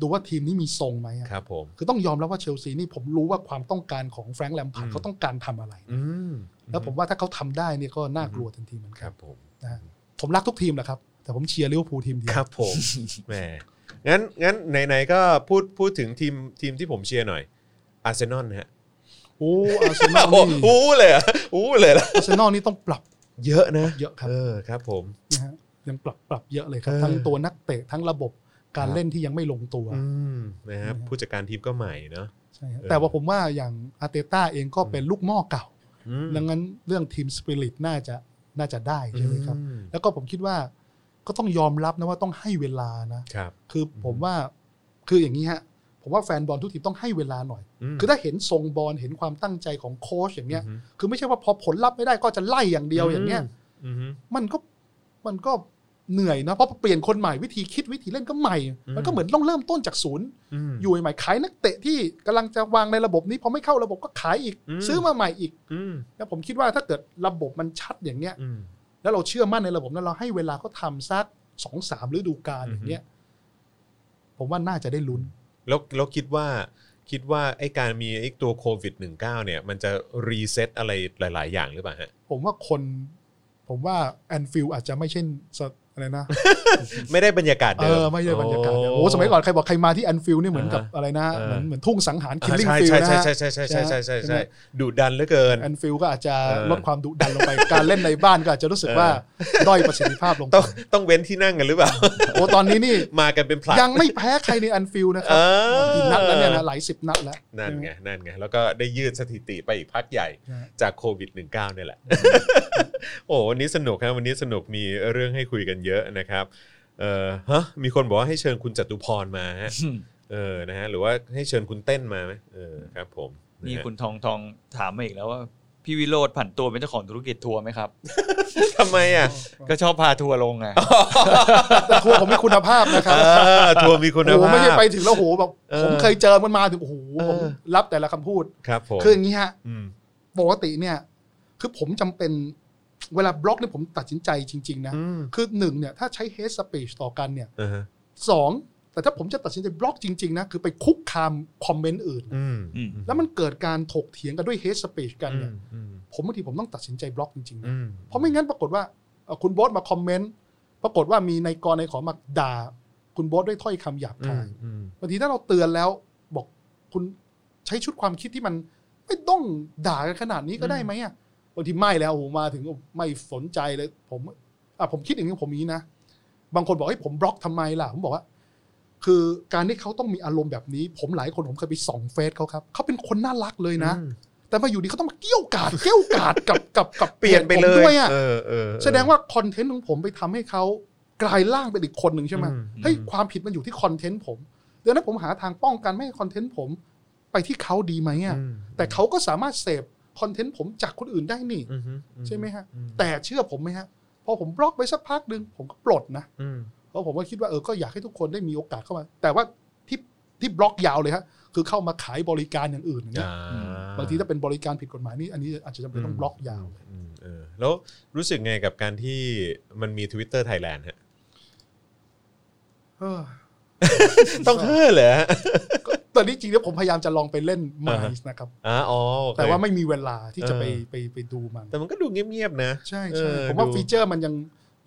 [SPEAKER 2] ดูว่าทีมนี้มีทรงไหมอะ
[SPEAKER 1] ครับผม
[SPEAKER 2] คือต้องยอมรับว่าเชลซีนี่ผมรู้ว่าความต้องการของแฟรงค์แลมพาร์
[SPEAKER 1] อื
[SPEAKER 2] ด
[SPEAKER 1] ม
[SPEAKER 2] เขาต้องการทำอะไร
[SPEAKER 1] อืม
[SPEAKER 2] แล้วผมว่าถ้าเขาทำได้เนี่ยก็น่ากลัวทันทีเหมือน
[SPEAKER 1] ค
[SPEAKER 2] กั
[SPEAKER 1] รั
[SPEAKER 2] น
[SPEAKER 1] บผม
[SPEAKER 2] นะฮะผมรักทุกทีมแหละครับ แต่ผมเชียร์ลิเวอร์พูลทีมเดีย
[SPEAKER 1] คว รับผม แหมงั้นงั้นไหนๆก็พูดพูดถึงทีมทีมที่ผมเชียร์หน่อยอาร์เซนอลฮะ
[SPEAKER 2] โอ้อาร์เซนอล
[SPEAKER 1] โอ้
[SPEAKER 2] นี่
[SPEAKER 1] โหเลยเหรออู้เลยเหรอ
[SPEAKER 2] อาร์เซนอลนี่ต้องปรับ
[SPEAKER 1] เยอะนะ
[SPEAKER 2] เยอะครับ
[SPEAKER 1] เออครับผม
[SPEAKER 2] นะฮะยังปรับปรับเยอะเลยครับ
[SPEAKER 1] เออ
[SPEAKER 2] ทั้งตัวนักเตะทั้งระบบการ
[SPEAKER 1] ครับ
[SPEAKER 2] เล่นที่ยังไม่ลงตัว
[SPEAKER 1] อืมนะฮะผู้จัดการทีมก็ใหม่เนาะ
[SPEAKER 2] ใช่ฮะ
[SPEAKER 1] เออ
[SPEAKER 2] แต่ว่าผมว่าอย่างอาร์เตต้าเองก็เป็นลูกหม้อเก่า ดังนั้นเรื่องทีมสปิริตน่าจะน่าจะได้ใช่ไหมครับ แล้วก็ผมคิดว่าก็ต้องยอมรับนะว่าต้องให้เวลานะ
[SPEAKER 1] ครับ
[SPEAKER 2] คือผมว่าคืออย่างนี้ฮะผมว่าแฟนบอลทุกทีมต้องให้เวลาหน่อย
[SPEAKER 1] ม
[SPEAKER 2] คือถ้าเห็นทรงบอลเห็นความตั้งใจของโค้ชอย่างเนี้ย คือไม่ใช่ว่าพอผลลัพธ์ไม่ได้ก็จะไล่อย่างเดียวอย่างเนี้ย
[SPEAKER 1] อืม
[SPEAKER 2] มันก็มันก็เหนื่อยนะเพราะเปลี่ยนคนใหม่วิธีคิดวิธีเล่นก็ใหม่
[SPEAKER 1] อืม
[SPEAKER 2] มันก็เหมือนต้องเริ่มต้นจากศูนย์
[SPEAKER 1] ม
[SPEAKER 2] อยู่ใหม่ๆขายนักเตะที่กำลังจะวางในระบบนี้พอไม่เข้าระบบก็ขายอีก
[SPEAKER 1] อืม
[SPEAKER 2] ซื้อมาใหม่อีก
[SPEAKER 1] อืม
[SPEAKER 2] แล้วผมคิดว่าถ้าเกิดระบบมันชัดอย่างเนี้ย
[SPEAKER 1] อืม
[SPEAKER 2] แล้วเราเชื่อมั่นในระบบนั้นเราให้เวลาเขาทำสักสองสามฤดูกาล
[SPEAKER 1] อื
[SPEAKER 2] อ
[SPEAKER 1] อฮึ
[SPEAKER 2] ย่างเนี้ยผมว่าน่าจะได้ลุ้น
[SPEAKER 1] แล้วแล้วคิดว่าคิดว่าไอ้การมีไอ้ตัวโควิด -19 เนี่ย มันจะรีเซ็ตอะไรหลาย ๆ อย่างหรือเปล่าฮะ
[SPEAKER 2] ผมว่าคน ผมว่าแอนฟิลอาจจะไม่เช่นสอะไร นะ
[SPEAKER 1] ไม่ได้บรรยากาศ
[SPEAKER 2] เอ
[SPEAKER 1] เดิม
[SPEAKER 2] อไม่ได้บรรยากาศเนี่ยโอ้สมัยก่อนใครบอกใครมาที่แอนฟิลเนี่ยเหมือนกับ
[SPEAKER 1] อ่าฮะ
[SPEAKER 2] อะไรนะ
[SPEAKER 1] เออ
[SPEAKER 2] เหมือนเหมือนทุ่งสังหารคิล
[SPEAKER 1] อ่า
[SPEAKER 2] ลิ่ง
[SPEAKER 1] ใช่
[SPEAKER 2] ฟิล
[SPEAKER 1] ใช่
[SPEAKER 2] นะ
[SPEAKER 1] ใช่
[SPEAKER 2] ฮะ
[SPEAKER 1] ใช่ใช่ใช่ใช่ใช่
[SPEAKER 2] ใช่
[SPEAKER 1] ใช่
[SPEAKER 2] ไหม
[SPEAKER 1] ดุดันเหลือเกิน
[SPEAKER 2] แอนฟิลก็อาจจะ
[SPEAKER 1] เออ
[SPEAKER 2] ลดความดุดันลงไป การเล่นในบ้านก็อาจจะรู้สึกว่า
[SPEAKER 1] เ
[SPEAKER 2] ด้อยประสิทธิภาพลงไป
[SPEAKER 1] ต้องต้องเว้นที่นั่งกันหรือเปล่า
[SPEAKER 2] โอ้ตอนนี้ นี่
[SPEAKER 1] มากันเป็นผลัด
[SPEAKER 2] ยังไม่แพ้ใครในแอนฟิลนะค
[SPEAKER 1] เอ
[SPEAKER 2] รับ
[SPEAKER 1] อ
[SPEAKER 2] กี่นัดแล้วเนี่ยนะหลายสิบนัดแล้ว
[SPEAKER 1] นั่นไงนั่นไงแล้วก็ได้ยืดสถิติไปอีกพักใหญ่
[SPEAKER 2] ใช่ไหม
[SPEAKER 1] จากโควิด -19 เนี่ยแหละ โอ้วันนี้สนุกครับวันนี้สนุกมีเรื่องให้คุยกันเยอะนะครับเออฮะมีคนบอกว่าให้เชิญคุณจตุพรมาฮะเออนะฮะหรือว่าให้เชิญคุณเต้นมาไหมเออครับผมะฮะ
[SPEAKER 3] นี่คุณทองทองถามมาอีกแล้วว่า พี่วิโรธผันตัวเป็นเจ้าของธุรกิจทัวร์ไหมครับ
[SPEAKER 1] ทำไมอ่ะ
[SPEAKER 3] ก็ชอบพาทัวร์ลงไง
[SPEAKER 2] แต่ทัวร์ผมมีคุณภาพนะครับ
[SPEAKER 1] เออทัวร์มีคุณ
[SPEAKER 2] โอ้โห
[SPEAKER 1] ภาพ
[SPEAKER 2] ไม่ใช่ไปถึงแล้วโหแบบ
[SPEAKER 1] เออ
[SPEAKER 2] ผมเคยเจอมันมาถึงโอ้โห
[SPEAKER 1] เออ
[SPEAKER 2] ผมรับแต่ละคำพูด
[SPEAKER 1] ครับผม
[SPEAKER 2] คืออย่างนี้ฮะ
[SPEAKER 1] ม
[SPEAKER 2] ปกติเนี่ย คือผมจำเป็นเวลาบล็อกเนี่ยผมตัดสินใจจริง ๆ นะ
[SPEAKER 1] อืม
[SPEAKER 2] คือหนึ่งเนี่ยถ้าใช้เฮสสปีชต่อกันเนี่ย
[SPEAKER 1] อ่าฮะ
[SPEAKER 2] สองแต่ถ้าผมจะตัดสินใจบล็อกจริง ๆ นะ คือไปคุกคามคอมเมนต์อื่น
[SPEAKER 1] อืม
[SPEAKER 3] อืม
[SPEAKER 2] แล้วมันเกิดการถกเถียงกันด้วยเฮสสปีชกันเนี่ย
[SPEAKER 1] อืม
[SPEAKER 2] ผมบางทีผมต้องตัดสินใจบล็อกจริงๆ
[SPEAKER 1] อื
[SPEAKER 2] นะ
[SPEAKER 1] ม
[SPEAKER 2] เพราะไม่งั้นปรากฏว่าเอ่อคุณโบอสมาคอมเมนต์ปรากฏว่ามีในายกรในายขอมาด่า คุณโบอสด้วยถ้อยคำหยาบ
[SPEAKER 1] อื
[SPEAKER 2] คาม ย
[SPEAKER 1] อืม
[SPEAKER 2] บางทีถ้าเราเตือนแล้วบอกคุณใช้ชุดความคิดที่มันไม่ต้องด่ากันขนาดนี้ก็ได้ไหมอ่ะบางทีไม่แล้วโอ้โหมาถึงโอ้ไม่สนใจเลย ผมอ่ะผมคิดอย่างนี้ผมอย่างนี้นะบางคนบอกให้ยผมบล็อกทำไมล่ะผมบอกว่า คือการที่เขาต้องมีอารมณ์แบบนี้ ผมหลายคนผมเคยไปส่องเฟซเขาครับเขาเป็นคนน่ารักเลยนะ
[SPEAKER 1] อืม
[SPEAKER 2] แต่มาอยู่ดีเขาต้องมาเกี้ยวกาด เกี้ยวกาดกับกับกับ
[SPEAKER 1] เปลี่ยนไป
[SPEAKER 2] ผม
[SPEAKER 1] เลย
[SPEAKER 2] ด้วยอ่ะ
[SPEAKER 1] เออเออเออ
[SPEAKER 2] แสดงว่าคอนเทนต์ของผมไปทำให้เขากลายร่างเป็นอีกคนหนึ่งใช่ไหม
[SPEAKER 1] อืม
[SPEAKER 2] เฮ้ย
[SPEAKER 3] อืม
[SPEAKER 2] ความผิดมันอยู่ที่คอนเทนต์ผมดังนั้นผมหาทางป้องกันไม่ให้คอนเทนต์ผมไปที่เขาดีไหมอ่ะ
[SPEAKER 1] อืม
[SPEAKER 2] แต่เขาก็สามารถเสพคอนเทนต์ผมจากคนอื่นได้นี่
[SPEAKER 1] อืมอื
[SPEAKER 2] ใช่ไหมฮะ
[SPEAKER 1] อื
[SPEAKER 2] แต่เชื่อผมไหมฮะพอผมบล็อกไปสักพักหนึ่งผมก็ปลดนะ
[SPEAKER 1] อืม
[SPEAKER 2] เพราะผมก็คิดว่าเออก็อยากให้ทุกคนได้มีโอกาสเข้ามา แต่ว่าที่ที่บล็อกยาวเลยฮะคือเข้ามาขายบริการอย่างอื่นอย่างเงี้ยบางทีถ้าเป็นบริการผิดกฎหมายนี่อันนี้อาจจะจำเป็นต้องบล็อกยาว
[SPEAKER 1] อืมเออแล้วรู้สึกไงกับการที่มันมี Twitter Thailand ฮะ
[SPEAKER 2] เออ
[SPEAKER 1] ต้องเฮ้อเหรอฮะ
[SPEAKER 2] ก็ตอนนี้จริงๆแล้วผมพยายามจะลองไปเล่นมายส์นะครับ
[SPEAKER 1] อ๋ออ๋อโอเค
[SPEAKER 2] แต่ว่าไม่มีเวลาที่จะไป
[SPEAKER 1] เออ
[SPEAKER 2] ไปไปดูมัน
[SPEAKER 1] แต่มันก็ดูเงียบๆนะ
[SPEAKER 2] ใช่ใช่
[SPEAKER 1] เออ
[SPEAKER 2] ผมว่า
[SPEAKER 1] ดู
[SPEAKER 2] ฟีเจอร์มันยัง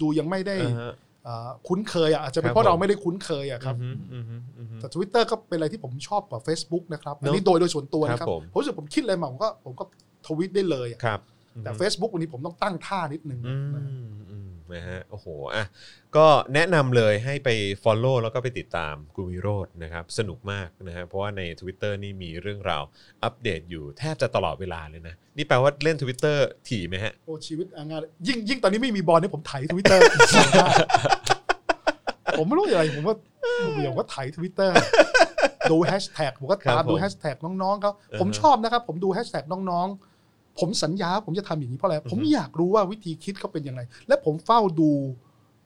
[SPEAKER 2] ดูยังไม่ได้
[SPEAKER 1] อ่าฮะ
[SPEAKER 2] อ่าคุ้นเคยอ่ะอาจจะ
[SPEAKER 1] ค
[SPEAKER 2] เป็
[SPEAKER 1] รับ
[SPEAKER 2] นเพราะเรา
[SPEAKER 1] ผม
[SPEAKER 2] ไม่ได้คุ้นเคยอ่ะครับ
[SPEAKER 1] อืมอืมอืม
[SPEAKER 2] แต่ Twitter ก็เป็นอะไรที่ผมชอบกว่า Facebook นะครับ
[SPEAKER 1] เนอะ
[SPEAKER 2] อันนี้โดยโดยส่วนตัวนะ
[SPEAKER 1] ค
[SPEAKER 2] ค
[SPEAKER 1] รั
[SPEAKER 2] รั
[SPEAKER 1] บบ ผม
[SPEAKER 2] ผมรู้สึกผมคิดอะไรมาผมก็ผมก็ทวิตได้เลยอะ
[SPEAKER 1] ครับ
[SPEAKER 2] แต่ Facebook วันนี้ผมต้องตั้งท่านิดนึง
[SPEAKER 1] อืม
[SPEAKER 2] นะ
[SPEAKER 1] อืมนะฮะโอ้โหอ่ะก็แนะนำเลยให้ไป Follow แล้วก็ไปติดตามกูวิโรจน์นะครับ สนุกมากนะฮะเพราะว่าใน Twitter นี่มีเรื่องราวอัปเดตอยู่แทบจะตลอดเวลาเลยนะ นี่แปลว่าเล่น Twitter ถี่ไหมฮะ
[SPEAKER 2] โอ้ชีวิตอ่ะงานยิ่งยิ่งตอนนี้ไม่มีบอลนี่ผมไถทวิตเตอร์ ผมไม่รู้อะไรผมว่าเดี๋ยวก็ไถทวิตเตอร์ดูแฮชแท็กผมก็
[SPEAKER 1] ครั
[SPEAKER 2] ตาม
[SPEAKER 1] บผม
[SPEAKER 2] ดูแฮชแท็กน้องๆเขา
[SPEAKER 1] อือฮะ
[SPEAKER 2] ผมชอบนะครับ ผมดูแฮชแท็กน้องๆ ผมสัญญาผมจะทำอย่างนี้เพราะอะไรผมอยากรู้ว่าวิธีคิดเขาเป็นอย่างไร และผมเฝ้าดู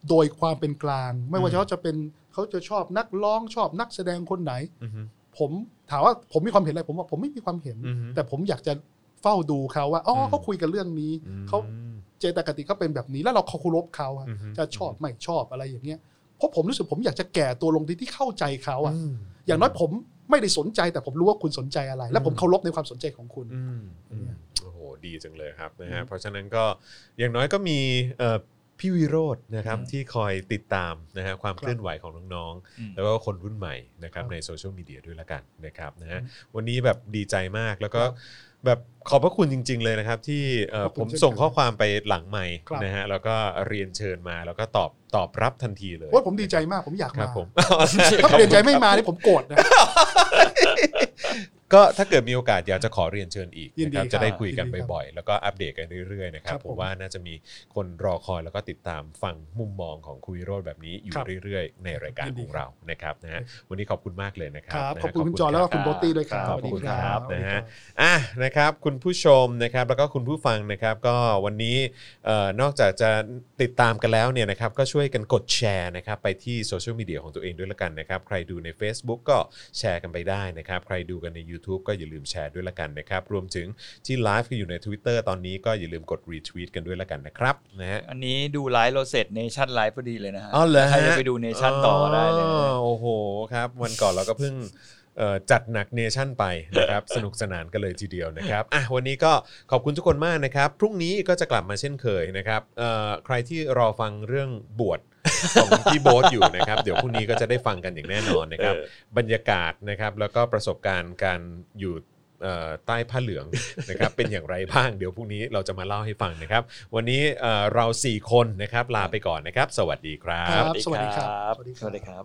[SPEAKER 2] โดยความเป็นกลาง ไม่ว่า
[SPEAKER 1] อืม
[SPEAKER 2] เขาจะเป็นเขาจะชอบนักร้องชอบนักแสดงคนไหน
[SPEAKER 1] อืม
[SPEAKER 2] ผมถามว่าผมมีความเห็นอะไรผมบอกผมไม่มีความเห็น
[SPEAKER 1] อือฮึ
[SPEAKER 2] แต่ผมอยากจะเฝ้าดูเขาว่าอ๋ออ
[SPEAKER 1] ม
[SPEAKER 2] เขาคุยกันเรื่องนี้
[SPEAKER 1] อืม
[SPEAKER 2] เขาเจตคติเขาเป็นแบบนี้แล้วเราเคารพเขาอะ
[SPEAKER 1] อือฮึ
[SPEAKER 2] จะชอบไม่ชอบอะไรอย่างเงี้ยเพราะผมรู้สึกผมอยากจะแก่ตัวลงที่ที่เข้าใจเขาอะ
[SPEAKER 1] ม
[SPEAKER 2] อย่างน้อยผมไม่ได้สนใจแต่ผมรู้ว่าคุณสนใจอะไร และผม
[SPEAKER 1] อืม
[SPEAKER 2] เคารพในความสนใจของคุณ
[SPEAKER 1] อืมอืมโอ้โหดีจังเลยครับนะฮะเพราะฉะนั้นก็อย่างน้อยก็มีเอ่อพี่วิโรจน์นะครับ
[SPEAKER 3] อืม
[SPEAKER 1] ที่คอยติดตามนะฮะความ
[SPEAKER 2] ครับ
[SPEAKER 1] เคลื่อนไหวของน้อง
[SPEAKER 3] อืม
[SPEAKER 1] ๆ แล้วก็คนรุ่นใหม่นะครับ
[SPEAKER 2] ครับ
[SPEAKER 1] ในโซเชียลมีเดียด้วยละกันนะครับนะฮะ
[SPEAKER 3] อืม
[SPEAKER 1] วันนี้แบบดีใจมากแล้วก็
[SPEAKER 2] ครับ
[SPEAKER 1] แบบขอบพระคุณจริง ๆ เลยนะครับ ที่เอ่อ
[SPEAKER 2] ขอบ
[SPEAKER 1] ผ
[SPEAKER 2] คุ
[SPEAKER 1] ม
[SPEAKER 2] ณเช่น
[SPEAKER 1] ส่ง
[SPEAKER 2] กัน
[SPEAKER 1] ข้อความไปหลังใหม่
[SPEAKER 2] ครับ
[SPEAKER 1] นะฮะแล้วก็เรียนเชิญมาแล้วก็ตอบตอบรับทันทีเลย
[SPEAKER 2] ว่าผมดีใจมากผมอยาก
[SPEAKER 1] ครั
[SPEAKER 2] มา
[SPEAKER 1] บผม
[SPEAKER 2] ถ้าเปลี่ยนใจไม่มาเนี่ยผมโกรธนะ
[SPEAKER 1] ก็ถ้าเกิดมีโอกาสอยากจะขอเรียนเชิญอีก
[SPEAKER 2] ยิน
[SPEAKER 1] นะค
[SPEAKER 2] ดี
[SPEAKER 1] รับ
[SPEAKER 2] ครับ
[SPEAKER 1] จะได้คุยกัน
[SPEAKER 2] ยินดีครับ
[SPEAKER 1] บ่อยๆแล้วก็อัปเดตกันเรื่อยๆนะครับ
[SPEAKER 2] ครับ
[SPEAKER 1] ผ
[SPEAKER 2] ผม ม
[SPEAKER 1] ว่าน่าจะมีคนรอคอยแล้วก็ติดตามฟังมุมมองของคุยโรดแบบนี้อยู่
[SPEAKER 2] ครับ
[SPEAKER 1] เรื่อยๆ ในรายการ
[SPEAKER 2] ยิ
[SPEAKER 1] ข
[SPEAKER 2] นดี
[SPEAKER 1] อง
[SPEAKER 2] ครับ
[SPEAKER 1] เรานะครับนะฮะวันนี้ขอบคุณมากเลยนะครั
[SPEAKER 2] ค
[SPEAKER 1] บ
[SPEAKER 2] รับ
[SPEAKER 1] นะฮะ
[SPEAKER 2] ขอบคุณคุณจอ
[SPEAKER 1] รั
[SPEAKER 2] แล้วก็คุณโบตี้ด้วยครับ
[SPEAKER 1] ขอบคุณ
[SPEAKER 2] สวัสดี
[SPEAKER 1] ครับนะฮะ
[SPEAKER 2] สวัสดีครับ
[SPEAKER 1] อ่ะนะครับคุณผู้ชมนะครับแล้วก็คุณผู้ฟังนะครับก็วันนี้เอ่อนอกจากจะติดตามกันแล้วเนี่ยนะครับก็ช่วยกันกดแชร์นะครับไปที่โซเชียลมีเดียของตัวเองด้วยละกันนะครับใครดูใน Facebook ก็แชร์กันไปได้นะครับใครดูกันใน YouTube ก็อย่าลืมแชร์ด้วยละกันนะครับรวมถึงที่ไลฟ์กันอยู่ใน Twitter ตอนนี้ก็อย่าลืมกดรีทวีตกันด้วยละกันนะครับนะฮะ
[SPEAKER 3] อันนี้ดูไลฟ์โรเซตเนชั่นไลฟ์พอดีเลยนะฮะ
[SPEAKER 1] อ๋อเหรอ
[SPEAKER 3] ใคร
[SPEAKER 1] ฮะ
[SPEAKER 3] จะไปดูเนชั่นต่อได้เลย
[SPEAKER 1] อ๋
[SPEAKER 3] นะ
[SPEAKER 1] อ
[SPEAKER 3] ฮะ
[SPEAKER 1] โอ้โหครับวันก่อนเราก็เพิ่ง เอ่อจัดหนักเนชั่นไปนะครับ สนุกสนานกันเลยทีเดียวนะครับอ่ะวันนี้ก็ขอบคุณทุกคนมากนะครับ พรุ่งนี้ก็จะกลับมาเช่นเคยนะครับเอ่อใครที่รอฟังเรื่องบวชของพี่โบ๊ทอยู่นะครับ เดี๋ยวพรุ่งนี้ก็จะได้ฟังกันอย่างแน่นอนนะครับ บรรยากาศนะครับแล้วก็ประสบการณ์การอยู่เอ่อใต้ผ้าเหลือง นะครับเป็นอย่างไรบ้างเดี๋ยวพรุ่งนี้เราจะมาเล่าให้ฟังนะครับ วันนี้เอ่อเราสี่คนนะครับลาไปก่อนนะครับ สวัสดีครับ
[SPEAKER 2] สวัสดีครับ
[SPEAKER 3] สวัสดีครับสวัสดีครับ